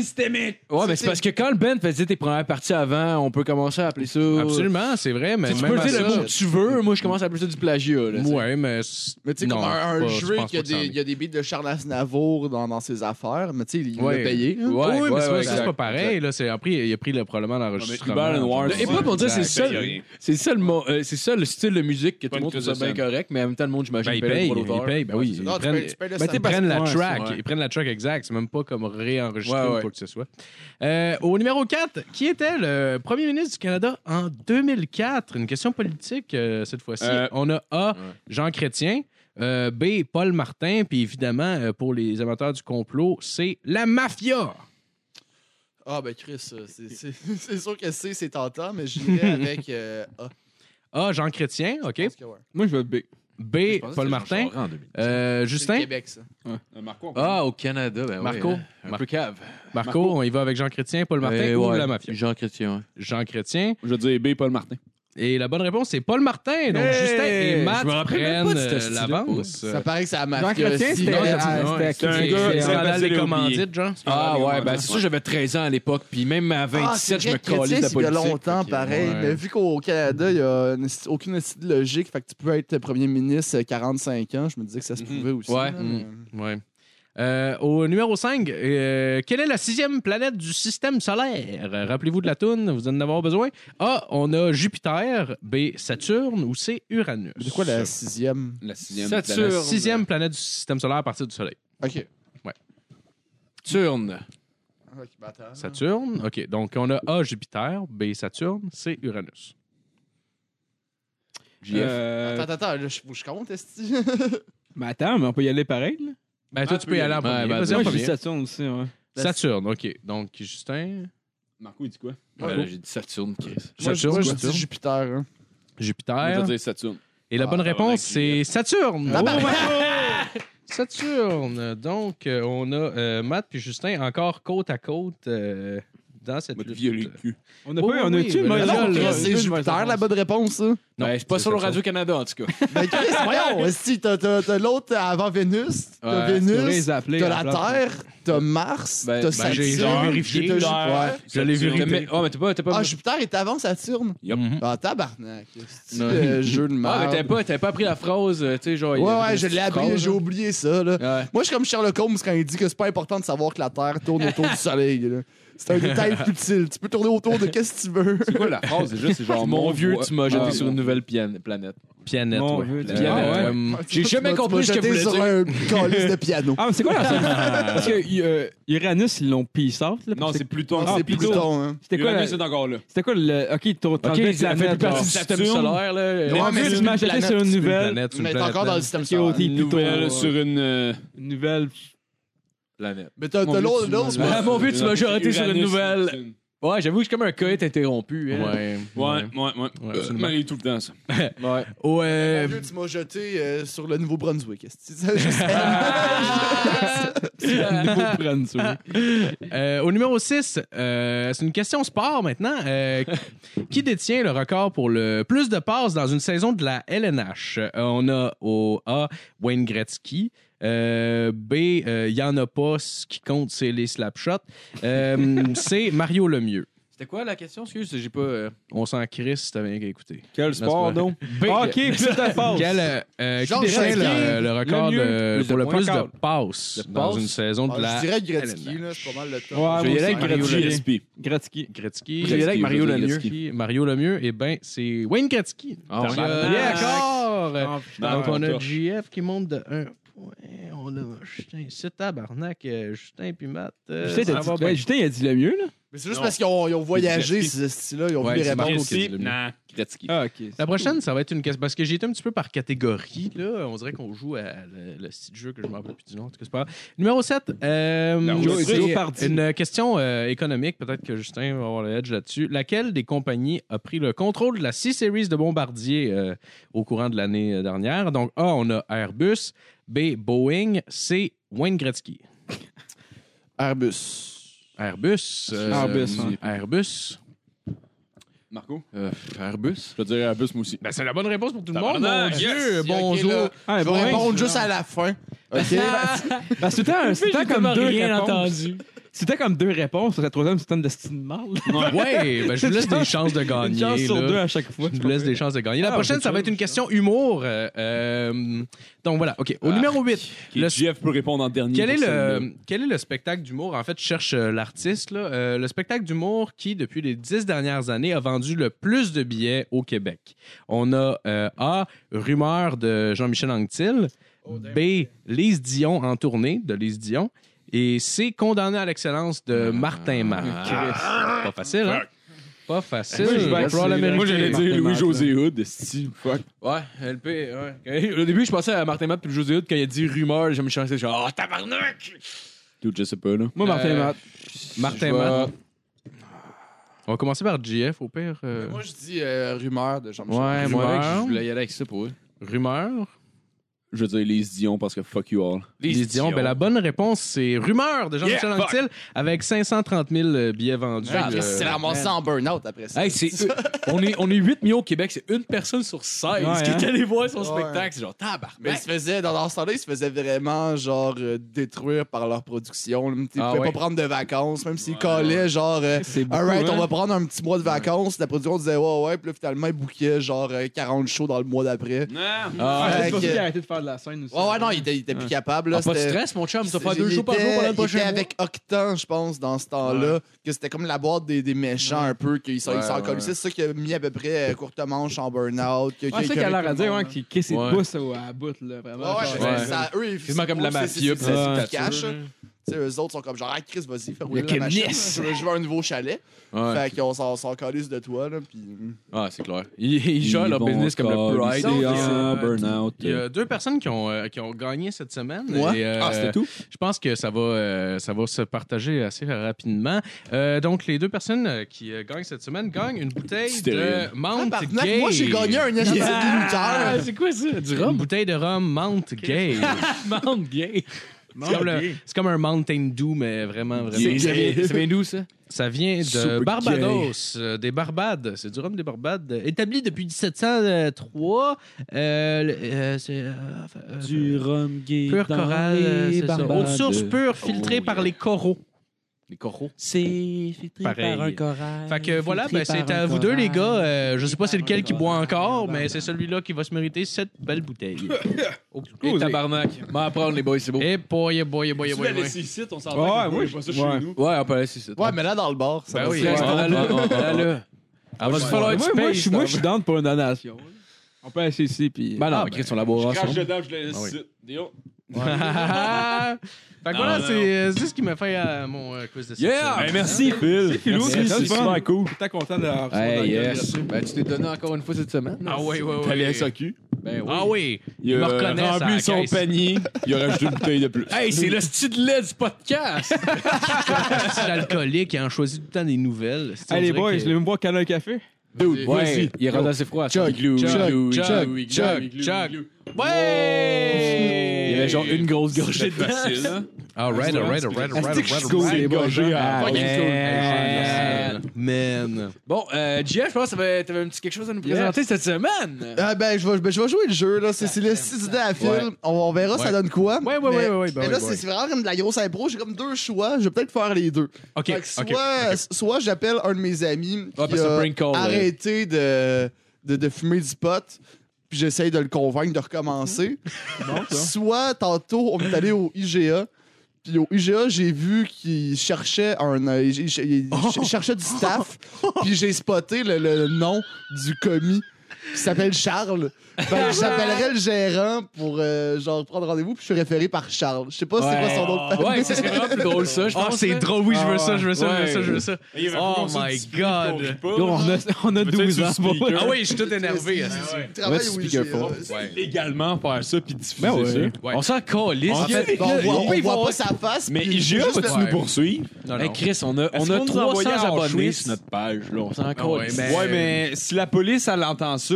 systémique. Ouais, mais c'est parce que quand le band faisait tes premières parties avant, on peut commencer à appeler ça. Absolument, c'est vrai, mais Tu sais, tu même peux à dire le ça- mot que tu veux, moi je commence à appeler ça du plagiat. là, tu sais. Ouais, mais. Mais tu sais, non, comme un, un pas- je jeu pense qu'il y, a pas que ça des- en est. il y a des beats de Charles Aznavour dans, dans ses affaires, mais tu sais, il il Ouais. l'a payé. hein. Ouais, oui, mais ouais, c'est pas- ouais, ça, c'est exact. pas pareil. Là, c'est, après, il a pris le, probablement l'enregistrement. Hubert and Ward, Et pas pour dire, c'est le Exact. y a seul. rien. C'est le seul mo- euh, c'est le seul style de musique que tout Pas le une monde trouve cause de ça bien scène. correct, mais en même temps, le monde, j'imagine, Ben, ils paye le payent, droit ils d'auteur. payent, ben Ouais, oui. c'est Ils ça. Non, Ah, tu prennent, payes- tu payes le ben, tu sais, sample. ils prennent la Ouais, c'est track, vrai. ils prennent la track exacte, c'est même pas comme réenregistré Ouais, ou ouais. quoi que ce soit. Euh, au numéro 4, qui était le premier ministre du Canada en 2004? Une question politique euh, cette fois-ci. Euh, On a A, Jean Chrétien, euh, B, Paul Martin, puis évidemment, euh, pour les amateurs du complot, c'est la mafia. Ah, ben Chris, euh, c'est- c'est c'est sûr que c'est, c'est tentant, mais j'irais avec. euh, ah, A, Jean Chrétien, je OK. pense que ouais. Moi, je veux B. B, Je pensais que Paul c'était Martin. Jean Charest en 2000. Euh, C'est le Justin, Québec, ça. Euh, Marco, Ah, au Canada, ben ouais, Marco. hein. Un Mar- peu cave. Marco, on y va avec Jean Chrétien, Paul Martin Euh, ou ouais, la mafia. Jean Chrétien, ouais. Jean Chrétien. Je veux dire B, Paul Martin. Et la bonne réponse, c'est Paul Martin. Donc, Hey! Justin et Matt Je me rappelais même prennent pas de ce euh, style-là. l'avance. Ça paraît que c'est à ma Jean Chrétien, c'était non, ah, c'est- c'était un qui, gars, c'est- c'est- Ah, Scandale des facile à commandites, genre. Ah ouais, ben c'est sûr, j'avais 13 ans à l'époque, puis même Ah, à 27, je me calais de la c'est il y a politique. longtemps, Fait que, pareil. ouais. Mais vu qu'au Canada, il n'y a une- aucune étude logique, fait que tu peux être premier ministre à 45 ans, je me disais que ça se pouvait aussi. Ouais. là, Mhm. mais- Ouais. Euh, au numéro 5, quelle est la sixième planète du système solaire? Euh, Rappelez-vous de la toune, vous en avez besoin. A, on a Jupiter, B, Saturne ou C, Uranus. C'est quoi la sixième? La sixième. Saturne. La sixième planète du système solaire à partir du Soleil. Ok. Saturne. Ok, ben attends. Saturne, OK. Donc, on a A, Jupiter, B, Saturne, C, Uranus. euh, Attends, attends, là, je, faut que je compte, est-ce Mais attends, mais on peut y aller pareil, là. Ben, toi, Ah, tu peux y aller en premier. Ouais, ben, Vas-y, en Moi, je premier. dis Saturne aussi, ouais. Saturne, OK. Donc, Justin, Marco, il dit quoi? Ben là, J'ai dit Saturne, Chris. Saturne, Moi, je Saturne. dis Jupiter. hein. Je Jupiter. veux dire Saturne. Et la Ah, bonne tabarnak, réponse, c'est il Saturne. Oh, Tabarnak. ouais. Saturne. Donc, euh, on a euh, Matt puis Justin encore côte à côte euh, dans cette M'a lutte. violé le cul. On a Oh, pas on oui, a-tu une ben, mauvaise non, Non, gueule, Chris, là? c'est Jupiter la bonne réponse, hein. ça. Non, Ben, c'est pas c'est sur le Saturne. Radio-Canada, en tout cas. Mais Chris, voyons, si t'as t'as- t'as l'autre avant Vénus, t'as Ouais, Tu devrais Vénus, les appeler, t'as à la place. Terre, t'as Mars, Ben, t'as ben, Saturne. j'ai- j'ai vérifié, t'as Ju- là. ouais. Je l'ai Saturne. vérifié. Mais, oh, mais t'es pas. t'es pas Ah, Jupiter est avant Saturne. Yup. Mhm. Ah, tabarnak. C'est Non. le jeu de Ah, mais t'avais merde. pas, t'avais pas appris la phrase, euh, tu sais, genre. il y Ouais, avait ouais, une je l'ai petite appris, phrase, j'ai oublié ça, là. là. Ouais. Moi, je suis comme Sherlock Holmes quand il dit que c'est pas important de savoir que la Terre tourne autour du Soleil. là. C'est un détail futile. Tu peux tourner autour de qu'est-ce que tu veux. C'est quoi la phrase déjà? C'est genre Mon vieux, tu m'as jeté Ah, sur une nouvelle pian- planète. Pianette, Mon ouais. Dieu, tu- Pianette, Ah, ouais. euh, J'ai jamais Tu m'as- tu compris m'as ce que jeté voulait sur dire. un calice de piano. Ah, mais c'est quoi la Parce que euh, Uranus, ils l'ont peace out, là. Non, parce c'est que- Pluton. Ah, c'est Pluton. Pluton, hein. C'était quoi la- c'est encore là. C'était quoi le. Ok, ton Ok, ton- ça fait plus ton- partie du système Saturne. solaire, là. Ouais, Mon mais Dieu, c'est tu une m'as jeté planète, sur une c'est une nouvelle. planète, une Mais t'es planète, encore dans le planète. système Qui est au solaire. type. Une nouvelle Pluton. sur une. euh, Une nouvelle. Planète. Mais t'as Mon t'as Dieu, l'autre. tu l'autre, m'as- c'est Ah, mon vieux, tu m'as jeté sur une Uranus, nouvelle. Neptune. Ouais, j'avoue que je suis comme un coït interrompu. hein. Ouais. Ouais, ouais, ouais. Ouais, Euh, absolument. Mais tout le temps, ça. Ouais. Ouais. Mon Dieu, tu m'as jeté euh, sur le Nouveau-Brunswick. C'est ça, je sais. Euh, au numéro 6, c'est une question sport maintenant. Euh, qui détient le record pour le plus de passes dans une saison de la LNH? Euh, on a au A, Wayne Gretzky. Euh, B, il n'y en a pas. Ce qui compte, c'est les slapshots. Euh, C, Mario Lemieux. C'était quoi la question? Excuse, j'ai pas. euh, On s'en crisse si t'as rien qu'à écouter. Quel sport, donc? B, Ok, plus de passes. Quel, euh, euh, qui Georges détient Saint-Lin. le, le record Lemieux, de- plus pour de le plus points. de passes De dans passes. une saison de Ah, la Je dirais Gretzky, LNH. là, c'est pas mal le temps. Ouais, Je vais y aller moi avec aussi. Gretzky. GSP. Gretzky. Gretzky. Je dirais avec Mario Gretzky, Lemieux. Gretzky. Mario Lemieux, eh ben, c'est Wayne Gretzky. Ah, Qui a- Tabarnak. Yeah, encore! Euh, Ah, Donc, Ah, on a Tabarnak. GF qui monte de 1 point. On a Justin, c'est tabarnak. euh, Justin puis Matt. euh, Justin, ça t'as dit- va bien. ouais, Justin, il a dit le mieux, là. Mais c'est juste Non. parce qu'ils ont, ils ont voyagé, Gretzky. ces styles-là. Ils ont Ouais, voulu c'est répondre aux Gretzky, Au Québec. non, Gretzky. Ah, ok. La prochaine, ça va être une question. Parce que j'ai été un petit peu par catégorie, là. On dirait qu'on joue à le, le petit jeu que je me rappelle plus du nom. En tout cas, c'est pas grave. Numéro 7. Non, Joe- c'est- Joe Pardy. Une question euh, économique, peut-être que Justin va avoir le edge là-dessus. Laquelle des compagnies a pris le contrôle de la C-Series de bombardiers euh, au courant de l'année euh, dernière? Donc, A, on a Airbus, B, Boeing, C, Wayne Gretzky. Airbus. Airbus. euh, Airbus, hein. Airbus. Marco? Euh, Airbus? Je vais dire Airbus, moi aussi. Ben, c'est la bonne réponse pour tout le monde, mon Tabarnak, yes! Dieu! Ok, Bonjour! là, Ah, Je vais Boeing. répondre juste à la fin. OK? Parce que c'était un- c'était J'ai comme deux rien réponses. entendu. C'était comme deux réponses. La troisième, c'était une destinée de mal. Ouais, ben, je vous laisse des chances de gagner. Une chance sur là. deux à chaque fois. Je vous laisse des chances de gagner. La Ah, prochaine, c'est ça va sûr, être une question humour. euh, euh, donc voilà, OK. Ah, Au numéro 8, Le Le- GF peut répondre en dernier. quel est, pour celle-là. le, quel est le spectacle d'humour? En fait, je cherche euh, l'artiste. là. Euh, le spectacle d'humour qui, depuis les dix dernières années, a vendu le plus de billets au Québec. On a euh, A, Rumeur de Jean-Michel Anctil. B, Lise Dion en tournée de Lise Dion. Et C, Condamné à l'excellence de Ah, Martin Marc. Pas facile, hein? Pas facile. Moi, je vais Il va falloir la accélérer. mériter. Moi, j'allais dire Martin Louis-José Hood, Steve, fuck. Ouais, LP, ouais. Et Au début, je pensais à Martin Matt puis le José Hood quand il a dit rumeur, j'ai me chanté, genre, ah, tabarnak! Dude, je sais pas, là. Moi, Martin Euh, Matt. Martin Je vais- Matt. On va commencer par GF, au pire. euh, Moi, je dis euh, rumeur de Jean-Michel. Ouais, moi, Rumeur. avec, je Je voulais voulais y aller avec ça pour eux. rumeur. Je veux dire les Dion parce que fuck you all. Ils diront, ben, oh. la bonne réponse, c'est rumeur de Jean-Michel Yeah, fuck. Anctil avec 530 000 euh, billets vendus. Ah, Chris, euh, C'est ramassé en burn-out après ça. Hey, c'est- on, est, on est 8 millions au Québec, c'est une personne sur 16 Ouais, qui hein? est allée voir son Ouais. spectacle. C'est genre, Mais ils tabarnak! se faisaient, dans leur temps-là, ils se faisaient vraiment genre euh, détruire par leur production. là. Ils Ah pouvaient ouais. pas prendre de vacances, même s'ils collaient genre euh, C'est beaucoup, Alright, hein? on va prendre un petit mois de vacances. La production disait ouais, ouais, puis là, finalement, ils bouquaient genre euh, 40 shows dans le mois d'après. Ah, Fait c'est pas que- lui qui a arrêté de faire de la scène aussi. Ouais, ouais, non, ils étaient, ils étaient plus capables. Là, Ah, pas de C'était- stress, mon chum, ça fait il deux jours par jour était- pendant le il était prochain mois. avec Octan, je pense, dans ce temps-là, que c'était comme la boîte des, des méchants un peu, qu'ils s'en ils s'en collissaient. C'est ça qui a mis à peu près euh, courte manche en burn-out. que- Ouais, que- c'est ça qu'il a l'air à dire, ouais, qu'il qu'il s'est Ouais. pousse au- à la bout, là. Vraiment. Ouais, ouais, genre, mais ouais. ça, eux, ils Quasiment comme de la c'est- c'est- mafia, c'est- puis c'est- la c'est du cash, hein. Tu sais, eux autres sont comme genre, ah, Chris, vas-y, fais rouler la machine. Je veux, je veux un nouveau chalet. Fait qu'on s'en s'en calisse de toi, là. Puis... Ah, c'est clair. Ils, ils gèrent leur business comme le Pride. ils et- sont- Ah, burnout. Il y a deux personnes qui ont, euh, qui ont gagné cette semaine. Ouais. Et, euh, Ah, c'était tout? Je pense que ça va, euh, ça va se partager assez rapidement. Euh, donc, les deux personnes euh, qui euh, gagnent cette semaine gagnent une bouteille Stérile. de Mount Tabarnak, Gay. moi, j'ai gagné un échantillon de Ah, lutteur. c'est quoi ça? Du Une rhum? bouteille de rhum Mount Gay. Mount gay. C'est comme, le- c'est comme un Mountain Dew, mais vraiment, vraiment. C'est- Ça vient- ça vient d'où, ça? Ça vient de Super Barbados, euh, des Barbades. C'est du rhum des Barbades, euh, établi depuis 1703. Euh, le- euh, c'est, euh, euh, rhum gay. pur coral, euh, c'est ça. Eau de source pure filtrée Oh, par yeah. les coraux. Les coraux. C'est filtré Pareil. par un corail. Fait que voilà, ben, filtré c'est par à un vous deux, les corail. gars. Euh, je sais pas c'est par un lequel qui boit corail. encore, mais c'est celui-là qui va se mériter cette belle bouteille. Et tabarnak. On va apprendre, les boys, c'est beau. Eh boy, boy, boy, boy, boy. ici, on s'en va, Ouais, on ouais, voit pas ça chez ouais. nous. Ouais, on peut aller sur ça. Ouais, mais là, dans le bar, ça Bah Ben va oui. se faire. Ouais. Ah, va Ouais. Moi, falloir que tu moi, payes, je suis- moi, je suis down pour une donation. On peut essayer ici, puis. Bah, Ben non, Chris, on la boira Crache ensemble. dedans, je laisse Ah oui. ici. Yo. fait que voilà, non, c'est euh, c'est ce qui me fait euh, mon euh, quiz de cette Yeah! semaine. Hey, merci, Ah Phil. Philou, c'est Merci, ça, c'est le fun. super cool. Je suis content de la recevoir dans Hey, Bah, le- yes. Ben, tu t'es donné encore une fois cette semaine. Ah ouais, ouais, ouais. T'allais à SAQ. Ben oui. Ah oui! Il me a reconnaissent à la rempli son caisse. panier, il a rajouté une bouteille de plus. Hey, c'est le style LED du podcast! C'est l'alcoolique, il en choisit tout le temps des nouvelles. C'est- on Allez, dirait boys, que- je vais me boire canal café. Dude, ouais, vas-y. il est rendu assez froid. ça. Chug, Glue, chug, glue, chug, glue, chug, glue, glue, chug. glue. Ouais! Il y avait genre une grosse gorgée C'était de facile, hein? Alright, alright, alright, alright, Est-ce que alright, je alright. suis C'est gorgé à... fucking Ouais. cool. Ah, Man. Man. Bon, euh, GF, je pense que t'avais, t'avais un petit quelque chose à nous présenter cette semaine. Ah ben, je vais, ben, je vais jouer le jeu, là. C'est c'est le 6 idées à fil. On, on verra ça donne quoi. Ouais, ouais, mais, ouais, ouais, ouais, ben mais ouais, là, ben c'est c'est vraiment comme de la grosse impro. J'ai comme deux choix. Je vais peut-être faire les deux. OK, Fait que OK. soit soit j'appelle un de mes amis Ouais, qui Ah, parce que a prank call, là. arrêté de, de, de fumer du pot, puis j'essaye de le convaincre de recommencer. soit tantôt, on est allé au IGA. Puis au IGA, j'ai vu qu'il cherchait un euh, il- il- il- Oh! il cherchait du staff, puis j'ai spoté le, le nom du commis qui s'appelle Charles. Ben, j'appellerais le gérant pour euh, genre prendre rendez-vous, puis je suis référé par Charles. Je sais pas c'est quoi son nom. Ah de famille. Ouais, ça serait vraiment plus drôle ça, je Oh, pense. c'est là. drôle, oui, je veux Ah, ça, je veux ça, je veux ça, ouais. je veux ça. Il y avait Oh pas comme ça my du speed qu'on God. rit pas, Yo, là. on a, on a Veux-tu être 12 sur ans. speaker? boys. Ah oui, je suis tout hein, énervé. Tu- asti. tu travailles au IGA. Légalement faire ça puis diffuser Ben ouais. ça. Ouais. On s'en calisse. En fait, Bon, on voit, on Oui, voit bon, pas sa face. Mais puis IGA, juste vas-tu le- nous poursuivre? Non, Hey, non. Chris, on a, on Est-ce a qu'on nous 300 envoyait en abonnés Suisse, sur notre notre page, là? On s'en ouais, calisse. mais- Ouais, mais si la police, elle entend ça,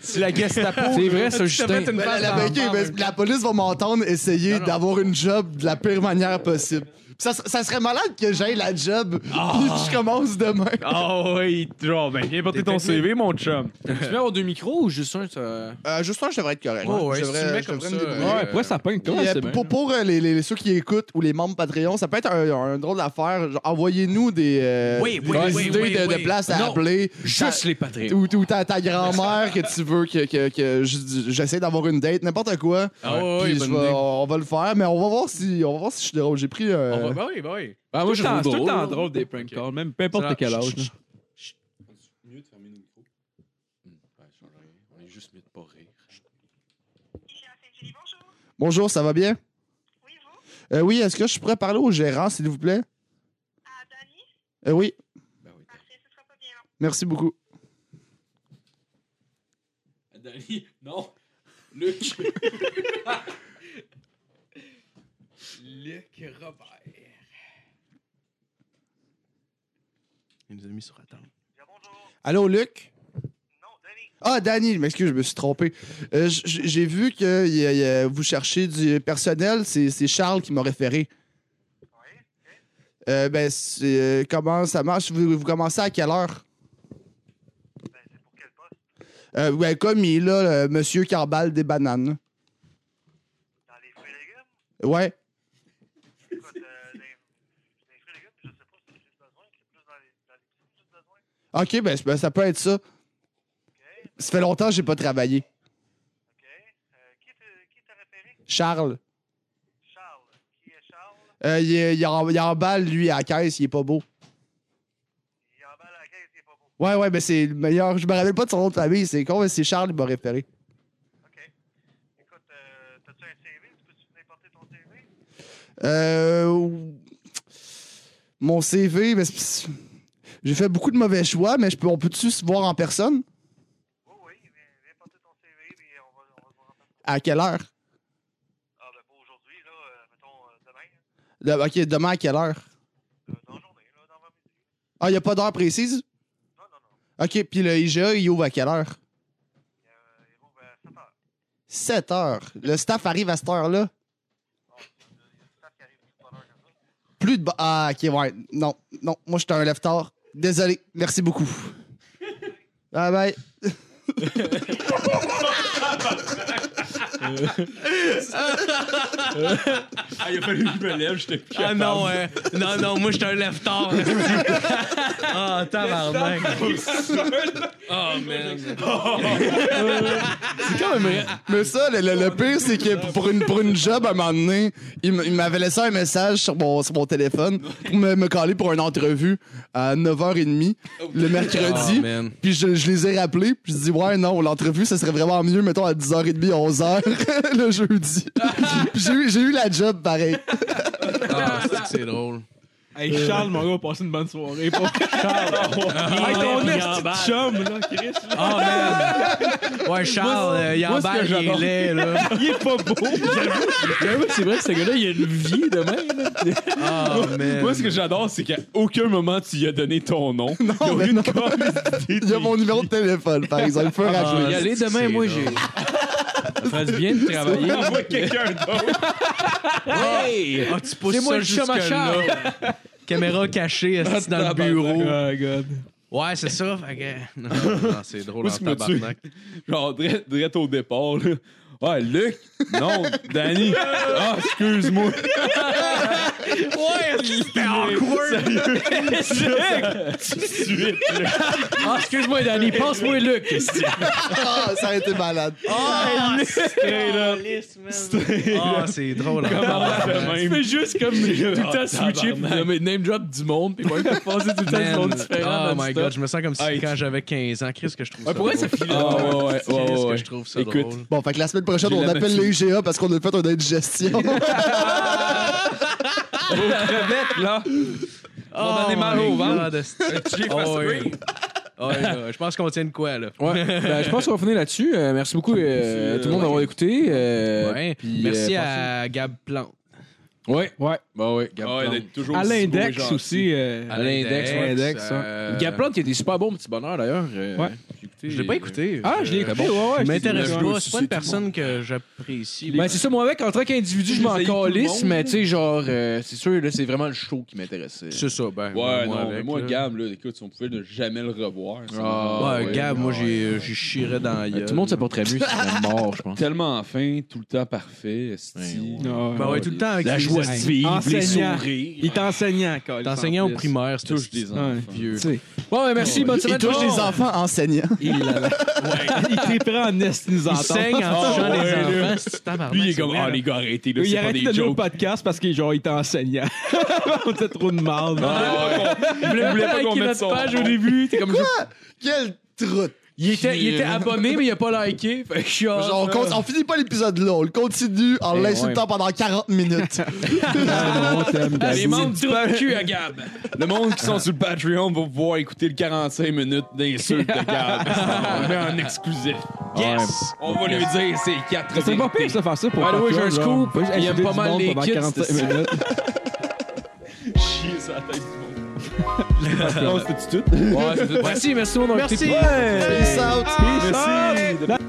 si la Gestapo... C'est vrai, ça, Tu te Justin. mets une Ben, face la, dans la ok, barbe. ben, la police va m'entendre essayer d'avoir une job de la pire manière possible. Ça, ça serait malade que j'aille la job Ah. puis que je commence demain. Ah oui, genre, ben, viens porter ton technique. CV, mon chum. Tu peux avoir deux micros ou juste un? ça- Euh, juste un, je devrais être correct. Oh, ouais, Je si devrais- tu le mets je comme devrais ça, me débrouiller. euh, Ouais, pourquoi ça pogne? Comment Puis, euh, c'est bien? pour pour euh, les, les- ceux qui écoutent ou les membres Patreon, ça peut être un, un drôle d'affaire. Genre, Envoyez-nous des, euh, Oui, oui, des oui, oui, idées oui, de, oui. de places à Non, appeler. Juste Ta- les Patreons. Ou, ou ta, ta grand-mère que tu veux que, que, que j- j'essaie d'avoir une date, n'importe quoi. Ah ouais, ouais, Puis bonne je vais- idée. on va le faire, mais on va voir si, on va voir si je suis drôle. J'ai pris. euh, On va- Bah oui, bah oui. Ah, moi, Tout je le temps- trouve tout le temps drôle. drôle des prank Ok. calls, même peu importe Ça- de quel âge. Chut, là. Mieux de fermer nos micros. On est juste mieux de pas rire. Bonjour, ça va bien? Euh, oui, est-ce que je pourrais parler au gérant, s'il vous plaît? Euh, oui. Merci beaucoup. Dani, non. Luc. Luc Robert. Il nous a mis sur attente. Allô, Luc? Ah, Danny, je m'excuse, je me suis trompé. Euh, j- j- J'ai vu que il y a- il y a- vous cherchez du personnel. C'est c'est Charles qui m'a référé. Euh, ben, c'est, euh, comment ça marche? Vous, vous commencez à quelle heure? Ben, Euh, ben, comme il a là, le Monsieur Carbal des bananes. Dans les fruits et légumes? Ouais. Écoute, euh, les, les fruits et légumes, je sais pas si c'est besoin, c'est plus dans les, dans les petits que j'ai besoin. OK, ben, c'est- ben, ça peut être ça. Ça fait longtemps que j'ai pas travaillé. OK. Euh, qui te- qui t'a référé? Charles, Charles. Qui est Charles? euh, il, est- il en- il emballe, lui, à la caisse, il est pas beau. Il emballe à la caisse, il est pas beau. Ouais, ouais, mais c'est le meilleur. Je me rappelle pas de son nom de famille, c'est con, mais c'est Charles qui m'a référé. OK. Écoute, euh, t'as-tu un CV? Tu peux-tu venir porter ton CV? Euh. Mon CV, mais c'est- j'ai fait beaucoup de mauvais choix, mais je peux, on peut-tu se voir en personne? Oui, oui, viens, viens porter ton CV, puis on va, on va se voir en personne. À quelle heure? Ah, ben pas aujourd'hui, là, euh, mettons euh, demain, hein, Le- ok, demain à quelle heure? euh, dans la journée, là, dans 20 minutes. Ah, il a pas d'heure précise? Non, non, non. Ok, puis le IGA, il ouvre à quelle heure? Il, euh, il rouvre à 7 7 heures. heures. Le staff arrive à cette heure-là? Il y a du staff qui arrive tout à l'heure comme ça. Plus de. ba- Ah, ok, ouais. Non, non, moi, j'étais un lève-tard. Désolé, merci beaucoup. Bye bye. Ah, il a fallu que je me lève, j'étais plus Ah capable. non, hein. non, non, moi, je suis un lève-tard. Ah, tabarnak. Oh, man. Mais ça, le, le- le pire, c'est que pour une, pour une job, à un moment donné, il m- il m'avait laissé un message sur mon, sur mon téléphone pour me, me caler pour une entrevue à 9h30 le mercredi. Oh, man. puis je, je les ai rappelés, puis je dis ouais non, l'entrevue ça serait vraiment mieux mettons à 10h30 11h le jeudi. Puis j'ai eu- j'ai eu la job pareil. Ah, c'est que c'est drôle. Hey, Charles, mon gars, a passé une bonne soirée. Pour... Charles, Ah, hey, ton esti de chum, là, Chris. là. Oh, man! Ouais, Charles, euh, il moi, en ce que bas, il est j'adore- laid, là. Il est pas beau. J'avoue que c'est vrai que ce gars-là, il a une vie de même. là. Oh, man. Moi, ce que j'adore, c'est qu'à aucun moment tu y as donné ton nom. Non, Ils ont mais eu une non. copie Ah, Il y a mon numéro de téléphone, par exemple. Feu Je vais y Ah, rageux. aller demain, moi, j'ai. Ça ferait du bien de travailler. Envoie quelqu'un d'autre. Hey! Ah, tu pousses C'est moi ça le chum à jusque-là. Caméra cachée, esti, dans le bureau. Oh, God. Ah, Ouais, c'est ça. Fait que... non, non, c'est drôle Moi, en ce qui m'a tabarnak. Genre, direct, direct au départ, là. Ouais, Luc. Non, Danny. Ah, excuse-moi. Ouais, c'était awkward. Suite, là. Ah, excuse-moi, Danny, passe-moi Luc. Ah, ça a été malade. Ah, c'est- Ah, c'est drôle. en tabarnak. Tu fais juste comme tout le temps Ah, switcher, puis euh, name drop du monde, puis moi, je passer tout le temps du Man, monde différent. oh my god, je me sens comme si Hey, quand j'avais 15 ans. Chris, que je trouve ça. pour vrai, drôle. ça file. Ah, ouais, ouais, Chris, ouais, ouais, que ouais. je trouve ça Écoute. drôle. Bon, fait que la semaine prochaine, J'ai on la appelle les GA parce qu'on a fait une indigestion. Crevette, là. Oh, donné mal my au ventre. God, esti. Oh, ouais. Ouais, là, je pense qu'on tient de quoi, là. Ouais, ben, je pense qu'on va finir là-dessus. Euh, merci beaucoup euh, à tout le monde d'avoir écouté. euh, Ouais. puis, Merci euh, à Gab Plante. Ouais, ouais. Bah ouais, Gab Ah ouais, Plante. d'être toujours À aussi beau et l'index gentil. aussi. euh, À l'index, ouais, l'index, hein. ça. euh, Gab Plante qui était super bon, petit bonheur d'ailleurs. euh, Ouais. j'ai écouté, Je l'ai pas euh, écouté. Ah, je l'ai écouté, ouais, ouais. Je je m'intéresse l'ai- pas. C'est pas une personne que j'apprécie. Ben, c'est ça, moi, avec, en tant qu'individu, je m'en calisse, mais tu sais, genre, euh, c'est sûr, là, c'est vraiment le show qui m'intéressait. C'est ça, ben. Ouais, non, mais avec, moi, là. Gab, là, écoute, on pouvait ne jamais le revoir. ça. Ah, Ouais, Gab, moi, j'ai j'y chierais dans la Euh, gueule. Tout le monde se porterait mieux si c'était mort, je pense. Tellement fin, tout le temps parfait, esti. Non, Ben ouais, tout le temps avec La les- joie Hey, de vivre, les enseignant. sourires. Il t'enseignait encore. T'es enseignant au primaire, c'est touche tout. des enfants. vieux. Bon, ben, merci, bonne Il semaine. touche tout le les monde. enfants enseignants. Il triperait en esti nous Il entendre. saigne en touchant Oh, ouais, là. des enfants, c'est tabarnak, Lui, il est c'est comme, vrai, ah, là. les gars, arrêtez, là, Il c'est pas arrête de des donner au jokes. podcast parce que genre il était enseignant. On était trop de mal. Ah, Il voulait pas qu'on liker mette notre son page nom. au début. T'es comme, Quelle troute. il était, il était abonné, mais il a pas liké. Fait que je suis Genre, on, con- on finit pas l'épisode là, on le continue Eh, en l'insultant pendant 40 minutes. Ah, Les membres du cul à Gab. Le monde qui sont sur le Patreon va pouvoir écouter le 45 minutes d'insultes de Gab. On met en exclusif. Yes! On va lui dire c'est 4 C'est pas pire de faire ça pour By the way, j'ai un genre. scoop. Faut juste Il aime insulter pas du mal monde les pendant kids, 45 c'est- minutes. chier sur la tête du monde. Non, c'était tout. Ouais, c'est tout. merci, merci tout le monde d'avoir écouté. Ah, Peace out. Merci.